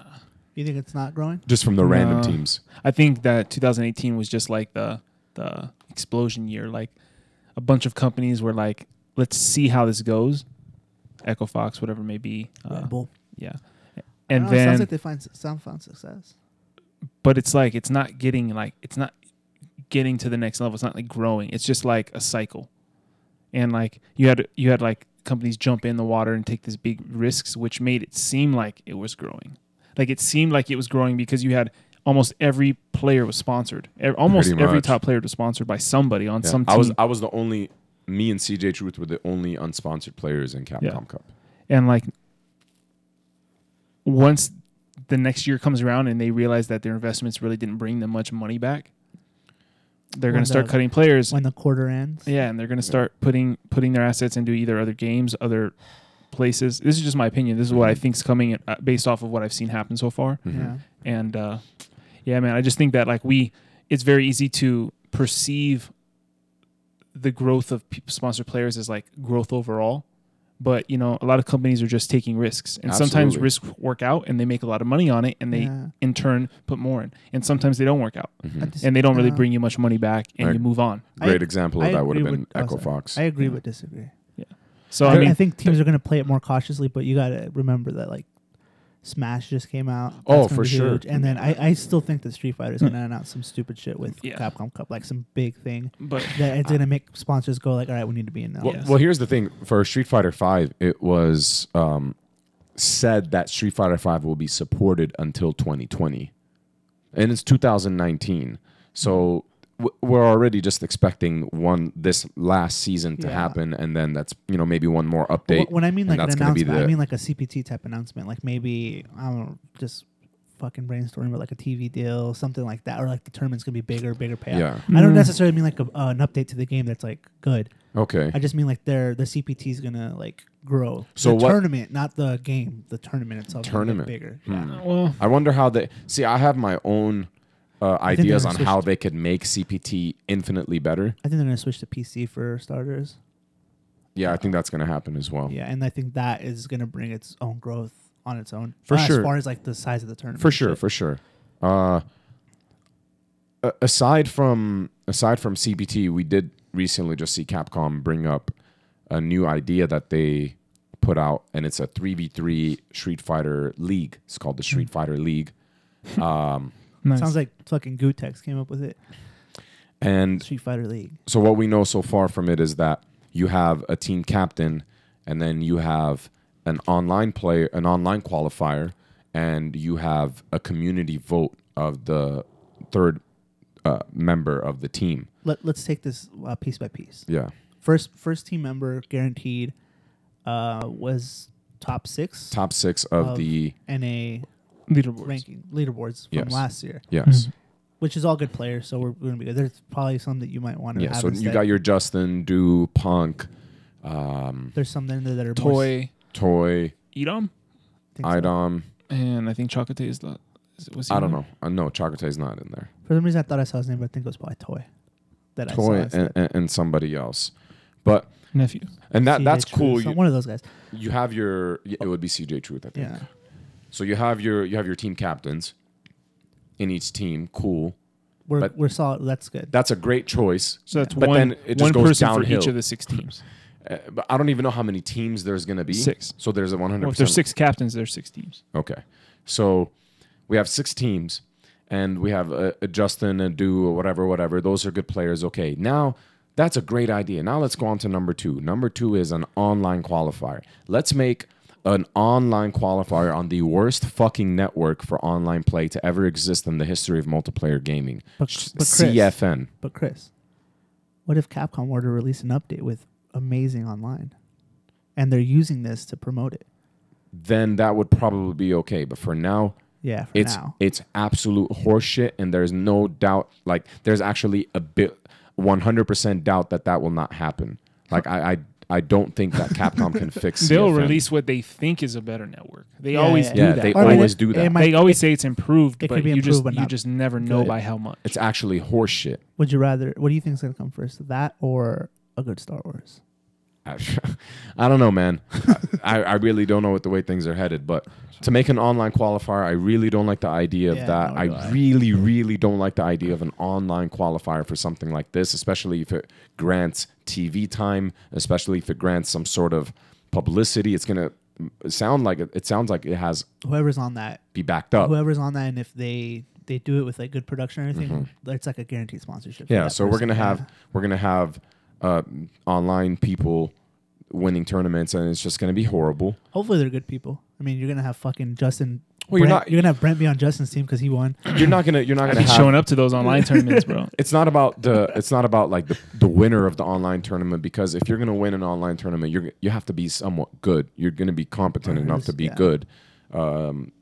Speaker 2: You think it's not growing?
Speaker 1: Just from the random
Speaker 3: No.
Speaker 1: teams.
Speaker 3: I think that 2018 was just like the the explosion year. Like a bunch of companies were like, let's see how this goes. Echo Fox, whatever it may be. Uh,
Speaker 2: Red Bull.
Speaker 3: yeah.
Speaker 2: I don't
Speaker 3: And
Speaker 2: know, Oh, it
Speaker 3: then
Speaker 2: sounds like they find s- some found success.
Speaker 3: but it's like it's not getting like it's not getting to the next level. It's not like growing. It's just like a cycle. And like you had you had like companies jump in the water and take these big risks, which made it seem like it was growing. Like it seemed like it was growing because you had almost every player was sponsored. Ev- Almost
Speaker 1: Pretty
Speaker 3: every
Speaker 1: much.
Speaker 3: top player was sponsored by somebody on
Speaker 1: Yeah.
Speaker 3: some team.
Speaker 1: I was I was the only me and CJ Truth were the only unsponsored players in Capcom
Speaker 3: Yeah.
Speaker 1: Cup.
Speaker 3: and like once the next year comes around and they realize that their investments really didn't bring them much money back, they're
Speaker 2: When
Speaker 3: going to start
Speaker 2: the-
Speaker 3: cutting players.
Speaker 2: When the quarter ends.
Speaker 3: Yeah, and they're going to start putting putting their assets into either other games, other places. This is just my opinion. This is what I think's coming uh, based off of what I've seen happen so far.
Speaker 2: Yeah.
Speaker 1: Mm-hmm.
Speaker 3: And uh, yeah, man, I just think that like we, it's very easy to perceive the growth of peop sponsored players as like growth overall. But you know, a lot of companies are just taking risks, and sometimes
Speaker 1: Absolutely.
Speaker 3: risks work out, and they make a lot of money on it, and they
Speaker 2: Yeah.
Speaker 3: in turn put more in. And sometimes they don't work out,
Speaker 2: I dis-
Speaker 3: and they don't really
Speaker 2: uh,
Speaker 3: bring you much money back, and
Speaker 1: Right.
Speaker 3: you move on.
Speaker 2: I-
Speaker 1: Mm-hmm. Great example of
Speaker 2: I
Speaker 1: that would have
Speaker 2: agree
Speaker 1: been
Speaker 2: with- oh,
Speaker 1: Echo
Speaker 2: sorry.
Speaker 1: Fox.
Speaker 2: I agree
Speaker 1: Yeah.
Speaker 2: but disagree.
Speaker 3: So
Speaker 2: I,
Speaker 3: I mean,
Speaker 2: I think teams are going to play it more cautiously, but you got to remember that like Smash just came out. That's
Speaker 1: Oh,
Speaker 2: gonna
Speaker 1: for
Speaker 2: be
Speaker 1: sure.
Speaker 2: huge. And then I, I still think that Street Fighter is going to announce some stupid shit with
Speaker 3: Yeah.
Speaker 2: Capcom Cup, like some big thing
Speaker 3: but
Speaker 2: that it's going to make sponsors go like, all right, we need to be in now.
Speaker 1: Well,
Speaker 3: Yes.
Speaker 1: well, here's the thing for Street Fighter Five, it was um, said that Street Fighter Five will be supported until 2020, and it's 2019. So w- we're already just expecting one this last season to
Speaker 2: Yeah.
Speaker 1: happen, and then that's you know maybe one more
Speaker 2: But
Speaker 1: update.
Speaker 2: wh- when I mean
Speaker 1: and
Speaker 2: like an
Speaker 1: that's gonna be
Speaker 2: announcement, I
Speaker 1: the-
Speaker 2: mean like a CPT type announcement, like maybe I don't know, just fucking brainstorming with like a TV deal, something like that, or like the tournament's gonna be bigger, bigger payout.
Speaker 1: Yeah.
Speaker 2: I don't
Speaker 3: Mm.
Speaker 2: necessarily mean like a, uh, an update to the game that's like good.
Speaker 1: Okay,
Speaker 2: I just mean like their the CPT is gonna like grow.
Speaker 1: So
Speaker 2: the
Speaker 1: what-
Speaker 2: tournament, not the game. The tournament itself. is gonna get
Speaker 1: Tournament.
Speaker 2: bigger. Yeah.
Speaker 3: well,
Speaker 1: Hmm. I wonder how they see. I have my own uh,
Speaker 2: think they're
Speaker 1: ideas
Speaker 2: gonna
Speaker 1: on
Speaker 2: switch
Speaker 1: how
Speaker 2: to-
Speaker 1: they could make CPT infinitely better.
Speaker 2: I think they're gonna switch to PC for starters.
Speaker 1: Yeah, I think that's going to happen as well.
Speaker 2: Yeah, and I think that is gonna bring its own growth on its own.
Speaker 1: For
Speaker 2: as
Speaker 1: sure.
Speaker 2: far as like the size of the tournament.
Speaker 1: for
Speaker 2: and
Speaker 1: sure
Speaker 2: shit.
Speaker 1: for sure uh a- aside from aside from cpt we did recently just see capcom bring up a new idea that they put out and it's a 3v3 street fighter league it's called the street fighter league
Speaker 3: nice.
Speaker 2: Sounds like fucking Gutex came up with it.
Speaker 1: and
Speaker 2: Street Fighter League.
Speaker 1: so what we know so far from it is that you have a team captain and then you have an online player an online qualifier and you have a community vote of the third uh, member of the team
Speaker 2: Let, let's take this uh, piece by piece.
Speaker 1: yeah
Speaker 2: First, first team member guaranteed uh, was top six
Speaker 1: top six of
Speaker 2: Of-
Speaker 1: the
Speaker 2: NA
Speaker 3: leaderboards.
Speaker 2: ranking leaderboards from
Speaker 1: Yes.
Speaker 2: last year,
Speaker 1: yes
Speaker 2: which is all good players. So we're going to be good. There's probably some that you might want to
Speaker 1: yeah
Speaker 2: have.
Speaker 1: so you
Speaker 2: instead.
Speaker 1: got your justin do punk um
Speaker 2: There's some in there that are more s-
Speaker 3: toy.
Speaker 1: Toy,
Speaker 3: Edom,
Speaker 2: Think so.
Speaker 1: Idom.
Speaker 3: and I think Chocolate is the. is- Was he
Speaker 1: I don't
Speaker 3: one?
Speaker 1: know. Uh, no, Chakate's not in there.
Speaker 2: For some reason, I thought I saw his name, but I think it was probably Toy. That I saw.
Speaker 1: Toy
Speaker 2: instead.
Speaker 1: and, and, and somebody else. But
Speaker 3: nephew.
Speaker 1: and that
Speaker 2: CJ
Speaker 1: that's
Speaker 2: Truth,
Speaker 1: cool.
Speaker 2: some-
Speaker 1: You,
Speaker 2: one of those guys.
Speaker 1: you have your yeah,
Speaker 3: Oh.
Speaker 1: it would be CJ Truth, I think.
Speaker 2: Yeah.
Speaker 1: So you have your you have your team captains in each team. Cool.
Speaker 2: We're,
Speaker 1: But-
Speaker 2: we're solid. That's good.
Speaker 1: That's a great choice.
Speaker 3: So that's
Speaker 1: But
Speaker 3: one.
Speaker 1: then it just
Speaker 3: one
Speaker 1: goes
Speaker 3: person for each
Speaker 1: downhill.
Speaker 3: of the six teams.
Speaker 1: Uh, but I don't even know how many teams there's going to be.
Speaker 3: Six.
Speaker 1: So there's a 100%.
Speaker 3: Well, if there's six captains, there's six teams.
Speaker 1: Okay. So we have six teams and we have a, a Justin, a Do, or whatever, whatever. Those are good players. Okay. Now that's a great idea. Now let's go on to number two. Number two is an online qualifier. Let's make an online qualifier on the worst fucking network for online play to ever exist in the history of multiplayer gaming.
Speaker 2: But-
Speaker 1: Sh-
Speaker 2: but Chris-
Speaker 1: CFN.
Speaker 2: But Chris, what if Capcom were to release an update with amazing online, and they're using this to promote it?
Speaker 1: Then that would probably be okay. But for now,
Speaker 2: Yeah, for
Speaker 1: it's
Speaker 2: now.
Speaker 1: it's absolute horseshit and there's no doubt like there's actually a bit 100% doubt that that will not happen like i i, I don't think that capcom can fix
Speaker 3: They'll
Speaker 1: CFN.
Speaker 3: release what they think is a better network. They
Speaker 2: Yeah,
Speaker 3: always
Speaker 2: yeah,
Speaker 3: do
Speaker 1: yeah,
Speaker 3: that.
Speaker 1: they
Speaker 2: Or I mean,
Speaker 1: always
Speaker 2: it-
Speaker 1: do
Speaker 2: it
Speaker 1: that
Speaker 2: might-
Speaker 3: they always say it's improved,
Speaker 2: it
Speaker 3: but
Speaker 2: could be
Speaker 3: you just
Speaker 2: improved, but
Speaker 3: you
Speaker 2: not
Speaker 3: just never know
Speaker 2: good.
Speaker 3: by how much.
Speaker 1: it's actually horseshit
Speaker 2: Would you rather? What do you think is going to come first, that or a good Star Wars?
Speaker 1: I, I don't know man I, I really don't know what the way things are headed but to make an online qualifier i really don't like the idea of
Speaker 2: Yeah,
Speaker 1: that
Speaker 2: nor
Speaker 1: i
Speaker 2: do I.
Speaker 1: really really don't like the idea of an online qualifier for something like this especially if it grants tv time especially if it grants some sort of publicity it's gonna sound like it, it sounds like it has
Speaker 2: Whoever's on that,
Speaker 1: be backed up
Speaker 2: whoever's on that, and if they they do it with like good production or anything, it's like a guaranteed sponsorship.
Speaker 1: Mm-hmm.
Speaker 2: for
Speaker 1: yeah
Speaker 2: that
Speaker 1: so we're
Speaker 2: person.
Speaker 1: gonna have
Speaker 2: Yeah.
Speaker 1: we're gonna have uh, online people winning tournaments and it's just gonna be horrible
Speaker 2: Hopefully, they're good people. I mean, you're gonna have fucking Justin.
Speaker 1: Well, you're
Speaker 2: Brent-
Speaker 1: not-
Speaker 2: You're gonna have Brent be on Justin's team because he won.
Speaker 1: you're not gonna you're not
Speaker 3: I'd
Speaker 1: gonna
Speaker 3: be
Speaker 1: have
Speaker 3: showing up to those online tournaments, bro.
Speaker 1: it's not about the it's not about like the, the winner of the online tournament because if you're going to win an online tournament you're you have to be somewhat good you're going to be competent enough to be
Speaker 2: Yeah.
Speaker 1: good um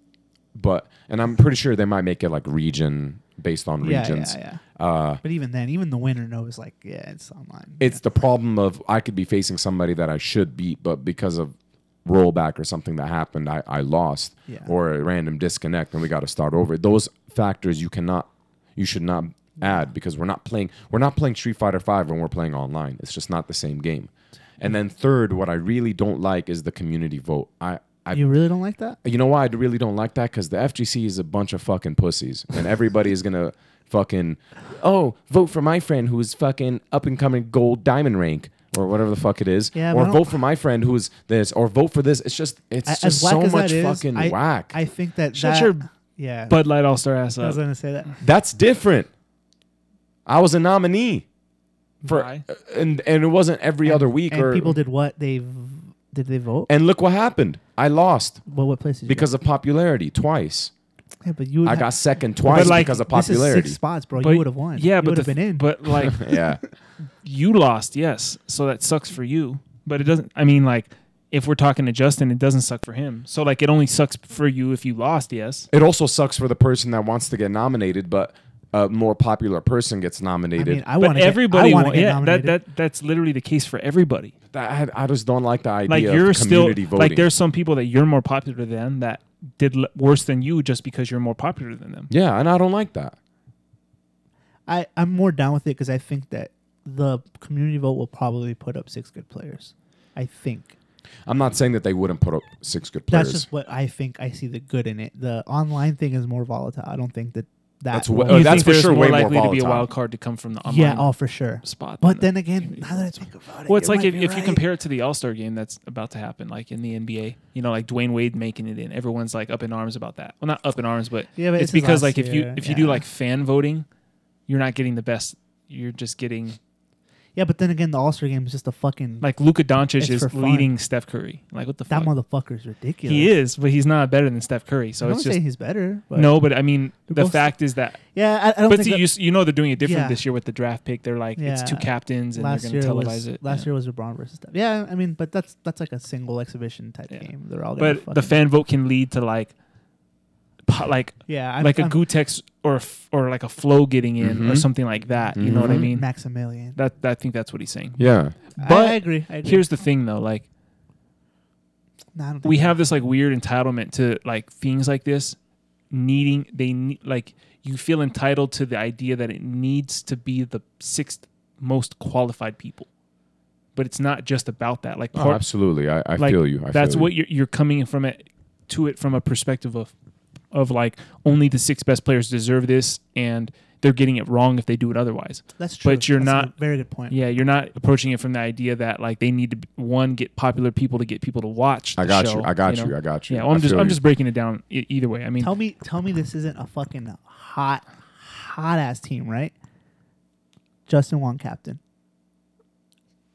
Speaker 1: but and i'm pretty sure they might make it like region based on
Speaker 2: Yeah,
Speaker 1: regions
Speaker 2: yeah, yeah.
Speaker 1: uh
Speaker 2: But even then, even the winner knows like, yeah, it's online.
Speaker 1: it's the problem of i could be facing somebody that i should beat but because of rollback or something that happened i i lost
Speaker 2: Yeah.
Speaker 1: or a random disconnect and we got to start over those factors you cannot you should not add because we're not playing we're not playing Street Fighter 5 when we're playing online it's just not the same game and then third what i really don't like is the community vote i I,
Speaker 2: you really don't like that?
Speaker 1: you know why I really don't like that? Because the FGC is a bunch of fucking pussies, and everybody is gonna fucking oh vote for my friend who's fucking up and coming gold diamond rank or whatever the fuck it is,
Speaker 2: Yeah, but
Speaker 1: or
Speaker 2: I don't-
Speaker 1: vote for my friend who's this, or vote for this. It's just it's
Speaker 2: A-
Speaker 1: just so
Speaker 2: as that
Speaker 1: much
Speaker 2: is,
Speaker 1: fucking
Speaker 2: I,
Speaker 1: whack.
Speaker 2: I think that
Speaker 3: Shut
Speaker 2: that
Speaker 3: your
Speaker 2: yeah.
Speaker 3: Bud Light All Star ass
Speaker 2: I was
Speaker 3: up.
Speaker 2: gonna say that.
Speaker 1: That's different. I was a nominee for,
Speaker 3: Why?
Speaker 1: and and it wasn't every other week
Speaker 2: And
Speaker 1: or
Speaker 2: people did what they v- did they vote?
Speaker 1: and look what happened. I lost
Speaker 2: well, what place did you
Speaker 1: because of popularity twice.
Speaker 2: vote? yeah, but you would
Speaker 1: I
Speaker 2: have-
Speaker 1: got second twice
Speaker 3: like,
Speaker 1: because of
Speaker 2: this is
Speaker 1: popularity.
Speaker 2: six spots, bro. you would have won.
Speaker 3: Yeah,
Speaker 2: you
Speaker 3: but
Speaker 2: would
Speaker 3: the
Speaker 2: have been
Speaker 3: f-
Speaker 2: in.
Speaker 3: But like
Speaker 1: yeah.
Speaker 3: you lost, yes. So that sucks for you. But it doesn't. I mean, like if we're talking to Justin, it doesn't suck for him. So like it only sucks for you if you lost, yes.
Speaker 1: It also sucks for the person that wants to get nominated, but a more popular person gets
Speaker 2: I
Speaker 1: nominated.
Speaker 2: mean, I
Speaker 3: But
Speaker 2: want
Speaker 3: everybody,
Speaker 2: Get, I
Speaker 3: wa-
Speaker 2: wanna get
Speaker 3: yeah. That,
Speaker 2: nominated.
Speaker 3: that that's literally the case for everybody.
Speaker 1: That- I, I just don't like the idea
Speaker 3: Like
Speaker 1: of
Speaker 3: you're still
Speaker 1: community voting.
Speaker 3: like there's some people that you're more popular than that did l- worse than you just because you're more popular than them.
Speaker 1: yeah, and I don't like that.
Speaker 2: I I'm more down with it because I think that the community vote will probably put up six good players. I think
Speaker 1: I'm not saying that they wouldn't put up six good players.
Speaker 2: that's just what I think. I see the good in it. The online thing is more volatile. I don't think that that
Speaker 1: That's
Speaker 2: will-
Speaker 1: Oh,
Speaker 3: You
Speaker 1: that's
Speaker 3: think
Speaker 1: for
Speaker 3: there's
Speaker 1: sure
Speaker 3: more
Speaker 1: way more
Speaker 3: likely to be a
Speaker 1: volatile.
Speaker 3: wild card to come from the online
Speaker 2: yeah, oh for sure.
Speaker 3: spot.
Speaker 2: But then
Speaker 3: than the
Speaker 2: again,
Speaker 3: community
Speaker 2: now that I
Speaker 3: votes.
Speaker 2: think about it,
Speaker 3: Well, it's
Speaker 2: you
Speaker 3: like
Speaker 2: might
Speaker 3: if,
Speaker 2: be
Speaker 3: if you
Speaker 2: right.
Speaker 3: compare it to the All Star game that's about to happen, like in the NBA, you know, like Dwayne Wade making it in, everyone's like up in arms about that. Well, not up in arms, but,
Speaker 2: Yeah, but
Speaker 3: it's
Speaker 2: it's his
Speaker 3: because
Speaker 2: last
Speaker 3: like if you
Speaker 2: year,
Speaker 3: if you do
Speaker 2: yeah.
Speaker 3: like fan voting, you're not getting the best. You're just getting
Speaker 2: Yeah, but then again, the All Star game is just a fucking
Speaker 3: like Luka Doncic
Speaker 2: It's
Speaker 3: is
Speaker 2: for fun.
Speaker 3: leading Steph Curry. Like what the
Speaker 2: that
Speaker 3: fuck?
Speaker 2: motherfucker is ridiculous.
Speaker 3: he is, but he's not better than Steph Curry.
Speaker 2: So
Speaker 3: So
Speaker 2: I'm
Speaker 3: it's
Speaker 2: not saying
Speaker 3: just
Speaker 2: he's better. But
Speaker 3: no. But I mean,
Speaker 2: They're
Speaker 3: the
Speaker 2: both-
Speaker 3: fact is that.
Speaker 2: Yeah, I, I don't
Speaker 3: But
Speaker 2: think
Speaker 3: see, you
Speaker 2: that
Speaker 3: s- you know they're doing it different
Speaker 2: Yeah.
Speaker 3: this year with the draft pick. They're like it's two
Speaker 2: Yeah.
Speaker 3: captains and
Speaker 2: last
Speaker 3: they're
Speaker 2: year
Speaker 3: going to televise
Speaker 2: was
Speaker 3: it.
Speaker 2: last
Speaker 3: Yeah.
Speaker 2: year was LeBron versus stuff. Yeah, I mean, but that's that's like a single exhibition type
Speaker 3: Yeah.
Speaker 2: game. They're all gonna
Speaker 3: but the
Speaker 2: fucking-
Speaker 3: fan vote can lead to like po- like
Speaker 2: yeah, I'm,
Speaker 3: like a
Speaker 2: I'm-
Speaker 3: Gutex or a f- or like a flow getting in or
Speaker 1: Mhm.
Speaker 3: something like that. You know what I
Speaker 1: Mhm.
Speaker 3: mean?
Speaker 2: Maximilian.
Speaker 3: That, that I think that's what he's saying.
Speaker 1: yeah.
Speaker 2: I-
Speaker 3: But
Speaker 2: I, agree. I agree.
Speaker 3: Here's the thing though, like
Speaker 2: No, I don't think
Speaker 3: we
Speaker 2: so.
Speaker 3: have this like weird entitlement to like things like this needing they need like you feel entitled to the idea that it needs to be the sixth most qualified people but it's not just about that like
Speaker 1: Oh,
Speaker 3: part,
Speaker 1: absolutely. I, I
Speaker 3: like,
Speaker 1: feel you. I
Speaker 3: that's
Speaker 1: feel
Speaker 3: what
Speaker 1: you.
Speaker 3: you're, you're coming from it to it from a perspective of of like only the six best players deserve this and they're getting it wrong if they do it otherwise
Speaker 2: That's true.
Speaker 3: but you're
Speaker 2: That's a
Speaker 3: not-
Speaker 2: very good point.
Speaker 3: yeah you're not approaching it from the idea that like they need to be- one get popular people to get people to watch
Speaker 1: I
Speaker 3: the
Speaker 1: got you.
Speaker 3: show,
Speaker 1: I got
Speaker 3: know?
Speaker 1: you. I got you.
Speaker 3: Yeah, well, I'm
Speaker 1: I
Speaker 3: just
Speaker 1: feel
Speaker 3: I'm
Speaker 1: you.
Speaker 3: just breaking it down e- either way. I mean,
Speaker 2: Tell me, tell me this isn't a fucking hot, hot ass team, right? Justin Wong captain.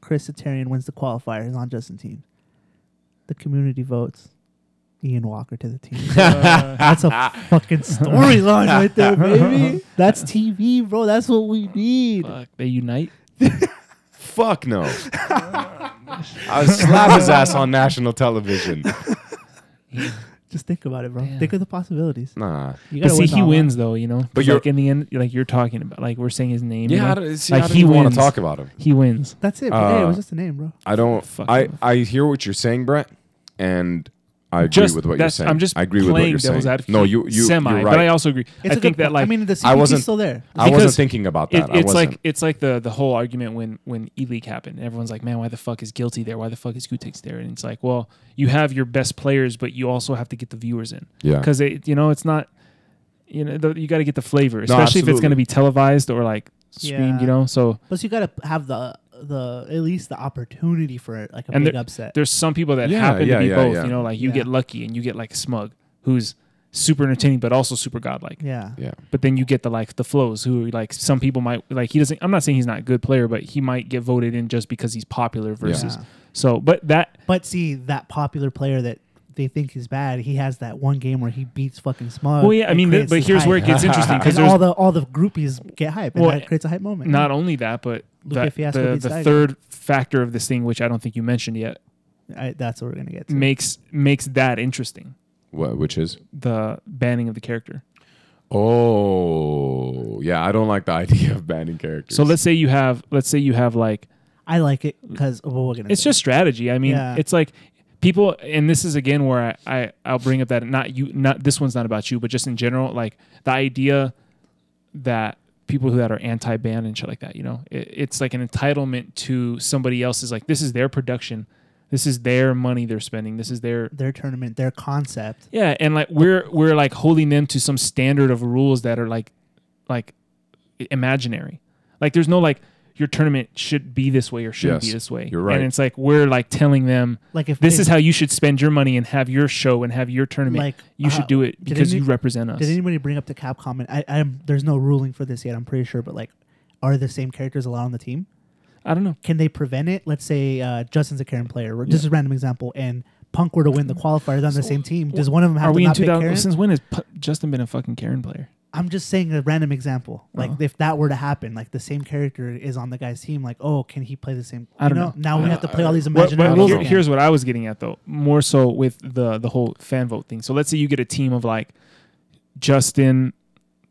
Speaker 2: Chris Satarian wins the qualifier. He's on Justin team. The community votes. Ian Walker to the team. That's a fucking storyline right there, baby. That's TV, bro. That's what we need.
Speaker 3: fuck, they unite.
Speaker 1: Fuck no. I would slap his ass on national television.
Speaker 2: Just think about it, bro.
Speaker 3: Damn.
Speaker 2: Think of the possibilities.
Speaker 1: Nah.
Speaker 2: You
Speaker 3: But
Speaker 2: gotta
Speaker 3: see,
Speaker 2: win
Speaker 3: he
Speaker 2: all that.
Speaker 3: wins though, you know.
Speaker 1: But
Speaker 3: But
Speaker 1: you're-
Speaker 3: like in the end, like you're talking about, like we're saying his name. you
Speaker 1: Yeah, I
Speaker 3: know?
Speaker 1: don't, see,
Speaker 3: like
Speaker 1: I don't even want to talk about him.
Speaker 3: He wins.
Speaker 2: That's it. But hey, it
Speaker 1: Uh,
Speaker 2: was just a name, bro.
Speaker 1: I don't.
Speaker 3: Fuck
Speaker 1: I,
Speaker 3: him.
Speaker 1: I hear what you're saying, Brett, and I agree
Speaker 3: Just
Speaker 1: with what you're
Speaker 3: that's-
Speaker 1: saying.
Speaker 3: I'm just
Speaker 1: I agree with
Speaker 3: playing
Speaker 1: what you're
Speaker 3: devil's
Speaker 1: saying.
Speaker 3: advocate.
Speaker 1: No, you you
Speaker 3: semi,
Speaker 1: you're
Speaker 3: but I
Speaker 1: right.
Speaker 3: also agree.
Speaker 2: It's a
Speaker 3: I
Speaker 2: good
Speaker 3: think that
Speaker 2: point.
Speaker 3: like
Speaker 2: I mean, the CPT
Speaker 1: I wasn't-
Speaker 2: still there.
Speaker 1: I
Speaker 3: because
Speaker 1: wasn't thinking about
Speaker 3: it-
Speaker 1: that. I
Speaker 3: it's
Speaker 1: wasn't.
Speaker 3: like it's like the the whole argument when when E League happened. Everyone's like, man, why the fuck is guilty there? Why the fuck is Gutik's there? And it's like, well, you have your best players, but you also have to get the viewers in.
Speaker 1: yeah.
Speaker 3: because it you know it's not you know the, you got to get the flavor especially if it's
Speaker 1: absolutely.
Speaker 3: going to be televised or like streamed
Speaker 2: Yeah.
Speaker 3: you know so
Speaker 2: Plus, you gotta have the the at least the opportunity for like a
Speaker 3: And
Speaker 2: big
Speaker 3: there-
Speaker 2: upset.
Speaker 3: there's some people that
Speaker 1: Yeah,
Speaker 3: happen
Speaker 1: yeah,
Speaker 3: to be
Speaker 1: yeah,
Speaker 3: both
Speaker 1: yeah.
Speaker 3: you know like you
Speaker 2: Yeah.
Speaker 3: get lucky and you get like smug who's super entertaining but also super godlike
Speaker 2: Yeah,
Speaker 1: Yeah.
Speaker 3: but then you get the like the flows who like some people might like he doesn't i'm not saying he's not a good player but he might get voted in just because he's popular versus
Speaker 2: Yeah.
Speaker 3: so but that
Speaker 2: but see that popular player that they think is bad. He has that one game where he beats fucking Smug.
Speaker 3: well yeah i
Speaker 2: and
Speaker 3: mean th-
Speaker 2: creates
Speaker 3: but
Speaker 2: this
Speaker 3: here's where it
Speaker 2: hype.
Speaker 3: gets interesting because
Speaker 2: and
Speaker 3: there's
Speaker 2: all the all the groupies get hype, and
Speaker 3: Well,
Speaker 2: that creates a hype moment.
Speaker 3: not only that but
Speaker 2: Lupe
Speaker 3: that-
Speaker 2: Fiasco
Speaker 3: the,
Speaker 2: beats
Speaker 3: the
Speaker 2: Tiger.
Speaker 3: third factor of this thing which i don't think you mentioned yet
Speaker 2: I, that's what we're gonna get to.
Speaker 3: makes makes that interesting.
Speaker 1: What? Which is?
Speaker 3: The banning of the character.
Speaker 1: Oh, yeah. I don't like the idea of banning characters.
Speaker 3: So let's say you have let's say you have like
Speaker 2: I like it because of what we're gonna.
Speaker 3: it's
Speaker 2: do.
Speaker 3: just strategy. I mean,
Speaker 2: Yeah.
Speaker 3: it's like people and this is again where I, I I'll bring up that not you not this one's not about you, but just in general, like the idea that people who that are anti-ban and shit like that, you know, it, it's like an entitlement to somebody else's like this is their production, this is their money they're spending, this is their
Speaker 2: their tournament, their concept.
Speaker 3: Yeah, and like we're we're like holding them to some standard of rules that are like like imaginary. Like there's no like your tournament should be this way or shouldn't be
Speaker 1: Yes,
Speaker 3: this way.
Speaker 1: you're right.
Speaker 3: And it's like we're like telling them
Speaker 2: Like if
Speaker 3: this
Speaker 2: if-
Speaker 3: is how you should spend your money and have your show and have your tournament.
Speaker 2: Like,
Speaker 3: you
Speaker 2: uh,
Speaker 3: should do it
Speaker 2: did
Speaker 3: because
Speaker 2: any-
Speaker 3: you represent us.
Speaker 2: Did anybody bring up the Capcom? And I, I'm there's no ruling for this yet. I'm pretty sure, but like, are the same characters allowed on the team?
Speaker 3: I don't know.
Speaker 2: can they prevent it? Let's say uh, Justin's a Karen player, or just a random example, and Punk were to win the qualifiers on the same team. Does one of them have
Speaker 3: Mm. Are
Speaker 2: to
Speaker 3: we in
Speaker 2: not pick
Speaker 3: 2000?
Speaker 2: Karen?
Speaker 3: Since when has P- Justin been a fucking Karen player?
Speaker 2: I'm just saying a random example. Like
Speaker 3: Oh.
Speaker 2: if that were to happen, like the same character is on the guy's team. Like oh, can he play the same?
Speaker 3: I
Speaker 2: you
Speaker 3: don't know. Uh,
Speaker 2: Now we have to play all these
Speaker 3: Well,
Speaker 2: imaginary.
Speaker 3: but
Speaker 1: rules
Speaker 2: rules
Speaker 3: here-
Speaker 1: again.
Speaker 3: here's what I was getting at though, more so with the the whole fan vote thing. So let's say you get a team of like Justin,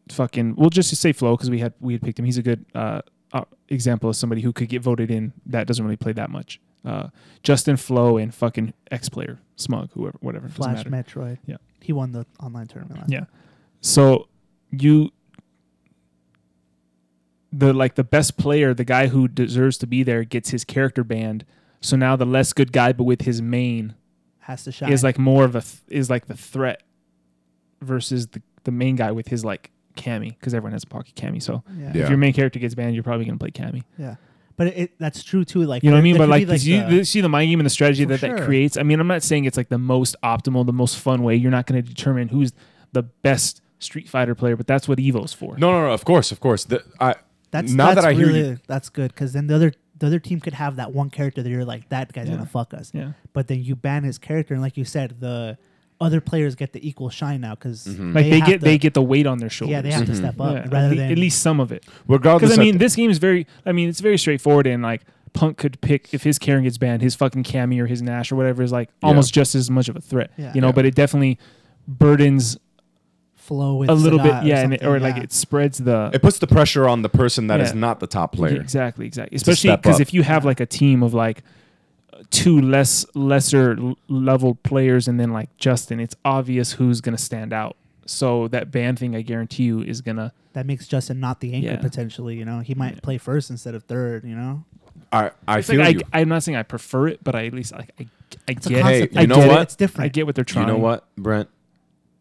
Speaker 3: fucking, we'll just say Flo because we had we had picked him. He's a good uh, uh, example of somebody who could get voted in that doesn't really play that much. Uh, Justin Flo and fucking X player Smug, whoever, whatever, doesn't
Speaker 2: Flash
Speaker 3: matter.
Speaker 2: Metroid.
Speaker 3: Yeah.
Speaker 2: he won the online tournament. Last
Speaker 3: Yeah. So you the like the best player, the guy who deserves to be there gets his character banned. So now the less good guy but with his main
Speaker 2: has to shine.
Speaker 3: is like more of a th- is like the threat versus the, the main guy with his like cami because everyone has a pocket cami. So
Speaker 2: yeah,
Speaker 1: Yeah.
Speaker 3: if your main character gets banned, you're probably gonna play cami.
Speaker 2: yeah. But it, that's true too. Like
Speaker 3: You know what I
Speaker 2: there-
Speaker 3: mean?
Speaker 2: there
Speaker 3: But
Speaker 2: could be,
Speaker 3: like, you,
Speaker 2: the-
Speaker 3: you see the mind game and the strategy
Speaker 2: For
Speaker 3: that that
Speaker 2: sure.
Speaker 3: creates. I mean, I'm not saying it's like the most optimal, the most fun way. You're not gonna determine who's the best Street Fighter player, but that's what Evo's for.
Speaker 1: No, no, no. Of course, of course. The, I,
Speaker 2: that's
Speaker 1: now
Speaker 2: that's
Speaker 1: that I hear
Speaker 2: really
Speaker 1: you,
Speaker 2: that's good because then the other the other team could have that one character that you're like that guy's
Speaker 3: Yeah.
Speaker 2: gonna fuck us.
Speaker 3: Yeah.
Speaker 2: but then you ban his character, and like you said, the other players get the equal shine now because
Speaker 1: Mm-hmm.
Speaker 3: like they, get they get the weight on their shoulders.
Speaker 2: yeah they have to step up
Speaker 3: Yeah, at
Speaker 2: rather
Speaker 3: le-
Speaker 2: than
Speaker 3: at least some of it.
Speaker 1: regardless.
Speaker 3: Because I
Speaker 1: at
Speaker 3: mean,
Speaker 1: the-
Speaker 3: this game is very. I mean, it's very straightforward and like Punk could pick if his Karen gets banned, his fucking Cammy or his Nash or whatever is like
Speaker 1: Yeah.
Speaker 3: almost just as much of a threat.
Speaker 2: Yeah.
Speaker 3: You know,
Speaker 1: Yeah.
Speaker 3: but it definitely burdens
Speaker 2: flow with
Speaker 3: a little
Speaker 2: Sagat
Speaker 3: bit. Yeah, and it,
Speaker 2: something,
Speaker 3: or like
Speaker 2: yeah.
Speaker 3: it spreads the.
Speaker 1: it puts the pressure on the person that is
Speaker 3: Yeah.
Speaker 1: not the top
Speaker 3: Yeah,
Speaker 1: player.
Speaker 3: Exactly, exactly. Especially
Speaker 1: step
Speaker 3: because
Speaker 1: up.
Speaker 3: if you have like a team of like two less lesser l- level players and then like Justin, it's obvious who's gonna stand out. So that band thing, I guarantee you, is gonna
Speaker 2: That makes Justin not the anchor
Speaker 3: Yeah.
Speaker 2: potentially. You know, he might play first instead of third. You know,
Speaker 1: I I
Speaker 3: It's
Speaker 1: feel
Speaker 3: like
Speaker 1: you.
Speaker 3: I, I'm not saying I prefer it, but I at least like I, I
Speaker 2: it's a
Speaker 3: get.
Speaker 2: concept.
Speaker 1: Hey, you
Speaker 3: I
Speaker 1: know
Speaker 3: get it.
Speaker 1: what?
Speaker 2: It's different.
Speaker 3: I get what they're trying.
Speaker 1: You know what, Brent?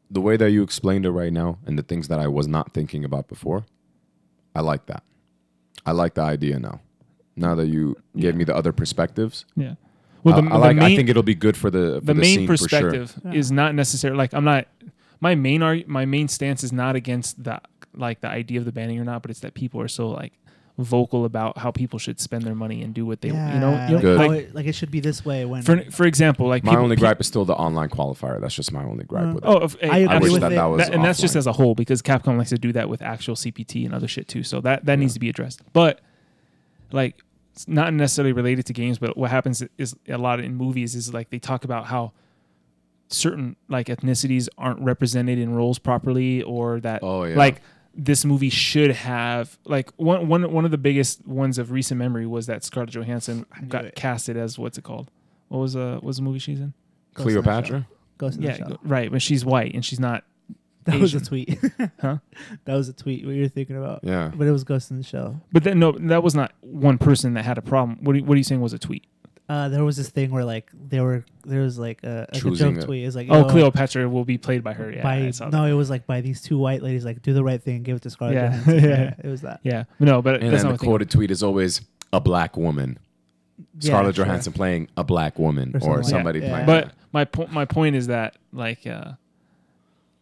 Speaker 1: The way that you explained it right now and the things that I was not thinking about before, I like that. I like the idea now. Now that you gave me the other perspectives,
Speaker 3: Yeah. Well, the,
Speaker 1: I, I like.
Speaker 3: the main,
Speaker 1: I think it'll be good for the for the,
Speaker 3: the main
Speaker 1: scene for sure.
Speaker 3: perspective is not necessarily like I'm not. My main arg- my main stance is not against the like the idea of the banning or not, but it's that people are so like vocal about how people should spend their money and do what they you know, you know,
Speaker 1: Good.
Speaker 2: Like,
Speaker 3: like
Speaker 2: it, like it should be this way when
Speaker 3: for for example like
Speaker 1: My
Speaker 3: people,
Speaker 1: only gripe is still the online qualifier. That's just my only gripe
Speaker 2: Uh,
Speaker 1: with it.
Speaker 3: Oh, of, hey,
Speaker 2: I agree
Speaker 1: I
Speaker 2: agree
Speaker 1: wish
Speaker 2: with
Speaker 1: that
Speaker 2: it.
Speaker 1: that was
Speaker 3: That- and that's just
Speaker 1: offline.
Speaker 3: as a whole because Capcom likes to do that with actual CPT and other shit too. So that that needs to be addressed. But like, it's not necessarily related to games. But what happens is a lot in movies is like they talk about how certain like ethnicities aren't represented in roles properly, or that
Speaker 1: Oh, yeah.
Speaker 3: like this movie should have like one one one of the biggest ones of recent memory was that Scarlett Johansson
Speaker 2: knew
Speaker 3: got
Speaker 2: it.
Speaker 3: casted as what's it called? What was uh what was the movie she's in?
Speaker 2: Ghost in the Shell.
Speaker 1: Cleopatra.
Speaker 2: Ghost in the
Speaker 3: Yeah,
Speaker 2: Shell.
Speaker 3: go- right. But she's white and she's not.
Speaker 2: That was a
Speaker 3: Asian.
Speaker 2: tweet.
Speaker 3: Huh?
Speaker 2: That was a tweet. What you're thinking about?
Speaker 1: Yeah.
Speaker 2: But it was Ghost in the Shell.
Speaker 3: But then, no, that was not one person that had a problem. What are you, what are you saying was a tweet?
Speaker 2: Uh, there was this thing where like they were there was like a, like a
Speaker 1: Choosing
Speaker 2: joke
Speaker 1: a-
Speaker 2: tweet. It's like
Speaker 3: Oh,
Speaker 2: yo,
Speaker 3: Cleopatra will be played by her. Yeah,
Speaker 2: by
Speaker 3: I saw
Speaker 2: no,
Speaker 3: that.
Speaker 2: it was like by these two white ladies like do the right thing, give it to Scarlett
Speaker 3: Yeah.
Speaker 2: Johansson.
Speaker 3: Yeah.
Speaker 2: yeah, it was that.
Speaker 3: Yeah, no, but
Speaker 1: And then the
Speaker 3: that's not what I'm thinking.
Speaker 1: quoted tweet is always a black woman.
Speaker 2: Yeah,
Speaker 1: Scarlett
Speaker 2: sure.
Speaker 1: Johansson playing a black woman
Speaker 2: Or
Speaker 1: or,
Speaker 2: something like
Speaker 1: somebody
Speaker 2: that.
Speaker 1: playing.
Speaker 2: Yeah.
Speaker 3: But my po- my point is that like, uh,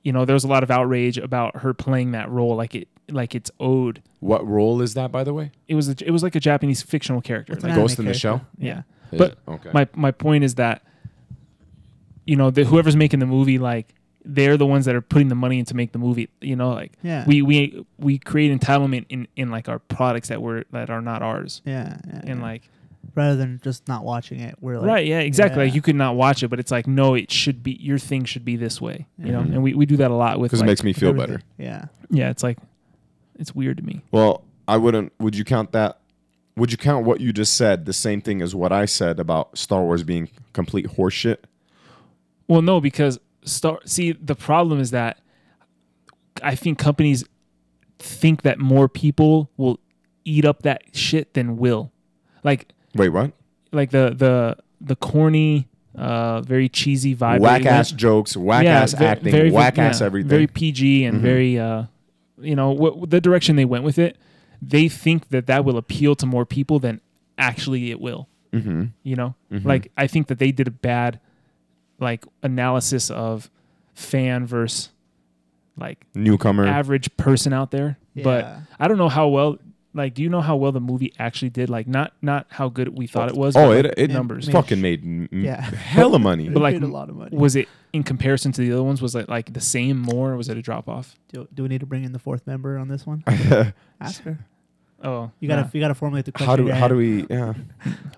Speaker 3: you know, there was a lot of outrage about her playing that role, like it like it's owed.
Speaker 1: what role is that, by the way?
Speaker 3: It was a, it was like a Japanese fictional character.
Speaker 2: It's
Speaker 3: Like,
Speaker 2: an
Speaker 1: Ghost
Speaker 2: anime
Speaker 1: in the
Speaker 2: character.
Speaker 1: Shell?
Speaker 3: yeah,
Speaker 1: Is
Speaker 3: but
Speaker 1: it? okay.
Speaker 3: my my point is that you know the, whoever's making the movie like they're the ones that are putting the money in to make the movie you know like
Speaker 2: Yeah.
Speaker 3: we we we create entitlement in in like our products that were that are not ours
Speaker 2: Yeah, yeah,
Speaker 3: and
Speaker 2: yeah.
Speaker 3: like
Speaker 2: rather than just not watching it, we're like
Speaker 3: right yeah exactly
Speaker 2: yeah.
Speaker 3: like you could not watch it but it's like no it should be your thing should be this way you know
Speaker 2: Mm-hmm.
Speaker 1: Mhm.
Speaker 3: and we, we do that a lot with
Speaker 1: because
Speaker 3: like,
Speaker 1: it makes me feel
Speaker 2: everything.
Speaker 1: better.
Speaker 2: Yeah,
Speaker 3: yeah it's like it's weird to me
Speaker 1: Well, I wouldn't. Would you count that? Would you count what you just said the same thing as what I said about Star Wars being complete horseshit?
Speaker 3: Well, no, because star. See, the problem is that I think companies think that more people will eat up that shit than will. Like,
Speaker 1: Wait, what?
Speaker 3: like the the the corny, uh, very cheesy vibe. that
Speaker 1: Whack
Speaker 3: we went-
Speaker 1: ass jokes, whack
Speaker 3: Yeah,
Speaker 1: ass
Speaker 3: ve-
Speaker 1: acting,
Speaker 3: very-
Speaker 1: whack ass
Speaker 3: yeah,
Speaker 1: everything. Mm-hmm.
Speaker 3: Very PG and very, uh, you know, what the direction they went with it. They think that that will appeal to more people than actually it will.
Speaker 1: mm-hmm.
Speaker 3: You know, like I think that they did a bad, like analysis of fan versus like
Speaker 1: Newcomer.
Speaker 3: average person out there. But
Speaker 2: Yeah.
Speaker 3: I don't know how well. Like, do you know how well the movie actually did? Like, not not how good we thought it was.
Speaker 1: oh,
Speaker 3: but,
Speaker 1: it
Speaker 3: like,
Speaker 1: it
Speaker 3: numbers.
Speaker 1: fucking made m-
Speaker 2: Yeah.
Speaker 1: hella money.
Speaker 3: But, like,
Speaker 2: Made a lot of money.
Speaker 3: was it in comparison to the other ones? Was it like the same more? Or was it a drop off?
Speaker 2: do, do we need to bring in the fourth member on this one? Ask her.
Speaker 3: Oh,
Speaker 2: You gotta
Speaker 3: nah.
Speaker 2: you gotta formulate the question.
Speaker 1: how do
Speaker 2: yeah.
Speaker 1: how do we? Yeah.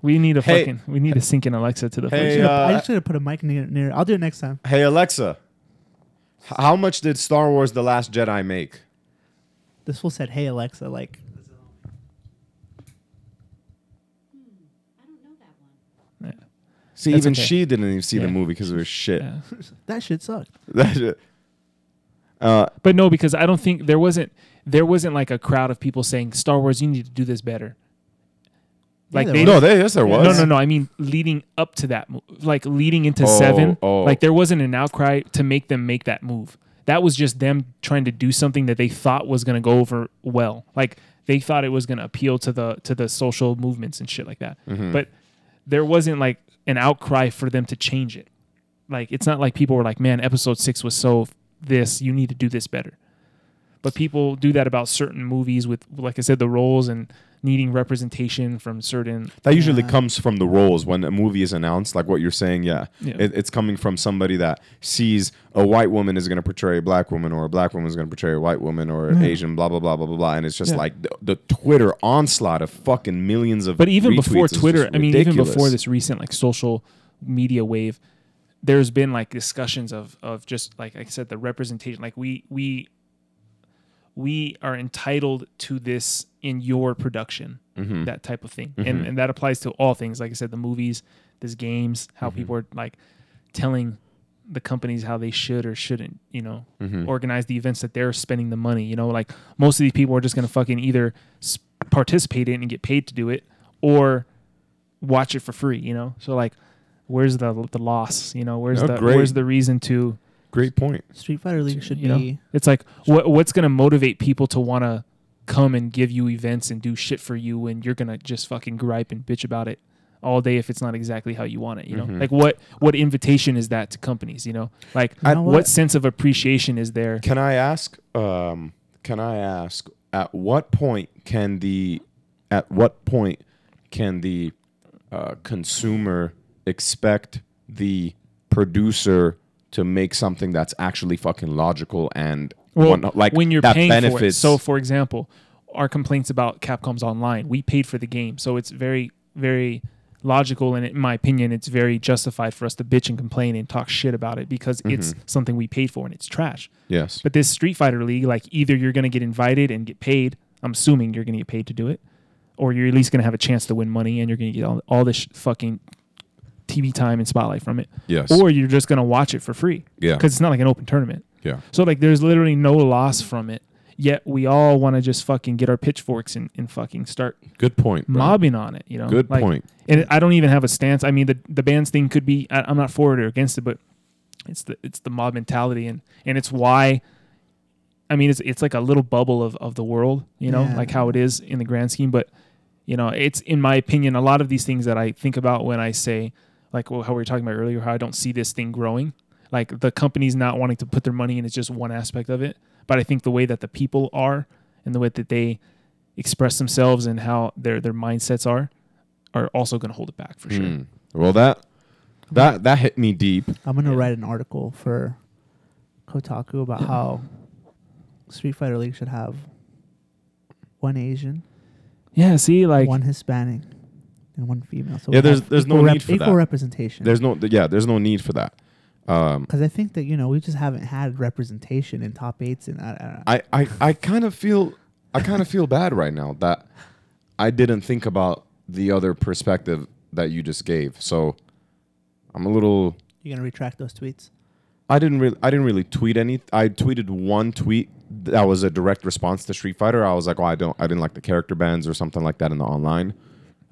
Speaker 3: We need a
Speaker 1: Hey.
Speaker 3: fucking. We need to sync in Alexa to the.
Speaker 1: Hey,
Speaker 3: function.
Speaker 1: uh,
Speaker 2: I just gotta put a mic near, near. I'll do it next time.
Speaker 1: Hey Alexa, h- how much did Star Wars: The Last Jedi make?
Speaker 2: This fool said, "Hey Alexa," like
Speaker 4: Hmm, I don't know that one.
Speaker 1: See,
Speaker 3: That's
Speaker 1: even
Speaker 3: okay.
Speaker 1: she didn't even see
Speaker 3: Yeah.
Speaker 1: the movie because it was shit.
Speaker 3: Yeah.
Speaker 2: that shit sucked.
Speaker 1: That shit- Uh,
Speaker 3: But no, because I don't think there wasn't there wasn't like a crowd of people saying Star Wars, you need to do this better. Like
Speaker 2: there
Speaker 3: they
Speaker 2: was.
Speaker 1: no, there, yes, there
Speaker 2: Yeah.
Speaker 1: was.
Speaker 3: no, no, no. I mean, leading up to that, move, like leading into
Speaker 1: Oh,
Speaker 3: seven,
Speaker 1: oh.
Speaker 3: like there wasn't an outcry to make them make that move. That was just them trying to do something that they thought was going to go over well. Like they thought it was going to appeal to the to the social movements and shit like that.
Speaker 1: Mm-hmm.
Speaker 3: But there wasn't like an outcry for them to change it. Like it's not like people were like, "Man, episode 6 was so f- this, you need to do this better." But people do that about certain movies with like I said the roles and needing representation from certain
Speaker 1: That usually
Speaker 2: Yeah.
Speaker 1: comes from the roles when a movie is announced, like what you're saying. Yeah,
Speaker 3: Yeah.
Speaker 1: It, it's coming from somebody that sees a white woman is going to portray a black woman, or a black woman is going to portray a white woman, or an Asian, blah blah blah blah blah blah. And it's just
Speaker 3: Yeah.
Speaker 1: like the, the Twitter onslaught of fucking millions of.
Speaker 3: But even before
Speaker 1: retweets is
Speaker 3: Twitter,
Speaker 1: just
Speaker 3: I mean, even
Speaker 1: ridiculous.
Speaker 3: before this recent like social media wave, there's been like discussions of of just like I said, the representation. Like we we we are entitled to
Speaker 1: Mm-hmm.
Speaker 3: this in your production, that type of thing, and and that applies to all things. Like I said, the movies, There's games, how
Speaker 1: Mm-hmm.
Speaker 3: people are like telling the companies how they should or shouldn't, you know, organize the events that they're spending the money. You know, like most of these people are just going to fucking either s- participate in and get paid to do it or watch it for free, you know? So like, where's the, the loss, you know, where's
Speaker 1: No,
Speaker 3: the,
Speaker 1: great.
Speaker 3: where's the reason to,
Speaker 1: Great point.
Speaker 2: Street Fighter League should
Speaker 3: you know?
Speaker 2: be
Speaker 3: It's like what what's gonna motivate people to wanna come and give you events and do shit for you when you're gonna just fucking gripe and bitch about it all day if it's not exactly how you want it, you know? Like what what invitation is that to companies, you know? Like
Speaker 2: You know
Speaker 3: what?
Speaker 2: what?
Speaker 3: sense of appreciation is there?
Speaker 1: Can I ask? Um, can I ask? At what point can the at what point can the uh, consumer expect the producer to make something that's actually fucking logical and whatnot, like
Speaker 3: when you're
Speaker 1: that
Speaker 3: paying for it.
Speaker 1: benefits?
Speaker 3: So for example, our complaints about Capcom's online, we paid for the game. So it's very, very logical and in my opinion it's very justified for us to bitch and complain and talk shit about it because
Speaker 1: Mm-hmm.
Speaker 3: it's something we paid for and it's trash.
Speaker 1: yes,
Speaker 3: But this Street Fighter League, like either you're going to get invited and get paid. I'm assuming you're going to get paid to do it, or you're at least going to have a chance to win money and you're going to get all, all this sh- fucking TV time and spotlight from it.
Speaker 1: Yes.
Speaker 3: Or you're just going to watch it for free.
Speaker 1: Yeah.
Speaker 3: Because it's not like an open tournament.
Speaker 1: yeah,
Speaker 3: So like, there's literally no loss from it. Yet we all want to just fucking get our pitchforks and, and fucking start
Speaker 1: good point. bro.
Speaker 3: mobbing on it. You know,
Speaker 1: Good point.
Speaker 3: And I don't even have a stance. I mean, the the bands thing could be I, I'm not for it or against it, but it's the it's the mob mentality, and and it's why. I mean, it's it's like a little bubble of of the world, you know,
Speaker 2: Yeah.
Speaker 3: like how it is in the grand scheme. But you know, it's in my opinion, a lot of these things that I think about when I say, like, well, how we were talking about earlier, how I don't see this thing growing. Like the companies not wanting to put their money in is just one aspect of it. But I think the way that the people are and the way that they express themselves and how their their mindsets are are also going to hold it back for sure.
Speaker 1: Mm. Well, that that that hit me deep.
Speaker 2: I'm gonna
Speaker 3: Yeah.
Speaker 2: write an article for Kotaku about how Street Fighter League should have one Asian,
Speaker 3: Yeah, see, like
Speaker 2: one Hispanic, and one female. So
Speaker 1: Yeah,
Speaker 2: we
Speaker 1: there's-
Speaker 2: have
Speaker 1: there's no
Speaker 2: equal
Speaker 1: need for
Speaker 2: equal
Speaker 1: that.
Speaker 2: representation.
Speaker 1: There's no yeah, there's no need for that. Um,
Speaker 2: because I think that you know we just haven't had representation in top eights and I, I don't know.
Speaker 1: I, I, I kind of feel I kind of feel bad right now that I didn't think about the other perspective that you just gave. So I'm a little
Speaker 2: you're gonna retract those tweets.
Speaker 1: I didn't really I didn't really tweet any I tweeted one tweet that was a direct response to Street Fighter. I was like, "Oh, I don't I didn't like the character bans or something like that in the online."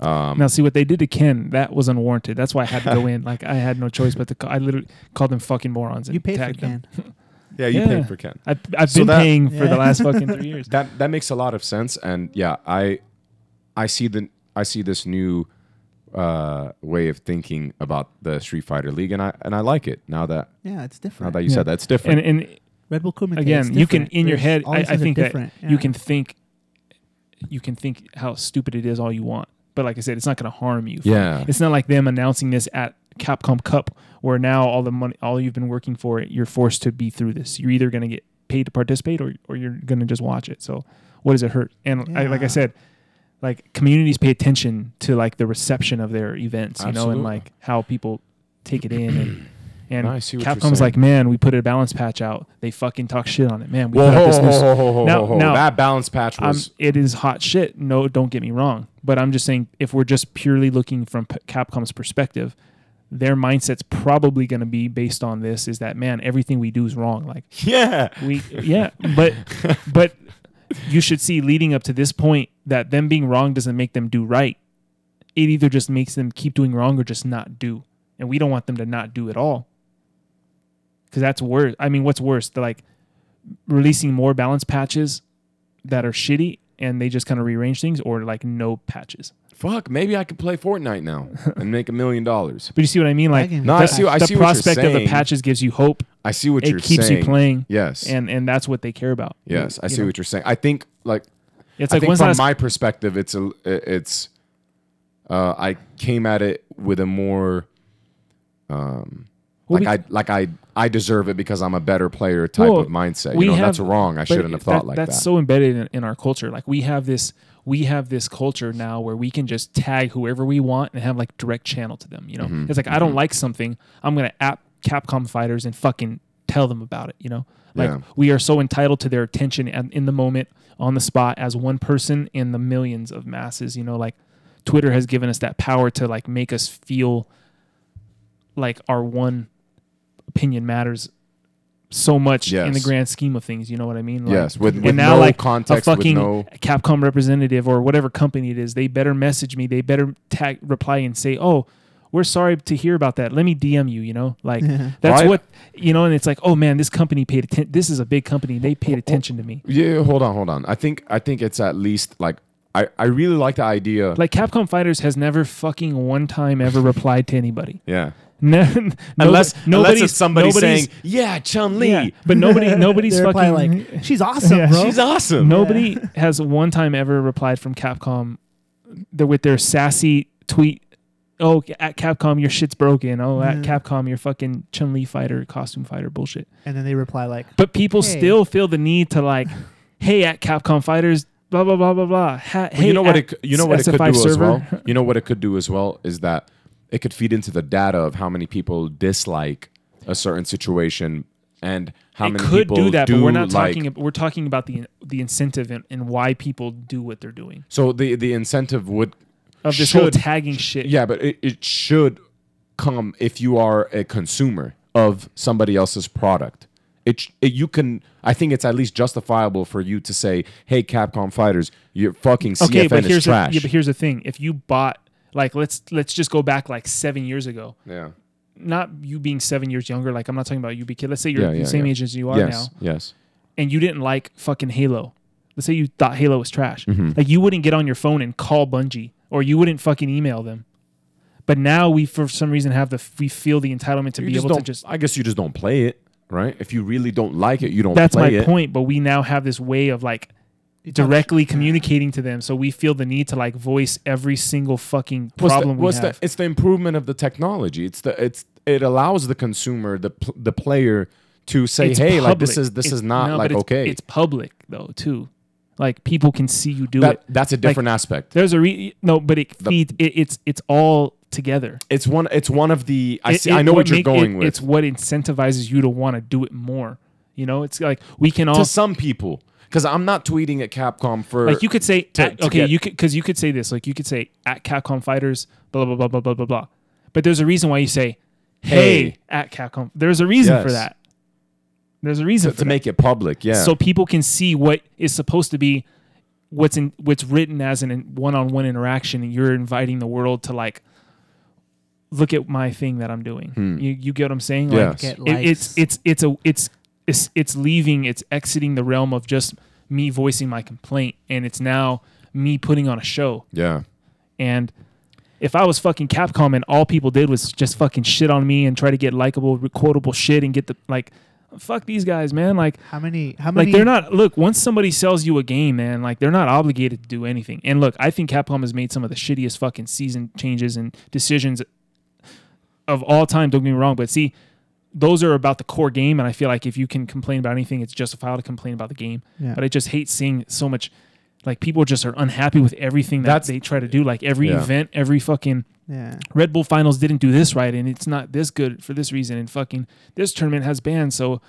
Speaker 1: Um,
Speaker 3: now see what they did to Ken. That was unwarranted. That's why I had to go in. Like I had no choice but to. ca- I literally called them fucking morons. And
Speaker 2: You paid for
Speaker 3: tagged them.
Speaker 2: Ken.
Speaker 1: Yeah, you
Speaker 3: Yeah.
Speaker 1: paid for Ken.
Speaker 3: I've, I've
Speaker 1: So
Speaker 3: been
Speaker 1: that-
Speaker 3: paying for
Speaker 2: Yeah.
Speaker 3: the last fucking three years.
Speaker 1: That that makes a lot of sense, and yeah, I I see the I see this new uh, way of thinking about the Street Fighter League, and I and I like it now that
Speaker 2: Yeah, it's
Speaker 1: now
Speaker 2: different.
Speaker 1: that you said that's different.
Speaker 3: And and
Speaker 2: Red Bull Kumite. it's
Speaker 3: again, you can
Speaker 2: different.
Speaker 3: in your
Speaker 2: There's-
Speaker 3: head.
Speaker 2: all
Speaker 3: I,
Speaker 2: these
Speaker 3: I
Speaker 2: things are
Speaker 3: think that
Speaker 2: different.
Speaker 3: you
Speaker 2: Yeah.
Speaker 3: can think, you can think how stupid it is all you want. But like I said, it's not going to harm you.
Speaker 1: Yeah.
Speaker 3: it's not like them announcing this at Capcom Cup, where now all the money, all you've been working for, you're forced to be through this. You're either going to get paid to participate, or or you're going to just watch it. So, what does it hurt? And I, like I
Speaker 2: Yeah.
Speaker 3: said, like communities pay attention to like the reception of their events, you know,
Speaker 1: Absolutely.
Speaker 3: and like how people take it in. And, and
Speaker 1: No, I see what you're
Speaker 3: Capcom's
Speaker 1: saying.
Speaker 3: like, man, we put a balance patch out. They fucking talk shit on it, man. We
Speaker 1: Whoa,
Speaker 3: put out
Speaker 1: whoa,
Speaker 3: this
Speaker 1: whoa,
Speaker 3: new
Speaker 1: whoa, whoa, whoa,
Speaker 3: now,
Speaker 1: whoa.
Speaker 3: now,
Speaker 1: that balance patch
Speaker 3: I'm-
Speaker 1: was
Speaker 3: it is hot shit. No, don't get me wrong, but I'm just saying if we're just purely looking from P- Capcom's perspective, their mindset's probably going to be based on this: is that man, everything we do is wrong. Like
Speaker 1: yeah.
Speaker 3: we, yeah, but but you should see leading up to this point that them being wrong doesn't make them do right. It either just makes them keep doing wrong or just not do, and we don't want them to not do at all. Because that's worse. I mean, what's worse? They're like releasing more balance patches that are shitty and they just kind of rearrange things, or like no patches.
Speaker 1: Fuck, maybe I could play Fortnite now and make a million dollars.
Speaker 3: But you see what I mean? Like
Speaker 2: Lagging.
Speaker 1: No, I
Speaker 3: the,
Speaker 1: see. I
Speaker 3: the
Speaker 1: see
Speaker 3: prospect
Speaker 1: what you're
Speaker 3: of the
Speaker 1: saying.
Speaker 3: patches gives you hope.
Speaker 1: I see what
Speaker 3: it
Speaker 1: you're
Speaker 3: keeps
Speaker 1: saying.
Speaker 3: you playing.
Speaker 1: Yes.
Speaker 3: and and that's what they care about.
Speaker 1: yes, I
Speaker 3: You
Speaker 1: see
Speaker 3: know?
Speaker 1: what you're saying. I think like
Speaker 3: It's
Speaker 1: I
Speaker 3: like
Speaker 1: think
Speaker 3: when's the
Speaker 1: from
Speaker 3: last
Speaker 1: my perspective, it's a it's uh, I came at it with a more um like
Speaker 3: Well, we-
Speaker 1: I like I I deserve it because I'm a better player type
Speaker 3: Well,
Speaker 1: of mindset.
Speaker 3: we
Speaker 1: You know,
Speaker 3: have-
Speaker 1: that's wrong. I
Speaker 3: but
Speaker 1: shouldn't have thought
Speaker 3: that-
Speaker 1: like
Speaker 3: that's
Speaker 1: that.
Speaker 3: so embedded in, in our culture. Like we have this, we have this culture now where we can just tag whoever we want and have like direct channel to them. You know,
Speaker 1: Mm-hmm.
Speaker 3: it's like I don't like something, I'm gonna app Capcom fighters and fucking tell them about it. You know, like
Speaker 1: Yeah.
Speaker 3: we are so entitled to their attention and in the moment, on the spot, as one person in the millions of masses. You know, like Twitter has given us that power to like make us feel like our one opinion matters so much in the
Speaker 1: Yes.
Speaker 3: grand scheme of things. You know what I mean? Like,
Speaker 1: yes, with,
Speaker 3: and
Speaker 1: with
Speaker 3: now
Speaker 1: no
Speaker 3: like
Speaker 1: context,
Speaker 3: a fucking
Speaker 1: with no
Speaker 3: Capcom representative or whatever company it is, they better message me. They better tag reply and say, "Oh, we're sorry to hear about that. Let me DM you." You know, like
Speaker 2: Yeah.
Speaker 3: that's
Speaker 1: Right.
Speaker 3: what you know. And it's like, oh man, this company paid attention. This is a big company. They paid attention to me.
Speaker 1: Yeah, hold on, hold on. I think I think it's at least like I I really like the idea.
Speaker 3: Like Capcom Fighters has never fucking one time ever replied to anybody.
Speaker 1: yeah.
Speaker 3: Ne-
Speaker 1: Unless
Speaker 3: nobody-
Speaker 1: unless it's somebody
Speaker 3: nobody's-
Speaker 1: saying, "Yeah, Chun Li,
Speaker 3: Yeah, but nobody, nobody's
Speaker 2: They're
Speaker 3: fucking
Speaker 2: probably like, she's awesome, bro.
Speaker 1: she's awesome."
Speaker 3: Nobody has one time ever replied from Capcom th- with their sassy tweet. Oh, at Capcom, your shit's broken. Oh, at
Speaker 2: Yeah.
Speaker 3: Capcom, your fucking Chun Li fighter, costume fighter, bullshit.
Speaker 2: and then they reply like,
Speaker 3: But people
Speaker 2: Hey.
Speaker 3: still feel the need to like, hey, at Capcom fighters, blah blah blah blah blah. Ha-
Speaker 1: Well,
Speaker 3: hey,
Speaker 1: you know what
Speaker 3: at
Speaker 1: it c- you know what it could
Speaker 3: SF5
Speaker 1: do as
Speaker 3: server.
Speaker 1: well. You know what it could do as well is that it could feed into the data of how many people dislike a certain situation and how
Speaker 3: it
Speaker 1: many
Speaker 3: could
Speaker 1: people
Speaker 3: do that, but we're not
Speaker 1: like,
Speaker 3: talking. ab- We're talking about the the incentive and, and why people do what they're doing
Speaker 1: So the the incentive would
Speaker 3: of this
Speaker 1: should,
Speaker 3: whole tagging shit.
Speaker 1: Yeah, but it, it should come if you are a consumer of somebody else's product. It, sh- it you can I think it's at least justifiable for you to say, "Hey, Capcom fighters, your fucking CFN
Speaker 3: okay, but
Speaker 1: is
Speaker 3: here's the,
Speaker 1: trash."
Speaker 3: yeah, but here's the thing: if you bought like let's let's just go back like seven years ago,
Speaker 1: yeah.
Speaker 3: not you being seven years younger. Like I'm not talking about you being kid. Let's say you're
Speaker 1: Yeah,
Speaker 3: the
Speaker 1: yeah,
Speaker 3: same
Speaker 1: yeah.
Speaker 3: age as you are
Speaker 1: Yes.
Speaker 3: now,
Speaker 1: Yes.
Speaker 3: and you didn't like fucking Halo. Let's say you thought Halo was trash.
Speaker 1: Mm-hmm.
Speaker 3: Like you wouldn't get on your phone and call Bungie, or you wouldn't fucking email them. But now we, for some reason, have the we feel the entitlement to
Speaker 1: You
Speaker 3: be
Speaker 1: just
Speaker 3: able to
Speaker 1: don't-
Speaker 3: just.
Speaker 1: I guess you just don't play it, right? If you really don't like it, you don't
Speaker 3: That's my
Speaker 1: play it.
Speaker 3: point. But we now have this way of like directly communicating to them, so we feel the need to like voice every single fucking
Speaker 1: What's the-
Speaker 3: problem
Speaker 1: what's
Speaker 3: we
Speaker 1: the-
Speaker 3: have.
Speaker 1: it's the improvement of the technology. It's the it's it allows the consumer, the pl- the player to say,
Speaker 3: It's
Speaker 1: "Hey, like this
Speaker 3: public.
Speaker 1: is this
Speaker 3: It's-
Speaker 1: is not
Speaker 3: no, but
Speaker 1: like
Speaker 3: it's-
Speaker 1: okay."
Speaker 3: It's public though too. Like people can see you do
Speaker 1: that
Speaker 3: it.
Speaker 1: that's a different aspect.
Speaker 3: There's a re- no, but it, feeds, it it's it's all together.
Speaker 1: It's one. It's one of the. I
Speaker 3: It-
Speaker 1: see.
Speaker 3: it-
Speaker 1: I know what you're
Speaker 3: make-
Speaker 1: going
Speaker 3: it-
Speaker 1: with.
Speaker 3: It's what incentivizes you to want to do it more. You know, it's like we can all
Speaker 1: to some people, because I'm not tweeting at Capcom for.
Speaker 3: like you could say
Speaker 1: to-
Speaker 3: at-
Speaker 1: to
Speaker 3: okay,
Speaker 1: get-
Speaker 3: you could because you could say this like you could say at Capcom Fighters blah blah blah blah blah blah blah. But there's a reason why you say hey,
Speaker 1: Hey.
Speaker 3: at Capcom. There's a reason for
Speaker 1: Yes.
Speaker 3: that. There's a reason
Speaker 1: to,
Speaker 3: for
Speaker 1: to
Speaker 3: that.
Speaker 1: make it public. Yeah.
Speaker 3: so people can see what is supposed to be what's in what's written as an in- one-on-one interaction and you're inviting the world to like look at my thing that I'm doing. You you get what I'm saying?
Speaker 1: Yes.
Speaker 3: Like
Speaker 2: Get
Speaker 3: it- it's
Speaker 2: likes.
Speaker 3: it's it's a it's it's it's leaving it's exiting the realm of just me voicing my complaint and it's now me putting on a show
Speaker 1: yeah.
Speaker 3: and if I was fucking Capcom and all people did was just fucking shit on me and try to get likable quotable shit and get the like fuck these guys man like
Speaker 2: how many? How many?
Speaker 3: like they're not look, once somebody sells you a game, man, like they're not obligated to do anything. And look, I think Capcom has made some of the shittiest fucking season changes and decisions of all time, don't get me wrong, but see, those are about the core game and I feel like if you can complain about anything, it's justifiable to complain about the game.
Speaker 2: Yeah.
Speaker 3: But I just hate seeing so much like people just are unhappy with everything that
Speaker 1: That's-
Speaker 3: they try to do. Like every
Speaker 1: Yeah.
Speaker 3: event, every fucking
Speaker 2: Yeah.
Speaker 3: Red Bull Finals didn't do this right, and it's not this good for this reason, and fucking this tournament has bans, so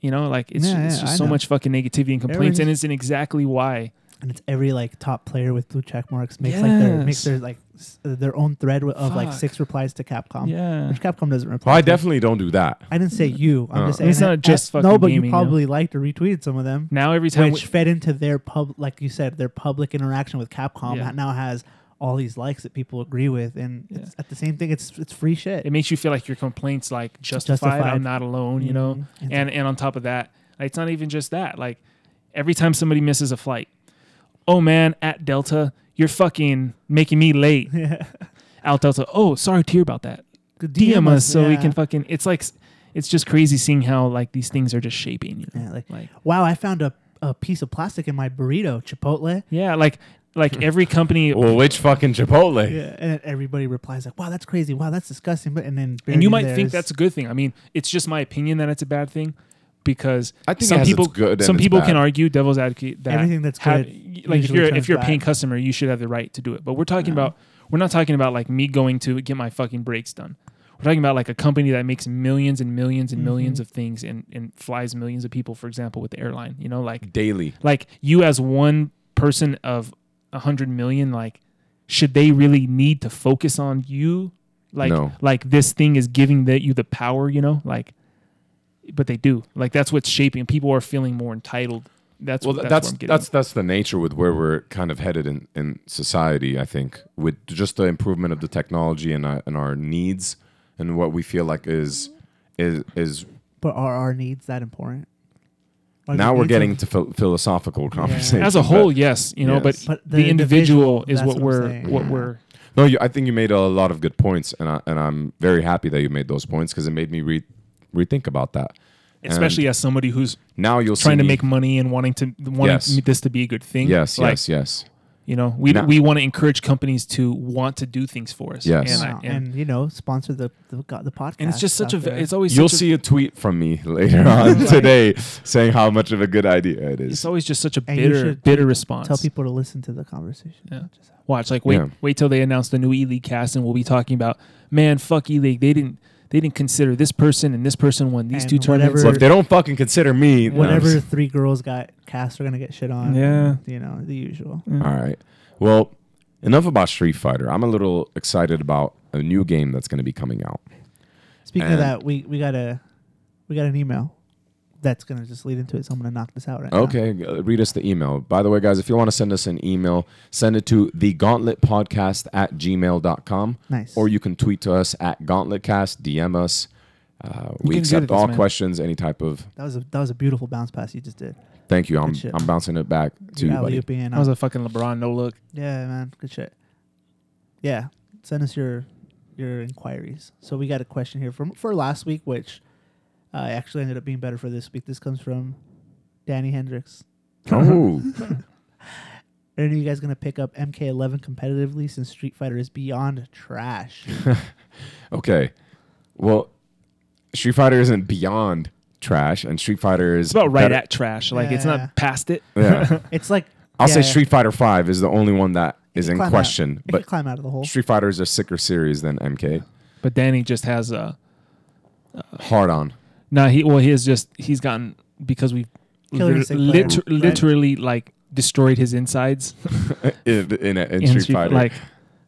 Speaker 3: you know, like it's,
Speaker 2: Yeah,
Speaker 3: it's
Speaker 2: yeah,
Speaker 3: just
Speaker 2: I
Speaker 3: so
Speaker 2: know.
Speaker 3: much fucking negativity and
Speaker 2: Everyone's-
Speaker 3: complaints, and it's in exactly why.
Speaker 2: And it's every like top player with blue check marks makes like their
Speaker 3: Yes.
Speaker 2: makes their like s- uh, their own thread with- of like
Speaker 3: Fuck.
Speaker 2: six replies to Capcom.
Speaker 3: Yeah,
Speaker 2: Which Capcom doesn't reply.
Speaker 1: Well, I
Speaker 2: to.
Speaker 1: definitely don't do that.
Speaker 2: I didn't say you. I'm
Speaker 1: Uh.
Speaker 2: just saying
Speaker 3: It's not
Speaker 2: that-
Speaker 3: just
Speaker 2: uh,
Speaker 3: fucking
Speaker 2: no, but
Speaker 3: gaming,
Speaker 2: you
Speaker 3: you know?
Speaker 2: probably liked or retweeted some of them,
Speaker 3: now every time
Speaker 2: which
Speaker 3: we,
Speaker 2: fed into their pub, like you said, their public interaction with Capcom
Speaker 3: Yeah.
Speaker 2: ha- now has all these likes that people agree with, and it's at the same thing. It's it's free shit.
Speaker 3: it makes you feel like your complaints like justified.
Speaker 2: Justified.
Speaker 3: I'm not alone, you know.
Speaker 2: Mhm. It's-
Speaker 3: And and on top of that, like, it's not even just that. Like every time somebody misses a flight, oh man, at Delta, you're fucking making me late.
Speaker 2: Yeah.
Speaker 3: Out Delta, oh sorry to hear about that.
Speaker 2: Good
Speaker 3: DM us so we
Speaker 2: yeah.
Speaker 3: can fucking. It's like, it's just crazy seeing how like these things are just shaping. You know?
Speaker 2: Yeah, like,
Speaker 3: Like-
Speaker 2: wow, I found a, a piece of plastic in my burrito, Chipotle.
Speaker 3: Yeah, like like every company,
Speaker 1: Well, which fucking Chipotle?
Speaker 2: Yeah, and then everybody replies like, "Wow, that's crazy. Wow, that's disgusting." But and then
Speaker 3: and
Speaker 2: buried
Speaker 3: you
Speaker 2: in
Speaker 3: might
Speaker 2: there
Speaker 3: think
Speaker 2: is-
Speaker 3: that's a good thing. I mean, it's just my opinion that it's a bad thing because
Speaker 1: I think it
Speaker 3: some
Speaker 1: has its
Speaker 3: people
Speaker 1: good and
Speaker 3: some
Speaker 1: its
Speaker 3: people can
Speaker 1: bad.
Speaker 3: argue devil's advocate that
Speaker 2: Everything that's
Speaker 3: have-
Speaker 2: good
Speaker 3: like if
Speaker 2: usually
Speaker 3: you're
Speaker 2: turns
Speaker 3: if you're a paying
Speaker 2: bad.
Speaker 3: customer, you should have the right to do it. But we're talking about we're not talking about like me going to get my fucking brakes done. We're talking about like a company that makes millions and millions and
Speaker 2: Mm-hmm.
Speaker 3: millions of things and and flies millions of people. For example, with the airline, you know, like
Speaker 1: Daily.
Speaker 3: like you as one person of a hundred million like should they really need to focus on you Like
Speaker 1: No.
Speaker 3: like this thing is giving the, you the power, you know? Like but they do. Like that's what's shaping people are feeling more entitled. That's
Speaker 1: well,
Speaker 3: what
Speaker 1: that's that's
Speaker 3: that's, what I'm getting.
Speaker 1: that's, the nature with where we're kind of headed in, in society. I think with just the improvement of the technology and uh, and our needs and what we feel like is is is
Speaker 2: But are our needs that important? Are
Speaker 1: now
Speaker 2: the
Speaker 1: we're
Speaker 2: needs
Speaker 1: getting
Speaker 2: of-
Speaker 1: into phil- philosophical conversation
Speaker 3: As a whole,
Speaker 1: but-
Speaker 3: yes, you know,
Speaker 1: Yes.
Speaker 3: but,
Speaker 2: But
Speaker 3: the,
Speaker 2: the individual,
Speaker 3: individual, is
Speaker 2: that's
Speaker 3: what
Speaker 2: what I'm
Speaker 3: we're
Speaker 2: saying.
Speaker 3: what
Speaker 2: Yeah.
Speaker 3: we're
Speaker 1: No, you, I think you made a lot of good points, and I, and I'm very happy that you made those points because it made me re- rethink about that. And
Speaker 3: especially as somebody who's
Speaker 1: now, you'll
Speaker 3: trying
Speaker 1: see
Speaker 3: to
Speaker 1: me-
Speaker 3: make money and wanting to wanting
Speaker 1: Yes.
Speaker 3: this to be a good thing.
Speaker 1: yes,
Speaker 3: Like,
Speaker 1: yes, yes.
Speaker 3: You know, we
Speaker 1: Now-
Speaker 3: we want to encourage companies to want to do things for us.
Speaker 1: Yes.
Speaker 3: And, I-
Speaker 2: Yeah,
Speaker 3: and,
Speaker 2: and, you know, sponsor the the, go- the podcast.
Speaker 3: and it's just such a
Speaker 2: out
Speaker 3: va-
Speaker 2: there.
Speaker 3: it's always
Speaker 1: You'll
Speaker 3: such a-
Speaker 1: see a tweet from me later on today saying how much of a good idea it
Speaker 3: it's
Speaker 1: is.
Speaker 3: always just such a
Speaker 2: And you
Speaker 3: bitter
Speaker 2: should
Speaker 3: bitter response.
Speaker 2: tell people to listen to the conversation.
Speaker 3: Yeah.
Speaker 2: not just-
Speaker 3: Watch, like wait,
Speaker 1: Yeah.
Speaker 3: wait till they announce the new E League cast, and we'll be talking about man, fuck E League. They didn't, they didn't consider this person and this person won these
Speaker 2: And
Speaker 3: two tournaments.
Speaker 1: Well, if they don't fucking consider me, no, I'm
Speaker 2: Whatever
Speaker 1: just-
Speaker 2: three girls got cast are gonna get shit on.
Speaker 3: Yeah.
Speaker 2: you know the usual.
Speaker 1: All right. Well, enough about Street Fighter. I'm a little excited about a new game that's going to be coming out.
Speaker 2: Speaking
Speaker 1: And-
Speaker 2: of that, we we got a we got an email that's gonna just lead into it. So I'm gonna knock this out right now.
Speaker 1: Okay, g- uh, read us the email. By the way, guys, if you want to send us an email, send it to thegauntletpodcast at gmail.com.
Speaker 2: Nice.
Speaker 1: Or you can tweet to us at gauntletcast, DM us. Uh, we
Speaker 3: can
Speaker 1: accept
Speaker 3: get us,
Speaker 1: all
Speaker 3: man.
Speaker 1: questions, any type of.
Speaker 2: That was a that was a beautiful bounce pass you just did.
Speaker 1: Thank you. I'm,
Speaker 2: shit.
Speaker 1: I'm bouncing it back to you,
Speaker 2: yeah,
Speaker 1: buddy.
Speaker 2: Leopian.
Speaker 3: I was a fucking LeBron no look.
Speaker 2: Yeah, man. Good shit. Yeah. Send us your your inquiries. So we got a question here from for last week, which uh, actually ended up being better for this week. This comes from Danny Hendricks.
Speaker 1: Oh,
Speaker 2: Are any of you guys gonna pick up MK11 competitively since Street Fighter is beyond trash?
Speaker 1: okay. Well, Street Fighter isn't beyond trash, and Street Fighter is.
Speaker 3: It's about right
Speaker 1: better-
Speaker 3: at trash. Like it's
Speaker 2: Yeah.
Speaker 3: not past it.
Speaker 1: Yeah.
Speaker 2: it's like
Speaker 1: I'll say
Speaker 2: yeah,
Speaker 1: Street Fighter Five is the only one that
Speaker 2: it
Speaker 1: is
Speaker 2: could
Speaker 1: in
Speaker 2: climb out.
Speaker 1: question,
Speaker 2: It could
Speaker 1: but
Speaker 2: climb out of the hole.
Speaker 1: Street Fighter is a sicker series than MK.
Speaker 3: But Danny just has a
Speaker 1: Hard on.
Speaker 3: nah. He well, he has just he's gotten because we've
Speaker 2: Killer
Speaker 3: liter-
Speaker 2: Instinct player,
Speaker 3: liter-
Speaker 2: right?
Speaker 3: literally like destroyed his insides
Speaker 1: in, in, in
Speaker 3: in
Speaker 1: Street
Speaker 3: Street-
Speaker 1: Fighter.
Speaker 3: Like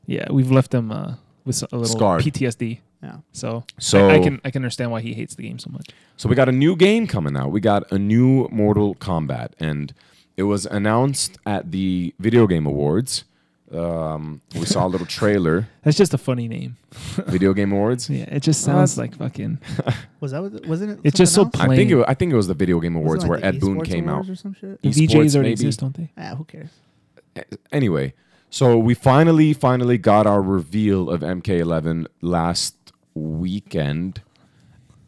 Speaker 3: yeah, we've left him uh, with a little
Speaker 1: Scarred.
Speaker 3: PTSD.
Speaker 2: Yeah.
Speaker 3: So
Speaker 1: so,
Speaker 3: I, I can I can understand why he hates the game so much.
Speaker 1: so we got a new game coming out. We got a new Mortal Kombat, and it was announced at the Video Game Awards. Um, we saw a little trailer.
Speaker 3: That's just a funny name.
Speaker 1: Video Game Awards.
Speaker 3: Yeah, it just sounds like fucking.
Speaker 2: Was that what- wasn't it?
Speaker 3: It's just so
Speaker 2: something else?
Speaker 1: I think it.
Speaker 3: Plain.
Speaker 1: wa- I think it was the Video Game Awards
Speaker 2: Wasn't it
Speaker 1: where
Speaker 2: like
Speaker 1: Ed
Speaker 2: the
Speaker 1: Boon
Speaker 2: esports
Speaker 1: came out.
Speaker 2: awards or some shit.
Speaker 3: The
Speaker 1: Esports,
Speaker 3: VJs already
Speaker 1: maybe.
Speaker 3: exist, don't they?
Speaker 2: Ah, who cares?
Speaker 1: anyway, so we finally, finally got our reveal of MK11 last weekend,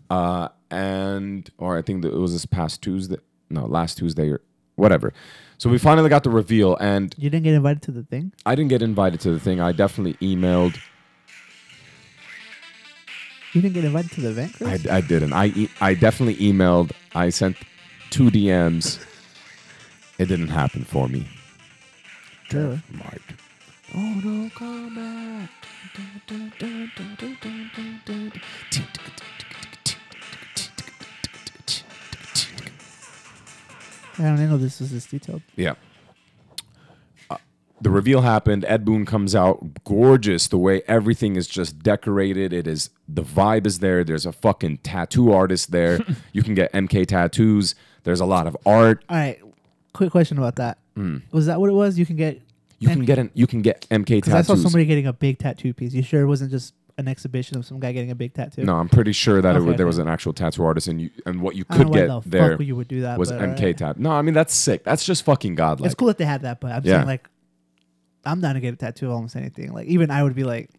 Speaker 1: uh, and or I think that it was this past Tuesday. No, last Tuesday or whatever. So we finally got the reveal, and
Speaker 2: You didn't get invited to the thing.
Speaker 1: I didn't get invited to the thing. I definitely emailed.
Speaker 2: You didn't get invited to the event. Chris?
Speaker 1: I, I didn't. I e- I definitely emailed. I sent two DMs. It didn't happen for me.
Speaker 2: Really?
Speaker 1: Mark.
Speaker 5: Mortal Kombat.
Speaker 2: I don't know. This was this detailed.
Speaker 1: Yeah. Uh, the reveal happened. Ed Boon comes out gorgeous. The way everything is just decorated. It is the vibe is there. There's a fucking tattoo artist there. you can get MK tattoos. There's a lot of art.
Speaker 2: All right, quick question about that.
Speaker 1: Mm.
Speaker 2: Was that what it was? You can get
Speaker 1: You can get an you can get MK
Speaker 2: because I
Speaker 1: tattoos.
Speaker 2: saw somebody getting a big tattoo piece. You sure it wasn't just an exhibition of some guy getting a big tattoo?
Speaker 1: no, I'm pretty sure that it
Speaker 2: Okay,
Speaker 1: wa- there
Speaker 2: okay.
Speaker 1: was an actual tattoo artist, and you and what you
Speaker 2: I don't
Speaker 1: could
Speaker 2: know
Speaker 1: get
Speaker 2: why the
Speaker 1: there
Speaker 2: fuck you would do that.
Speaker 1: was
Speaker 2: but
Speaker 1: MK
Speaker 2: alright.
Speaker 1: tat. No, I mean that's sick. That's just fucking godlike.
Speaker 2: It's cool that they had that, but I'm
Speaker 1: Yeah.
Speaker 2: saying like, I'm not gonna get a tattoo of almost anything. Like even I would be like,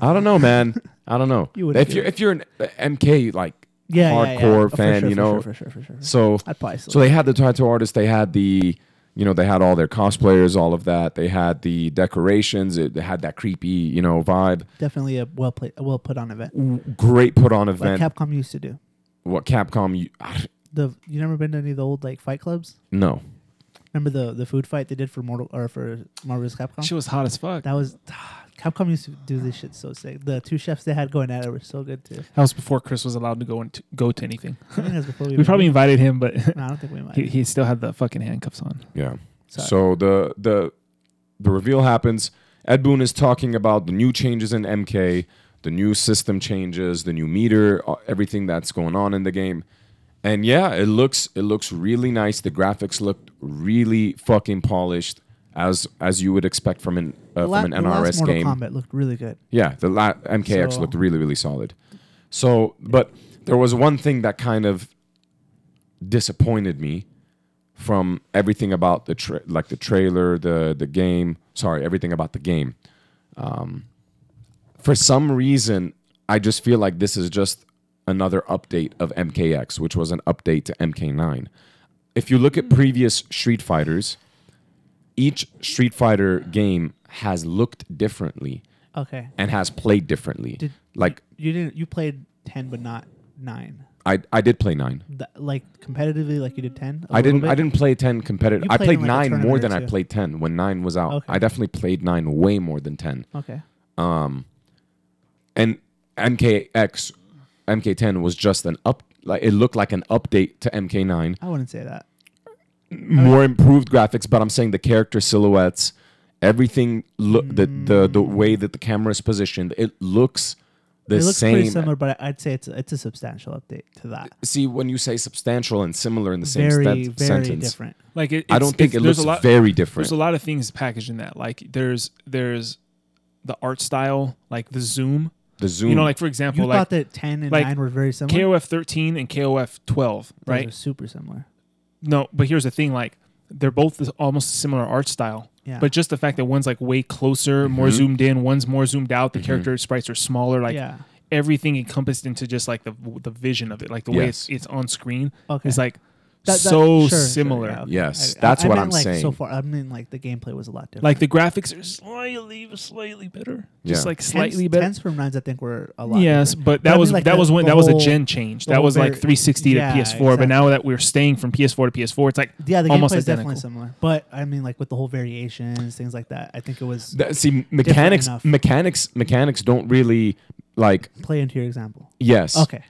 Speaker 1: I don't know, man. I don't know.
Speaker 2: You wouldn't
Speaker 1: if
Speaker 2: do
Speaker 1: you're
Speaker 2: it.
Speaker 1: if you're an uh, MK like
Speaker 2: yeah, yeah, yeah.
Speaker 1: hardcore
Speaker 2: Oh, for
Speaker 1: fan,
Speaker 2: sure,
Speaker 1: you
Speaker 2: for
Speaker 1: know.
Speaker 2: sure, for sure, for sure.
Speaker 1: So
Speaker 2: I'd probably still.
Speaker 1: So they had the tattoo artists. They had the, you know, they had all their cosplayers, all of that. They had the decorations. It had that creepy, you know, vibe.
Speaker 2: definitely a well played, a well put on event,
Speaker 1: Great put on
Speaker 2: like
Speaker 1: event.
Speaker 2: Capcom used to do.
Speaker 1: what Capcom? You, I-
Speaker 2: The you never been to any of the old like fight clubs?
Speaker 1: no,
Speaker 2: Remember the the food fight they did for Mortal or for Marvel's Capcom?
Speaker 3: She was hot as fuck. That
Speaker 2: That was Capcom used to do this shit so sick. The two chefs they had going at it were so good too.
Speaker 3: was before Chris was allowed to go into go to anything.
Speaker 2: I think that's before we,
Speaker 3: We probably invited him, but
Speaker 2: No, I don't think we might.
Speaker 3: he, he still had the fucking handcuffs on.
Speaker 1: yeah.
Speaker 2: Sorry.
Speaker 1: So the the the reveal happens. Ed Boon is talking about the new changes in MK, the new system changes, the new meter, uh, everything that's going on in the game. And yeah, it looks it looks really nice. The graphics looked really fucking polished, as as you would expect from an uh,
Speaker 2: The la-
Speaker 1: from an
Speaker 2: the last
Speaker 1: NRS
Speaker 2: Mortal
Speaker 1: game.
Speaker 2: Kombat looked really good.
Speaker 1: Yeah, the la- MKX
Speaker 2: So-
Speaker 1: looked really, really solid. So, but there was one thing that kind of disappointed me from everything about the tra- like the trailer, the the game. Sorry, everything about the game. Um, for some reason, I just feel like this is just another update of MKX, which was an update to MK9. If you look at previous Street Fighters, each Street Fighter game has looked differently
Speaker 2: Okay,
Speaker 1: and has played differently.
Speaker 2: Did-
Speaker 1: like
Speaker 2: you didn't. You played ten, but not nine.
Speaker 1: I, I did play nine.
Speaker 2: Th- like competitively, like you did ten. I
Speaker 1: I didn't I didn't play ten competitive.
Speaker 2: You
Speaker 1: I played
Speaker 2: played in, like,
Speaker 1: nine
Speaker 2: a
Speaker 1: more
Speaker 2: tournament
Speaker 1: than
Speaker 2: or
Speaker 1: I
Speaker 2: two.
Speaker 1: played ten when nine was out.
Speaker 2: Okay.
Speaker 1: I definitely played nine way more than ten.
Speaker 2: Okay.
Speaker 1: And MKX, MK10 was just an up. Like it looked like an update to MK9,
Speaker 2: I wouldn't say that.
Speaker 1: more improved graphics. But I'm saying the character silhouettes, everything, look the, the the way that the camera is positioned, it looks the
Speaker 2: Mm. it looks pretty
Speaker 1: same.
Speaker 2: similar, but I- I'd say it's it's a substantial update to that.
Speaker 1: See, when you say substantial and similar in the same
Speaker 2: Very,
Speaker 1: sten-
Speaker 2: very
Speaker 1: sentence,
Speaker 2: different.
Speaker 3: Like it,
Speaker 1: I
Speaker 3: it's-
Speaker 1: don't think
Speaker 3: it's-
Speaker 1: it
Speaker 3: there's
Speaker 1: looks
Speaker 3: a lot.
Speaker 1: very
Speaker 3: There's
Speaker 1: different.
Speaker 3: a lot of things packaged in that. Like there's there's the art style, like the zoom.
Speaker 1: the zoom,
Speaker 3: You know, like for
Speaker 2: You
Speaker 3: example,
Speaker 2: thought
Speaker 3: like
Speaker 2: that ten and
Speaker 3: like,
Speaker 2: nine were very similar.
Speaker 3: KOF 13 and KOF 12,
Speaker 2: Those
Speaker 3: right?
Speaker 2: are super similar.
Speaker 3: No, but here's the thing: like they're both this- almost a similar art style.
Speaker 2: Yeah.
Speaker 3: But just the fact that one's like way closer, more
Speaker 1: Mm-hmm.
Speaker 3: zoomed in, one's more zoomed out. The character sprites are smaller. Like
Speaker 2: yeah.
Speaker 3: everything encompassed into just like the the vision of it, like the way
Speaker 1: Yes.
Speaker 3: it's it's on screen
Speaker 2: Okay.
Speaker 3: is like
Speaker 2: That- that-
Speaker 3: so
Speaker 2: sure, sure,
Speaker 3: similar.
Speaker 2: yeah, okay.
Speaker 1: Yes, that's what
Speaker 2: meant,
Speaker 1: I'm
Speaker 2: like, So
Speaker 1: saying.
Speaker 2: far, I mean, like the gameplay was a lot different.
Speaker 3: Like the graphics are slightly slightly better, just
Speaker 1: Yeah.
Speaker 3: like
Speaker 2: Tens-
Speaker 3: slightly better.
Speaker 2: Tens from nines, I think, were a lot.
Speaker 3: Yes,
Speaker 2: different.
Speaker 3: but
Speaker 2: I
Speaker 3: that
Speaker 2: mean,
Speaker 3: was
Speaker 2: like,
Speaker 3: that
Speaker 2: the-
Speaker 3: was when
Speaker 2: the
Speaker 3: that was a
Speaker 2: whole-
Speaker 3: gen change.
Speaker 2: the
Speaker 3: That
Speaker 2: whole
Speaker 3: was like
Speaker 2: very-
Speaker 3: 360
Speaker 2: Yeah,
Speaker 3: to PS4, but now that we're staying from PS4 to PS4, it's like
Speaker 2: Yeah, the
Speaker 3: almost
Speaker 2: gameplay is
Speaker 3: identical.
Speaker 2: definitely similar. But I mean, like with the whole variations, things like that. I think it was
Speaker 1: That- see, mechanics,
Speaker 2: enough.
Speaker 1: mechanics, mechanics don't really like.
Speaker 2: play into your example.
Speaker 1: Yes,
Speaker 2: Okay,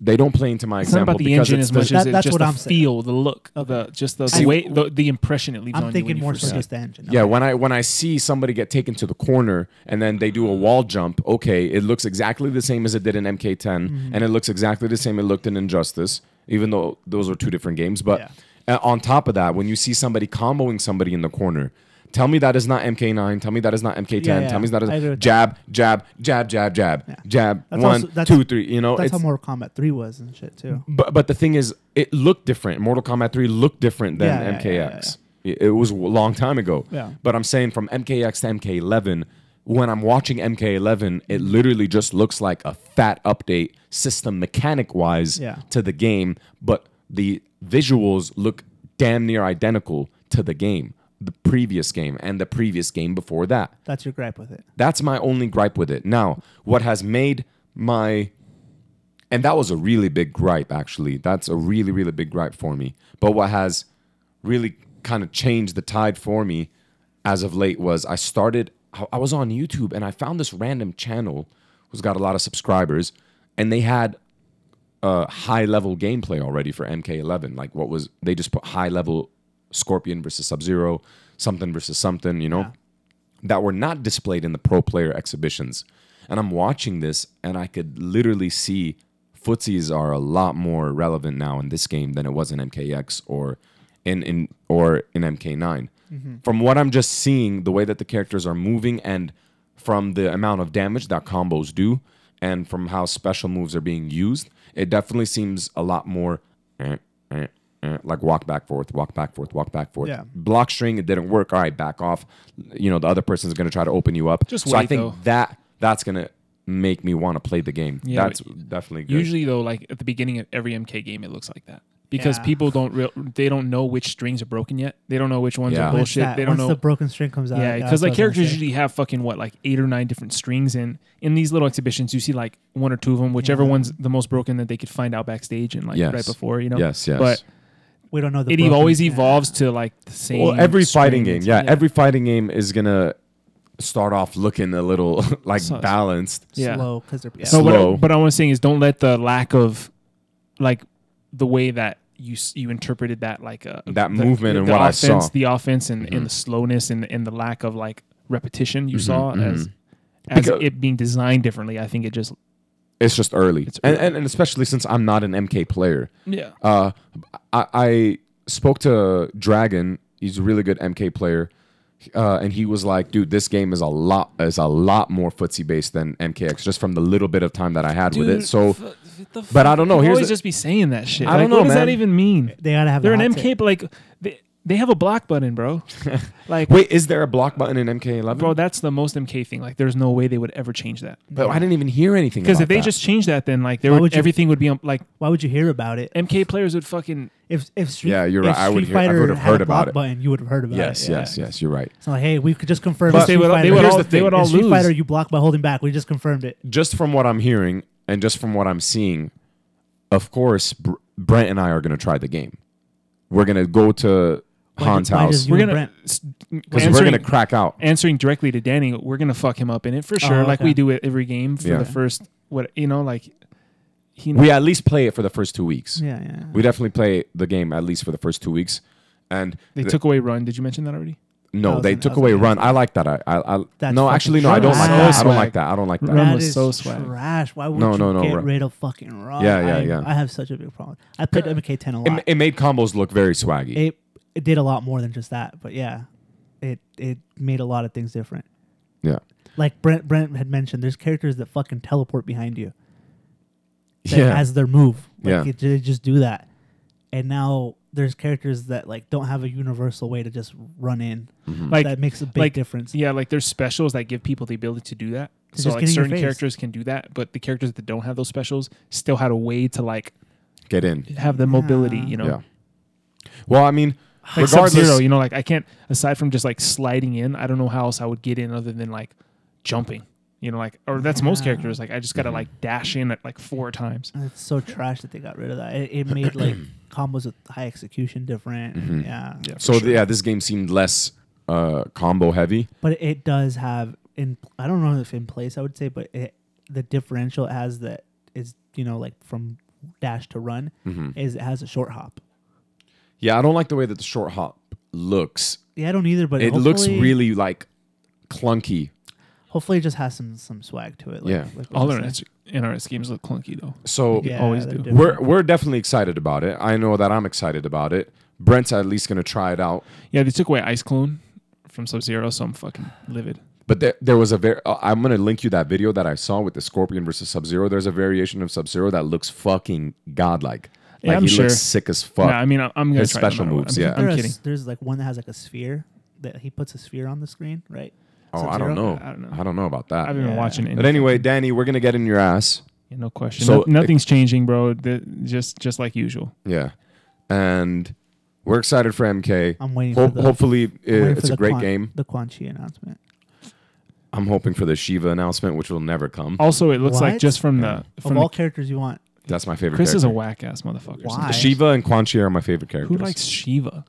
Speaker 1: they don't play into my
Speaker 3: It's not
Speaker 1: example
Speaker 3: about the
Speaker 1: because
Speaker 3: engine
Speaker 1: it's
Speaker 3: as much
Speaker 1: the-
Speaker 3: as
Speaker 2: That-
Speaker 3: it
Speaker 2: that's
Speaker 3: just
Speaker 2: what
Speaker 3: the
Speaker 2: I'm saying.
Speaker 3: feel, the look,
Speaker 2: Okay.
Speaker 3: the just the
Speaker 2: See,
Speaker 3: way, the, the impression it leaves
Speaker 2: I'm
Speaker 3: on
Speaker 2: thinking
Speaker 3: you.
Speaker 2: more
Speaker 3: When you
Speaker 2: so
Speaker 3: first see
Speaker 2: just the engine.
Speaker 1: yeah.
Speaker 2: Okay.
Speaker 1: When I when I see somebody get taken to the corner and then they do a wall jump, okay, it looks exactly the same as it did in MK10,
Speaker 2: Mm-hmm.
Speaker 1: and it looks exactly the same it looked in Injustice, even though those are two different games. But uh, on top of that, when you see somebody comboing somebody in the corner. Tell me that is not MK9. Tell me that is not MK10.
Speaker 2: Yeah,
Speaker 1: Tell me
Speaker 2: yeah.
Speaker 1: that is
Speaker 2: I agree with that.
Speaker 1: jab, jab, jab, jab, jab,
Speaker 2: Yeah.
Speaker 1: jab.
Speaker 2: That's
Speaker 1: one,
Speaker 2: also- that's-
Speaker 1: two, three. You know,
Speaker 2: that's
Speaker 1: it's,
Speaker 2: how Mortal Kombat Three was and shit too.
Speaker 1: But but the thing is, it looked different. Mortal Kombat 3 looked different than
Speaker 2: Yeah, yeah, yeah,
Speaker 1: MKX. It- It was a long time ago.
Speaker 2: Yeah.
Speaker 1: But I'm saying from MKX to MK11, when I'm watching MK11, it literally just looks like a fat update system mechanic wise
Speaker 2: Yeah.
Speaker 1: to the game, but the visuals look damn near identical to the game, the previous game, and the previous game before that.
Speaker 2: That's your gripe with it.
Speaker 1: That's my only gripe with it. Now, what has made my and that was a really big gripe actually. That's a really really big gripe for me. But what has really kind of changed the tide for me as of late was I started I- I was on YouTube and I found this random channel who's got a lot of subscribers and they had uh, high level gameplay already for MK11. Like what was they just put high level Scorpion versus Sub Zero, something versus something, you know, that were not displayed in the pro player exhibitions. And I'm watching this, and I could literally see footsies are a lot more relevant now in this game than it was in MKX or in in or in MK9. From what I'm just seeing, the way that the characters are moving, and from the amount of damage that combos do, and from how special moves are being used, it definitely seems a lot more eh, eh, eh, like walk back forth, walk back forth, walk back forth.
Speaker 2: Yeah.
Speaker 1: Block string, it didn't work. All right, back off. You know, the other person's gonna try to open you up.
Speaker 3: Just
Speaker 1: so I
Speaker 3: wait,
Speaker 1: think
Speaker 3: though.
Speaker 1: that that's gonna make me want to play the game.
Speaker 3: Yeah,
Speaker 1: that's definitely good.
Speaker 3: Usually though, like at the beginning of every MK game, it looks like that because
Speaker 2: Yeah.
Speaker 3: people don't real they don't know which strings are broken yet. They don't know which ones
Speaker 1: Yeah.
Speaker 3: are
Speaker 1: Once
Speaker 2: Once
Speaker 3: bullshit.
Speaker 2: that-
Speaker 3: they don't
Speaker 2: once
Speaker 3: know
Speaker 2: the uh, broken string comes out.
Speaker 3: Yeah,
Speaker 2: that's
Speaker 3: because
Speaker 2: what I was
Speaker 3: like
Speaker 2: gonna
Speaker 3: characters
Speaker 2: say.
Speaker 3: usually have fucking what like eight or nine different strings, and in these little exhibitions, you see like one or two of them, whichever
Speaker 2: Yeah.
Speaker 3: one's the most broken that they could find out backstage and like
Speaker 1: Yes.
Speaker 3: right before, you know.
Speaker 1: Yes, yes.
Speaker 3: But
Speaker 2: we don't know the.
Speaker 3: it e,
Speaker 2: broken-
Speaker 3: always
Speaker 2: yeah.
Speaker 3: evolves to like the same.
Speaker 1: well, every fighting game,
Speaker 3: strings.
Speaker 1: yeah, every fighting game is gonna start off looking a little like
Speaker 3: So-
Speaker 1: balanced.
Speaker 3: yeah.
Speaker 2: slow because they're yeah.
Speaker 3: So what? I,
Speaker 1: Slow.
Speaker 3: what I was saying is, don't let the lack of, like, the way that you s- you interpreted that like uh,
Speaker 1: That
Speaker 3: the-
Speaker 1: movement
Speaker 3: the
Speaker 1: and what I
Speaker 3: offense-
Speaker 1: saw. Mm-hmm.
Speaker 3: the offense and, and the slowness and and the lack of like repetition you saw as as
Speaker 1: Mm-hmm. Because-
Speaker 3: it being designed differently. I think it just
Speaker 1: It's just early,
Speaker 3: It's
Speaker 1: And,
Speaker 3: early.
Speaker 1: and and especially since I'm not an MK player.
Speaker 3: yeah
Speaker 1: Uh, I, I spoke to Dragon. He's a really good MK player, uh, and he was like, "Dude, this game is a lot is a lot more footsie based than MKX. Just from the little bit of time that I had with it. So but I don't know,
Speaker 3: You
Speaker 1: Oh, here's
Speaker 3: always
Speaker 1: the-
Speaker 3: just be saying that shit.
Speaker 1: I don't
Speaker 3: Like,
Speaker 1: know,
Speaker 3: What does
Speaker 1: man.
Speaker 3: that even mean?
Speaker 2: They gotta have.
Speaker 3: They're
Speaker 2: the
Speaker 3: an
Speaker 2: hot
Speaker 3: MK,
Speaker 2: take.
Speaker 3: but like they, they have a block button, bro. like,
Speaker 1: wait, is there a block button in MK11?
Speaker 3: bro, that's the most MK thing. Like, there's no way they would ever change that.
Speaker 1: but I didn't even hear anything.
Speaker 3: Because if
Speaker 1: about
Speaker 3: they
Speaker 1: that.
Speaker 3: just changed that, then like there
Speaker 2: Why
Speaker 3: would,
Speaker 2: would you-
Speaker 3: everything would be um, like
Speaker 2: Why would you hear about it?
Speaker 3: MK players would fucking
Speaker 2: If if Street,
Speaker 1: Yeah, you're
Speaker 2: if
Speaker 1: right. I would
Speaker 2: Street
Speaker 1: hear- I
Speaker 2: Fighter
Speaker 1: would have
Speaker 2: had a
Speaker 1: heard about
Speaker 2: block
Speaker 1: it.
Speaker 2: Button, you would have heard about
Speaker 1: yes,
Speaker 2: it. yeah.
Speaker 1: yes, yes, you're right.
Speaker 2: It's not like, hey, we could just confirm.
Speaker 1: But-
Speaker 2: Street
Speaker 3: they would
Speaker 2: Fighter.
Speaker 3: they would
Speaker 1: Here's
Speaker 3: all
Speaker 1: the
Speaker 3: they would
Speaker 1: thing.
Speaker 3: all
Speaker 2: Street
Speaker 3: lose.
Speaker 2: Fighter, you block by holding back. We just confirmed it.
Speaker 1: Just from what I'm hearing and just from what I'm seeing, of course, Br- Brent and I are gonna try the game. We're gonna go to
Speaker 2: do-
Speaker 1: Han's
Speaker 2: why
Speaker 1: house
Speaker 2: does
Speaker 3: we're
Speaker 2: you and
Speaker 3: gonna
Speaker 2: Brent.
Speaker 3: s-
Speaker 1: because we're
Speaker 3: answering-
Speaker 1: gonna crack out.
Speaker 3: answering directly to Danny, we're gonna fuck him up in it for sure, like
Speaker 2: Oh, okay.
Speaker 3: we do it every game for
Speaker 1: Yeah.
Speaker 3: the first what you know, like he
Speaker 1: We at least play it for the first two weeks.
Speaker 2: Yeah, yeah.
Speaker 1: We definitely play the game at least for the first two weeks, and
Speaker 3: they
Speaker 1: the-
Speaker 3: took away run. Did you mention that already?
Speaker 1: no,
Speaker 2: was
Speaker 1: they
Speaker 2: gonna- I
Speaker 1: took
Speaker 2: was
Speaker 1: away
Speaker 2: gonna
Speaker 1: run. I like that. I, I, I
Speaker 2: That's
Speaker 1: no,
Speaker 2: fucking
Speaker 1: actually, no, I
Speaker 2: trash.
Speaker 1: don't like that. I
Speaker 3: So
Speaker 1: don't like
Speaker 3: swag.
Speaker 1: that. I don't like
Speaker 3: Run
Speaker 1: that.
Speaker 3: Run
Speaker 2: That
Speaker 3: was
Speaker 2: is
Speaker 3: so swag.
Speaker 2: trash. Why would
Speaker 1: No,
Speaker 2: you
Speaker 1: no, no,
Speaker 2: get
Speaker 1: run.
Speaker 2: rid of fucking Rob?
Speaker 1: Yeah, yeah,
Speaker 2: I,
Speaker 1: yeah.
Speaker 2: I have such a big problem. I played MK10 a lot.
Speaker 1: It, it made combos look very swaggy.
Speaker 2: it it did a lot more than just that, but yeah, it it made a lot of things different.
Speaker 1: yeah,
Speaker 2: Like Brent Brent had mentioned, there's characters that fucking teleport behind you that-
Speaker 1: yeah.
Speaker 2: as their move. Like
Speaker 1: Yeah.
Speaker 2: it, they just do that, and now there's characters that like don't have a universal way to just run in.
Speaker 3: Like
Speaker 2: Mm. that makes a big
Speaker 3: like,
Speaker 2: difference.
Speaker 3: Yeah, like there's specials that give people the ability to do that.
Speaker 2: To
Speaker 3: so
Speaker 2: just
Speaker 3: like
Speaker 2: get in your
Speaker 3: certain
Speaker 2: face.
Speaker 3: characters can do that, but the characters that don't have those specials still had a way to like
Speaker 1: Get in.
Speaker 3: have the mobility, you know.
Speaker 1: Yeah. Well, I mean,
Speaker 3: Like
Speaker 1: regardless,
Speaker 3: Sub-Zero, you know, like I can't aside from just like sliding in, I don't know how else I would get in other than like jumping. You know, like or that's most characters. Like I just
Speaker 1: Mm-hmm.
Speaker 3: gotta like dash in at like four times.
Speaker 2: It's so trash that they got rid of that. It, it made like combos with high execution different.
Speaker 1: Mm-hmm.
Speaker 2: Yeah.
Speaker 1: so yeah, this game seemed less uh, combo heavy.
Speaker 2: But it does have in I don't know if in place I would say, but it the differential it has that is you know like from dash to run
Speaker 1: Mm-hmm.
Speaker 2: is it has a short hop.
Speaker 1: Yeah, I don't like the way that the short hop looks.
Speaker 2: Yeah, I don't either. But
Speaker 1: It looks
Speaker 2: hopefully-
Speaker 1: really like clunky.
Speaker 2: Hopefully, it just has some some swag to it. Like,
Speaker 1: Yeah.
Speaker 2: like what
Speaker 3: All
Speaker 2: you
Speaker 3: our
Speaker 2: said.
Speaker 3: NRS, NRS games look clunky though.
Speaker 1: So
Speaker 2: Yeah,
Speaker 3: always
Speaker 2: they're
Speaker 3: do.
Speaker 2: different.
Speaker 1: we're we're definitely excited about it. I know that I'm excited about it. Brent's at least gonna try it out.
Speaker 3: Yeah, they took away Ice Clone from Sub Zero, so I'm fucking livid.
Speaker 1: But there, there was a very. Uh, I'm gonna link you that video that I saw with the Scorpion versus Sub Zero. There's a variation of Sub Zero that looks fucking godlike.
Speaker 3: Yeah,
Speaker 1: like
Speaker 3: I'm
Speaker 1: he
Speaker 3: sure.
Speaker 1: looks sick as fuck.
Speaker 3: Nah, I mean I, am gonna
Speaker 1: His
Speaker 3: try it no
Speaker 1: special
Speaker 3: matter what.
Speaker 1: moves,
Speaker 3: I'm-
Speaker 1: yeah.
Speaker 3: I'm,
Speaker 2: There's-
Speaker 3: kidding.
Speaker 2: There's like one that has like a sphere that he puts a sphere on the screen, right?
Speaker 1: oh, I don't
Speaker 2: Sub-Zero?
Speaker 1: know.
Speaker 3: I don't know.
Speaker 1: I don't know about that.
Speaker 3: I haven't been watching it.
Speaker 1: But anyway, Danny, we're gonna get in your ass.
Speaker 3: Yeah, no question.
Speaker 1: So-
Speaker 3: So nothing's changing, bro. The- just just like usual.
Speaker 1: Yeah, and we're excited for MK.
Speaker 2: I'm waiting
Speaker 1: Ho-
Speaker 2: for the-
Speaker 1: hopefully, uh,
Speaker 2: I'm waiting for
Speaker 1: it's a
Speaker 2: the
Speaker 1: great
Speaker 2: Quan-
Speaker 1: game.
Speaker 2: The Quan Chi announcement.
Speaker 1: I'm hoping for the Shiva announcement, which will never come.
Speaker 3: Also, it looks like
Speaker 2: What?
Speaker 3: just from the
Speaker 2: Of
Speaker 3: from
Speaker 2: all
Speaker 3: the,
Speaker 2: characters you want,
Speaker 1: That's my favorite.
Speaker 3: Chris is a
Speaker 1: character.
Speaker 3: whack ass motherfucker.
Speaker 2: Why?
Speaker 1: Shiva and Quan Chi are my favorite
Speaker 3: Who
Speaker 1: characters.
Speaker 3: likes Shiva?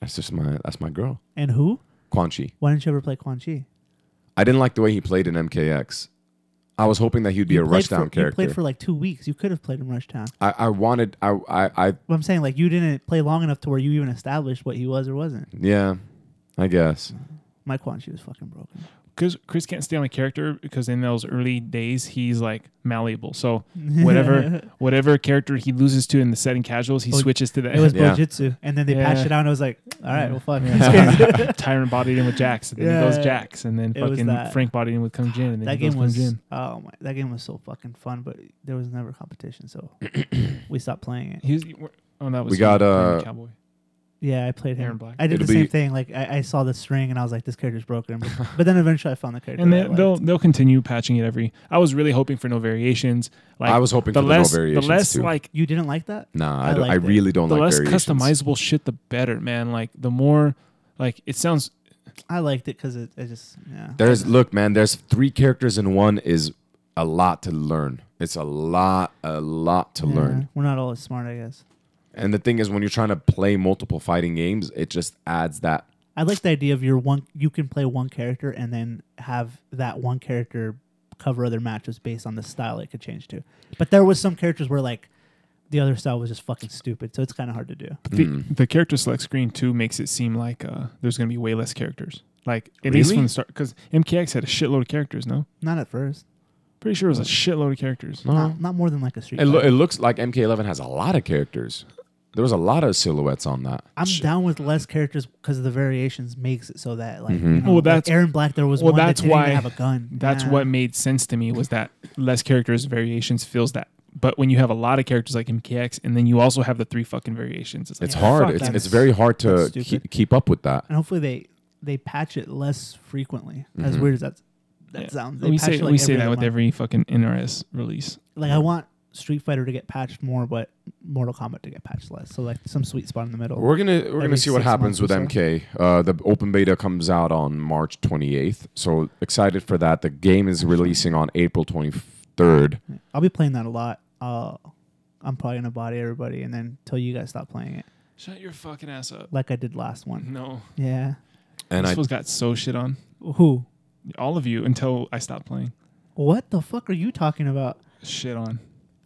Speaker 1: That's just my. That's my girl,
Speaker 2: and who?
Speaker 1: Quan Chi.
Speaker 2: Why didn't you ever play Quan Chi?
Speaker 1: I didn't like the way he played in MKX. I was hoping that he'd be
Speaker 2: You
Speaker 1: a
Speaker 2: played
Speaker 1: rushdown
Speaker 2: for, You
Speaker 1: character.
Speaker 2: played for like two weeks. You could have played him Rushdown.
Speaker 1: I, I wanted. I, I. I.
Speaker 2: But I'm saying like you didn't play long enough to where you even established what he was or wasn't.
Speaker 1: Yeah. I guess.
Speaker 2: My Quan Chi was fucking broken.
Speaker 3: Because Chris can't stay on a character because in those early days he's like malleable. So whatever whatever character he loses to in the setting casuals, he
Speaker 2: Oh,
Speaker 3: switches to
Speaker 2: It was
Speaker 3: that.
Speaker 1: Yeah.
Speaker 2: Bojitsu, and then they
Speaker 3: Yeah.
Speaker 2: patched it out. and I was like, all right, well, fuck.
Speaker 3: Tyrant bodied him with Jax, and then
Speaker 2: Yeah.
Speaker 3: he goes Jax, and then
Speaker 2: It was
Speaker 3: fucking
Speaker 2: that.
Speaker 3: Frank bodied him with Kung Jin, and then
Speaker 2: that
Speaker 3: he
Speaker 2: game
Speaker 3: goes Kung
Speaker 2: was
Speaker 3: Jin.
Speaker 2: oh my, that game was so fucking fun, but there was never competition, so we stopped playing it.
Speaker 3: He was, oh, that was
Speaker 1: We got,
Speaker 3: Iron
Speaker 1: uh,
Speaker 3: Cowboy.
Speaker 2: Yeah, I played him.
Speaker 3: Aaron Black.
Speaker 2: I did
Speaker 1: It'll
Speaker 2: the
Speaker 1: be-
Speaker 2: same thing. Like I, I saw the string and I was like, this character's broken. But, but then eventually I found the character.
Speaker 3: and
Speaker 2: that I
Speaker 3: they, they'll
Speaker 2: liked.
Speaker 3: they'll continue patching it every. I was really hoping for no variations. Like
Speaker 1: I was hoping
Speaker 3: the
Speaker 1: for the no
Speaker 3: less
Speaker 1: variations,
Speaker 3: the less
Speaker 1: too.
Speaker 3: like
Speaker 2: you didn't like that?
Speaker 1: Nah. I,
Speaker 2: I
Speaker 1: don't- I
Speaker 2: liked it.
Speaker 1: really don't
Speaker 3: the
Speaker 1: like
Speaker 3: less
Speaker 1: variations.
Speaker 3: customizable shit, the better, man. Like the more like it sounds.
Speaker 2: I liked it because it, it just yeah.
Speaker 1: There's look, man. There's three characters in one is a lot to learn. It's a lot, a lot to
Speaker 2: Yeah,
Speaker 1: learn.
Speaker 2: We're not all as smart, I guess.
Speaker 1: And the thing is, when you're trying to play multiple fighting games, it just adds that.
Speaker 2: I like the idea of your one. You can play one character and then have that one character cover other matches based on the style it could change to. But there was some characters where like the other style was just fucking stupid, so it's kind of hard to do.
Speaker 1: Hmm.
Speaker 3: The, the character select screen too makes it seem like uh, there's gonna be way less characters. Like at least
Speaker 5: Really?
Speaker 3: from the start, because MKX had a shitload of characters. No,
Speaker 2: Not at first.
Speaker 3: pretty sure it was a shitload of characters.
Speaker 1: Uh-huh.
Speaker 2: Not, not more than like a street.
Speaker 1: It, lo-
Speaker 2: fighter.
Speaker 1: it looks like MK11 has a lot of characters. There was a lot of silhouettes on that.
Speaker 2: I'm down with less characters because the variations makes it so that like you know,
Speaker 3: Well,
Speaker 2: like
Speaker 3: that's-
Speaker 2: Aaron Black. There was
Speaker 3: well,
Speaker 2: one
Speaker 3: that's
Speaker 2: that didn't
Speaker 3: why-
Speaker 2: even have a gun.
Speaker 3: That's
Speaker 2: Yeah.
Speaker 3: what made sense to me was that less characters variations feels that. But when you have a lot of characters like MKX, and then you also have the three fucking variations, it's like
Speaker 1: It's
Speaker 2: Yeah,
Speaker 1: hard.
Speaker 2: fuck
Speaker 1: It's,
Speaker 2: that.
Speaker 1: it's very hard to
Speaker 2: That's
Speaker 1: keep,
Speaker 2: stupid.
Speaker 1: keep up with that.
Speaker 2: and hopefully they they patch it less frequently. As weird as that that
Speaker 3: yeah.
Speaker 2: sounds, they
Speaker 3: we
Speaker 2: patch
Speaker 3: say
Speaker 2: it, like,
Speaker 3: we say
Speaker 2: every
Speaker 3: that
Speaker 2: other
Speaker 3: with
Speaker 2: month.
Speaker 3: every fucking NRS release.
Speaker 2: Like I want Street Fighter to get patched more, but Mortal Kombat to get patched less. So like some sweet spot in the middle.
Speaker 1: We're gonna we're gonna
Speaker 2: Every
Speaker 1: see what
Speaker 2: six
Speaker 1: happens
Speaker 2: months or
Speaker 1: with
Speaker 2: so.
Speaker 1: MK. Uh, the open beta comes out on March 28th, so excited for that. The game is releasing on April 23rd.
Speaker 2: I'll be playing that a lot. Uh, I'm probably gonna body everybody, and then till you guys stop playing it,
Speaker 3: Shut your fucking ass up.
Speaker 2: like I did last one.
Speaker 3: No,
Speaker 2: Yeah.
Speaker 1: And
Speaker 3: this
Speaker 1: I
Speaker 3: fool's got so shit on
Speaker 2: Who?
Speaker 3: all of you until I stop playing.
Speaker 2: What the fuck are you talking about?
Speaker 3: Shit on.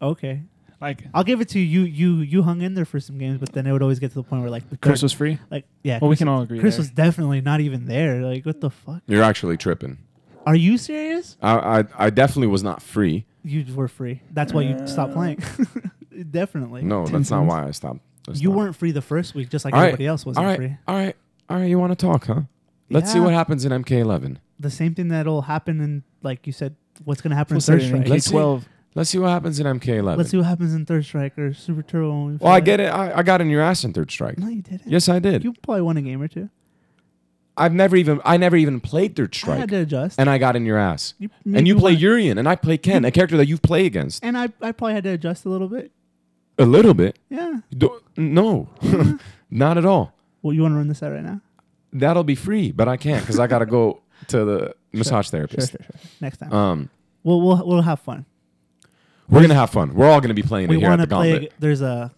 Speaker 2: Okay,
Speaker 3: Like
Speaker 2: I'll give it to you. You you hung in there for some games, but then it would always get to the point where like the
Speaker 3: Chris
Speaker 2: third-
Speaker 3: was free.
Speaker 2: like yeah.
Speaker 3: Well, we
Speaker 2: Chris-
Speaker 3: can all agree.
Speaker 2: Chris
Speaker 3: there.
Speaker 2: was definitely not even there. Like what the fuck?
Speaker 1: you're actually tripping.
Speaker 2: Are you serious?
Speaker 1: I, I I definitely was not free.
Speaker 2: You were free. That's why you stopped playing. definitely.
Speaker 1: No,
Speaker 3: Ten
Speaker 1: that's not
Speaker 3: cents.
Speaker 1: why I stopped. That's
Speaker 2: You
Speaker 1: not-
Speaker 2: weren't free the first week, just like
Speaker 1: All right,
Speaker 2: everybody else wasn't
Speaker 1: all right,
Speaker 2: free.
Speaker 1: All right, all right. You want to talk, huh? Let's see
Speaker 2: Yeah.
Speaker 1: what happens in MK11.
Speaker 2: The same thing that'll happen in like you said, what's gonna happen
Speaker 3: We'll
Speaker 2: in
Speaker 3: say
Speaker 2: Third
Speaker 3: it in
Speaker 2: Strike.
Speaker 1: Let's see.
Speaker 3: K12.
Speaker 1: Let's see what happens in MK11.
Speaker 2: Let's see what happens in Third Strike or Super Turbo. when we
Speaker 1: well, I
Speaker 2: play.
Speaker 1: get it. I, I got in your ass in third strike.
Speaker 2: No, you didn't.
Speaker 1: Yes, I did.
Speaker 2: You probably won a game or two.
Speaker 1: I've never even I never even played third
Speaker 2: I had
Speaker 1: strike,
Speaker 2: to adjust.
Speaker 1: and I got in your ass.
Speaker 2: You-
Speaker 1: and you
Speaker 2: maybe
Speaker 1: play
Speaker 2: won.
Speaker 1: Urian, and I play Ken, a character that you play against
Speaker 2: And I, I probably had to adjust a little bit.
Speaker 1: a little bit.
Speaker 2: Yeah.
Speaker 1: Do- no, not at all.
Speaker 2: Well, you want to run this out right now?
Speaker 1: That'll be free, but I can't because I gotta go to the massage
Speaker 2: Sure,
Speaker 1: therapist.
Speaker 2: sure, sure. Next time.
Speaker 1: Um,
Speaker 2: we'll, we'll we'll have fun.
Speaker 1: we're gonna have fun. We're all gonna be playing
Speaker 2: We
Speaker 1: it here at
Speaker 2: want
Speaker 1: the
Speaker 2: to play.
Speaker 1: gauntlet.
Speaker 2: There's a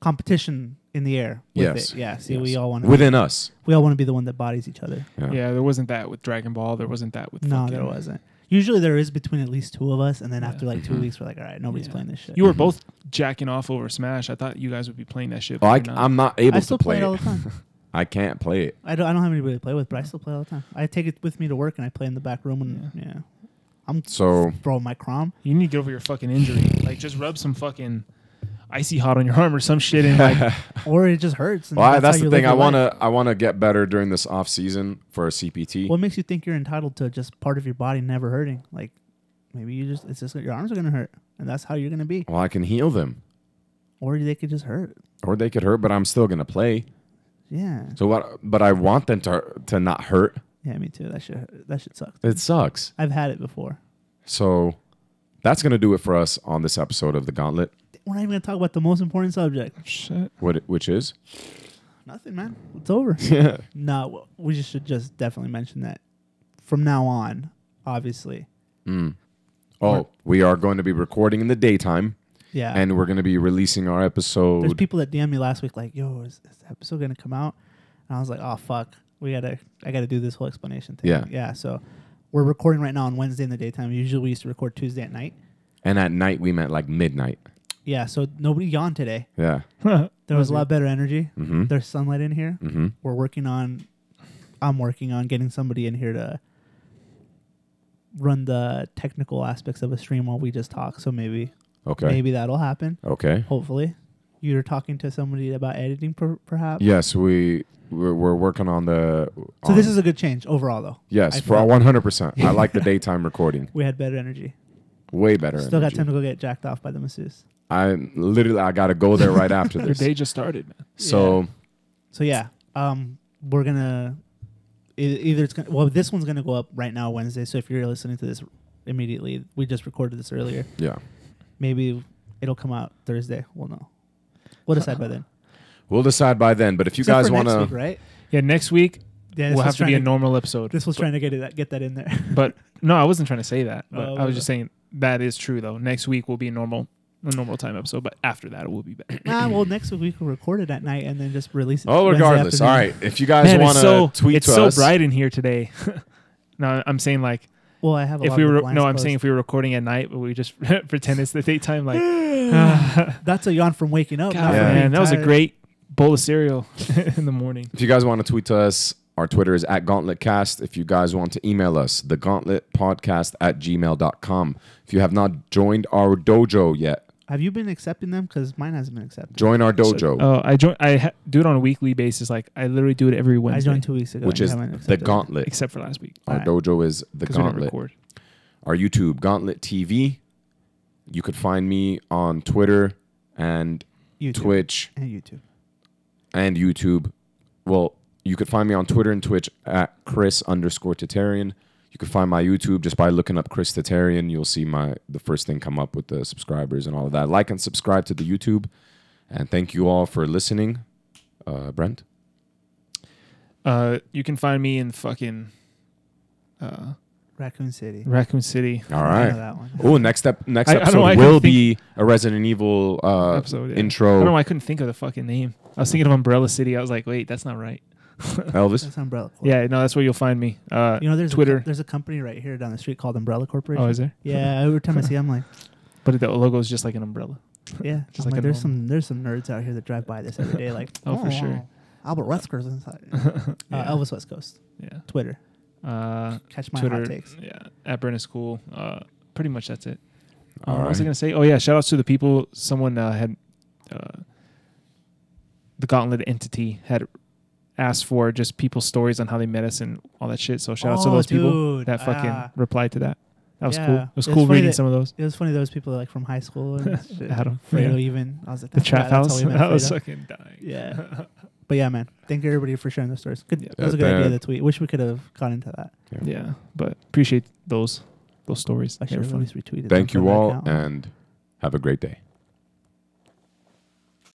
Speaker 2: competition in the air. With
Speaker 1: Yes.
Speaker 2: It. Yeah. See,
Speaker 1: Yes.
Speaker 2: we all want to.
Speaker 1: within us.
Speaker 2: We all want to be the one that bodies each other.
Speaker 1: Yeah.
Speaker 3: Yeah, there wasn't that with Dragon Ball. There wasn't that with.
Speaker 2: No,
Speaker 3: fucking-
Speaker 2: there wasn't. Usually there is between at least two of us, and then
Speaker 3: Yeah.
Speaker 2: after like 2
Speaker 1: Mhm.
Speaker 2: weeks, we're like, all right, nobody's
Speaker 3: Yeah.
Speaker 2: playing this shit.
Speaker 3: You were both jacking off over Smash. I thought you guys would be playing that shit.
Speaker 1: Oh,
Speaker 3: but
Speaker 1: I,
Speaker 3: you're not.
Speaker 1: I'm not able
Speaker 2: I still
Speaker 1: to play.
Speaker 2: it all
Speaker 1: It.
Speaker 2: the Mm-hmm. time.
Speaker 1: I can't play it.
Speaker 2: I don't. I don't have anybody to play with, but I still play all the time. I take it with me to work, and I play in the back room. And yeah, I'm
Speaker 1: So
Speaker 2: throwing my crom.
Speaker 3: You need to get over your fucking injury. Like, just rub some fucking icy hot on your arm or some shit. And like,
Speaker 2: or it just hurts. And
Speaker 1: well, I-
Speaker 2: that's,
Speaker 1: that's,
Speaker 2: how you
Speaker 1: the
Speaker 2: live
Speaker 1: thing. I
Speaker 2: your life.
Speaker 1: wanna I wanna get better during this off season for a CPT.
Speaker 2: What makes you think you're entitled to just part of your body never hurting? Like maybe you just it's just that your arms are gonna hurt, and that's how you're gonna be.
Speaker 1: Well, I can heal them,
Speaker 2: Or they could just hurt.
Speaker 1: or they could hurt, but I'm still gonna play.
Speaker 2: Yeah.
Speaker 1: So what? But I want them to to not hurt.
Speaker 2: Yeah, me too. That shit that shit sucks.
Speaker 1: It sucks.
Speaker 2: I've had it before.
Speaker 1: So that's gonna do it for us on this episode of the Gauntlet.
Speaker 2: We're not even gonna talk about the most important subject.
Speaker 3: shit.
Speaker 1: What? Which is?
Speaker 2: Nothing, man. It's over.
Speaker 1: Yeah.
Speaker 2: no, w- we just should just definitely mention that from now on. Obviously,
Speaker 1: Oh, we are going to be recording in the daytime,
Speaker 2: yeah.
Speaker 1: and we're gonna be releasing our
Speaker 2: Ah. there's
Speaker 1: episode.
Speaker 2: people that DM me last week like, "Yo, is, is the episode gonna come out?" And I was like, "Oh fuck, we gotta, I gotta do this whole explanation thing."
Speaker 1: Yeah.
Speaker 2: yeah. So we're recording right now on Wednesday in the daytime. Usually we used to record Tuesday at night.
Speaker 1: and at night we meant like midnight.
Speaker 2: Yeah. So nobody yawned today.
Speaker 1: Yeah.
Speaker 2: There was a lot better energy.
Speaker 1: Mm-hmm.
Speaker 2: There's sunlight in here.
Speaker 1: Mm-hmm.
Speaker 2: We're working on, I'm working on getting somebody in here to run the technical aspects of a stream while we just talk. So maybe,
Speaker 1: Okay.
Speaker 2: maybe that'll happen.
Speaker 1: Okay.
Speaker 2: Hopefully, you're talking to somebody about editing, per- perhaps.
Speaker 1: Yes, we we're, we're working on the.
Speaker 2: So this
Speaker 1: on-
Speaker 2: is a good change overall, though.
Speaker 1: yes
Speaker 2: I
Speaker 1: for
Speaker 2: thought-
Speaker 1: one hundred percent. I like the daytime recording
Speaker 2: We had better energy.
Speaker 1: way better.
Speaker 2: Still
Speaker 1: energy.
Speaker 2: got time to go get jacked off by the masseuse.
Speaker 1: I literally I gotta go there right after
Speaker 3: Your
Speaker 1: this.
Speaker 3: day just started, man.
Speaker 1: So
Speaker 2: So yeah, um, we're gonna e- either it's gonna well this one's gonna go up right now Wednesday. So if you're listening to this immediately, we just recorded this earlier.
Speaker 1: yeah,
Speaker 2: Maybe it'll come out Thursday. We'll know. We'll decide by then.
Speaker 1: we'll decide by then. But if you
Speaker 2: Except
Speaker 1: guys
Speaker 2: for
Speaker 1: want
Speaker 2: next
Speaker 1: to,
Speaker 2: week, right?
Speaker 3: Yeah, next week
Speaker 2: Yeah, this
Speaker 3: will
Speaker 2: was
Speaker 3: have to be a
Speaker 2: trying
Speaker 3: normal episode.
Speaker 2: This was trying to get it, get that in there.
Speaker 3: But no, I wasn't trying to say that. But
Speaker 2: Oh,
Speaker 3: I was just saying that is true though. Next week will be a normal, a normal time episode. But after that, it will be better.
Speaker 2: ah, well, next week we can record it at night and then just release it.
Speaker 1: oh,
Speaker 2: Wednesday
Speaker 1: regardless. All
Speaker 2: afternoon.
Speaker 1: right, if you guys
Speaker 3: Man,
Speaker 1: want to
Speaker 3: it's so
Speaker 1: tweet
Speaker 3: it's
Speaker 1: to
Speaker 3: so
Speaker 1: us,
Speaker 3: bright in here today. no, I'm saying like
Speaker 2: Well, I have. A
Speaker 3: if
Speaker 2: lot
Speaker 3: we
Speaker 2: of the
Speaker 3: were
Speaker 2: blinds
Speaker 3: no, I'm
Speaker 2: closed.
Speaker 3: saying if we were recording at night, but we just pretend it's the daytime. Like,
Speaker 2: that's a yawn from waking up.
Speaker 3: God,
Speaker 2: not from
Speaker 1: Yeah.
Speaker 3: man,
Speaker 2: being
Speaker 3: that was a
Speaker 2: tired.
Speaker 3: great bowl of cereal in the morning.
Speaker 1: if you guys want to tweet to us, Our Twitter is at GauntletCast. If you guys want to email us, thegauntletpodcast at gmail.com. If you have not joined our dojo yet,
Speaker 2: Have you been accepting them? Because mine hasn't been accepted.
Speaker 1: join our dojo,
Speaker 3: Oh, I join. I ha- do it on a weekly basis. Like I literally do it every
Speaker 2: I
Speaker 3: Wednesday,
Speaker 2: joined two weeks ago.
Speaker 1: which
Speaker 2: and
Speaker 1: is
Speaker 2: you haven't
Speaker 1: the
Speaker 2: accepted.
Speaker 1: gauntlet.
Speaker 3: except for last week
Speaker 1: Our
Speaker 2: Alright.
Speaker 1: dojo is the
Speaker 3: because we didn't
Speaker 1: gauntlet.
Speaker 3: record.
Speaker 1: Our YouTube, Gauntlet TV. You could find me on Twitter and
Speaker 2: YouTube
Speaker 1: Twitch
Speaker 2: and YouTube.
Speaker 1: and YouTube. Well, you could find me on Twitter and Twitch at Chris underscore Tatarian. You could find my YouTube just by looking up Chris Tatarian. You'll see my the first thing come up with the subscribers and all of that. Like and subscribe to the YouTube. And thank you all for listening. Uh, Brent,
Speaker 3: Uh, you can find me in fucking uh,
Speaker 2: Raccoon City.
Speaker 3: Raccoon City.
Speaker 1: all
Speaker 2: I know
Speaker 1: right.
Speaker 2: that one.
Speaker 1: Oh, next step. Next
Speaker 3: I- I don't
Speaker 1: episode
Speaker 3: know why I couldn't
Speaker 1: will be a Resident Evil uh,
Speaker 3: Episode, yeah. I don't know.
Speaker 1: intro.
Speaker 3: why I couldn't think of the fucking name. I was thinking of Umbrella City. I was like, wait, that's not right.
Speaker 1: Elvis,
Speaker 2: That's Umbrella. Corp.
Speaker 3: Yeah, no, that's where you'll find me. Uh,
Speaker 2: You know, there's A,
Speaker 3: Twitter.
Speaker 2: co- there's a company right here down the street called Umbrella Corporation.
Speaker 3: oh, is there?
Speaker 2: Yeah. Every time I see, it, I'm like,
Speaker 3: But the logo is just like an umbrella.
Speaker 2: yeah.
Speaker 3: Just
Speaker 2: I'm
Speaker 3: like
Speaker 2: like,
Speaker 3: a
Speaker 2: there's
Speaker 3: normal-
Speaker 2: some there's some nerds out here that drive by this every day. Like,
Speaker 3: Oh, for sure.
Speaker 2: wow, Albert Wetzger's inside.
Speaker 3: Yeah.
Speaker 2: uh, Elvis West Coast.
Speaker 3: Yeah.
Speaker 2: Twitter.
Speaker 3: Uh,
Speaker 2: Catch my
Speaker 3: Twitter.
Speaker 2: hot takes.
Speaker 3: Yeah. At Brent is cool. Uh, pretty much that's it. Uh,
Speaker 1: All
Speaker 3: What was I
Speaker 1: right.
Speaker 3: gonna say? Oh yeah, shout outs to the people. Someone uh, had uh, the Gauntlet entity had asked for just people's stories on how they met us and all that shit. So shout outs to
Speaker 2: Oh,
Speaker 3: those people
Speaker 2: dude,
Speaker 3: that fucking
Speaker 2: ah.
Speaker 3: replied to that. That was
Speaker 2: Yeah.
Speaker 3: cool. It was
Speaker 2: It's
Speaker 3: cool
Speaker 2: funny
Speaker 3: reading
Speaker 2: that-
Speaker 3: some of those.
Speaker 2: It was funny those people like from high school and shit.
Speaker 3: Adam,
Speaker 2: Fredo
Speaker 3: yeah.
Speaker 2: even. I was like,
Speaker 3: The
Speaker 2: that's yeah,
Speaker 3: trap
Speaker 2: that's how
Speaker 3: house.
Speaker 2: we met
Speaker 3: That was
Speaker 2: Fredo.
Speaker 3: fucking dying.
Speaker 2: Yeah. But yeah, man. Thank everybody for sharing those stories. Good.
Speaker 3: Yeah.
Speaker 2: that was a
Speaker 1: Yeah,
Speaker 2: good idea. The
Speaker 1: that-
Speaker 2: tweet. Wish we could have gone into that.
Speaker 3: yeah. But appreciate those those stories.
Speaker 2: I
Speaker 3: They
Speaker 2: should
Speaker 3: were
Speaker 2: have at
Speaker 3: funny.
Speaker 2: least retweeted. them
Speaker 1: thank
Speaker 2: from
Speaker 1: you
Speaker 2: that
Speaker 1: all
Speaker 2: account.
Speaker 1: and have a great day.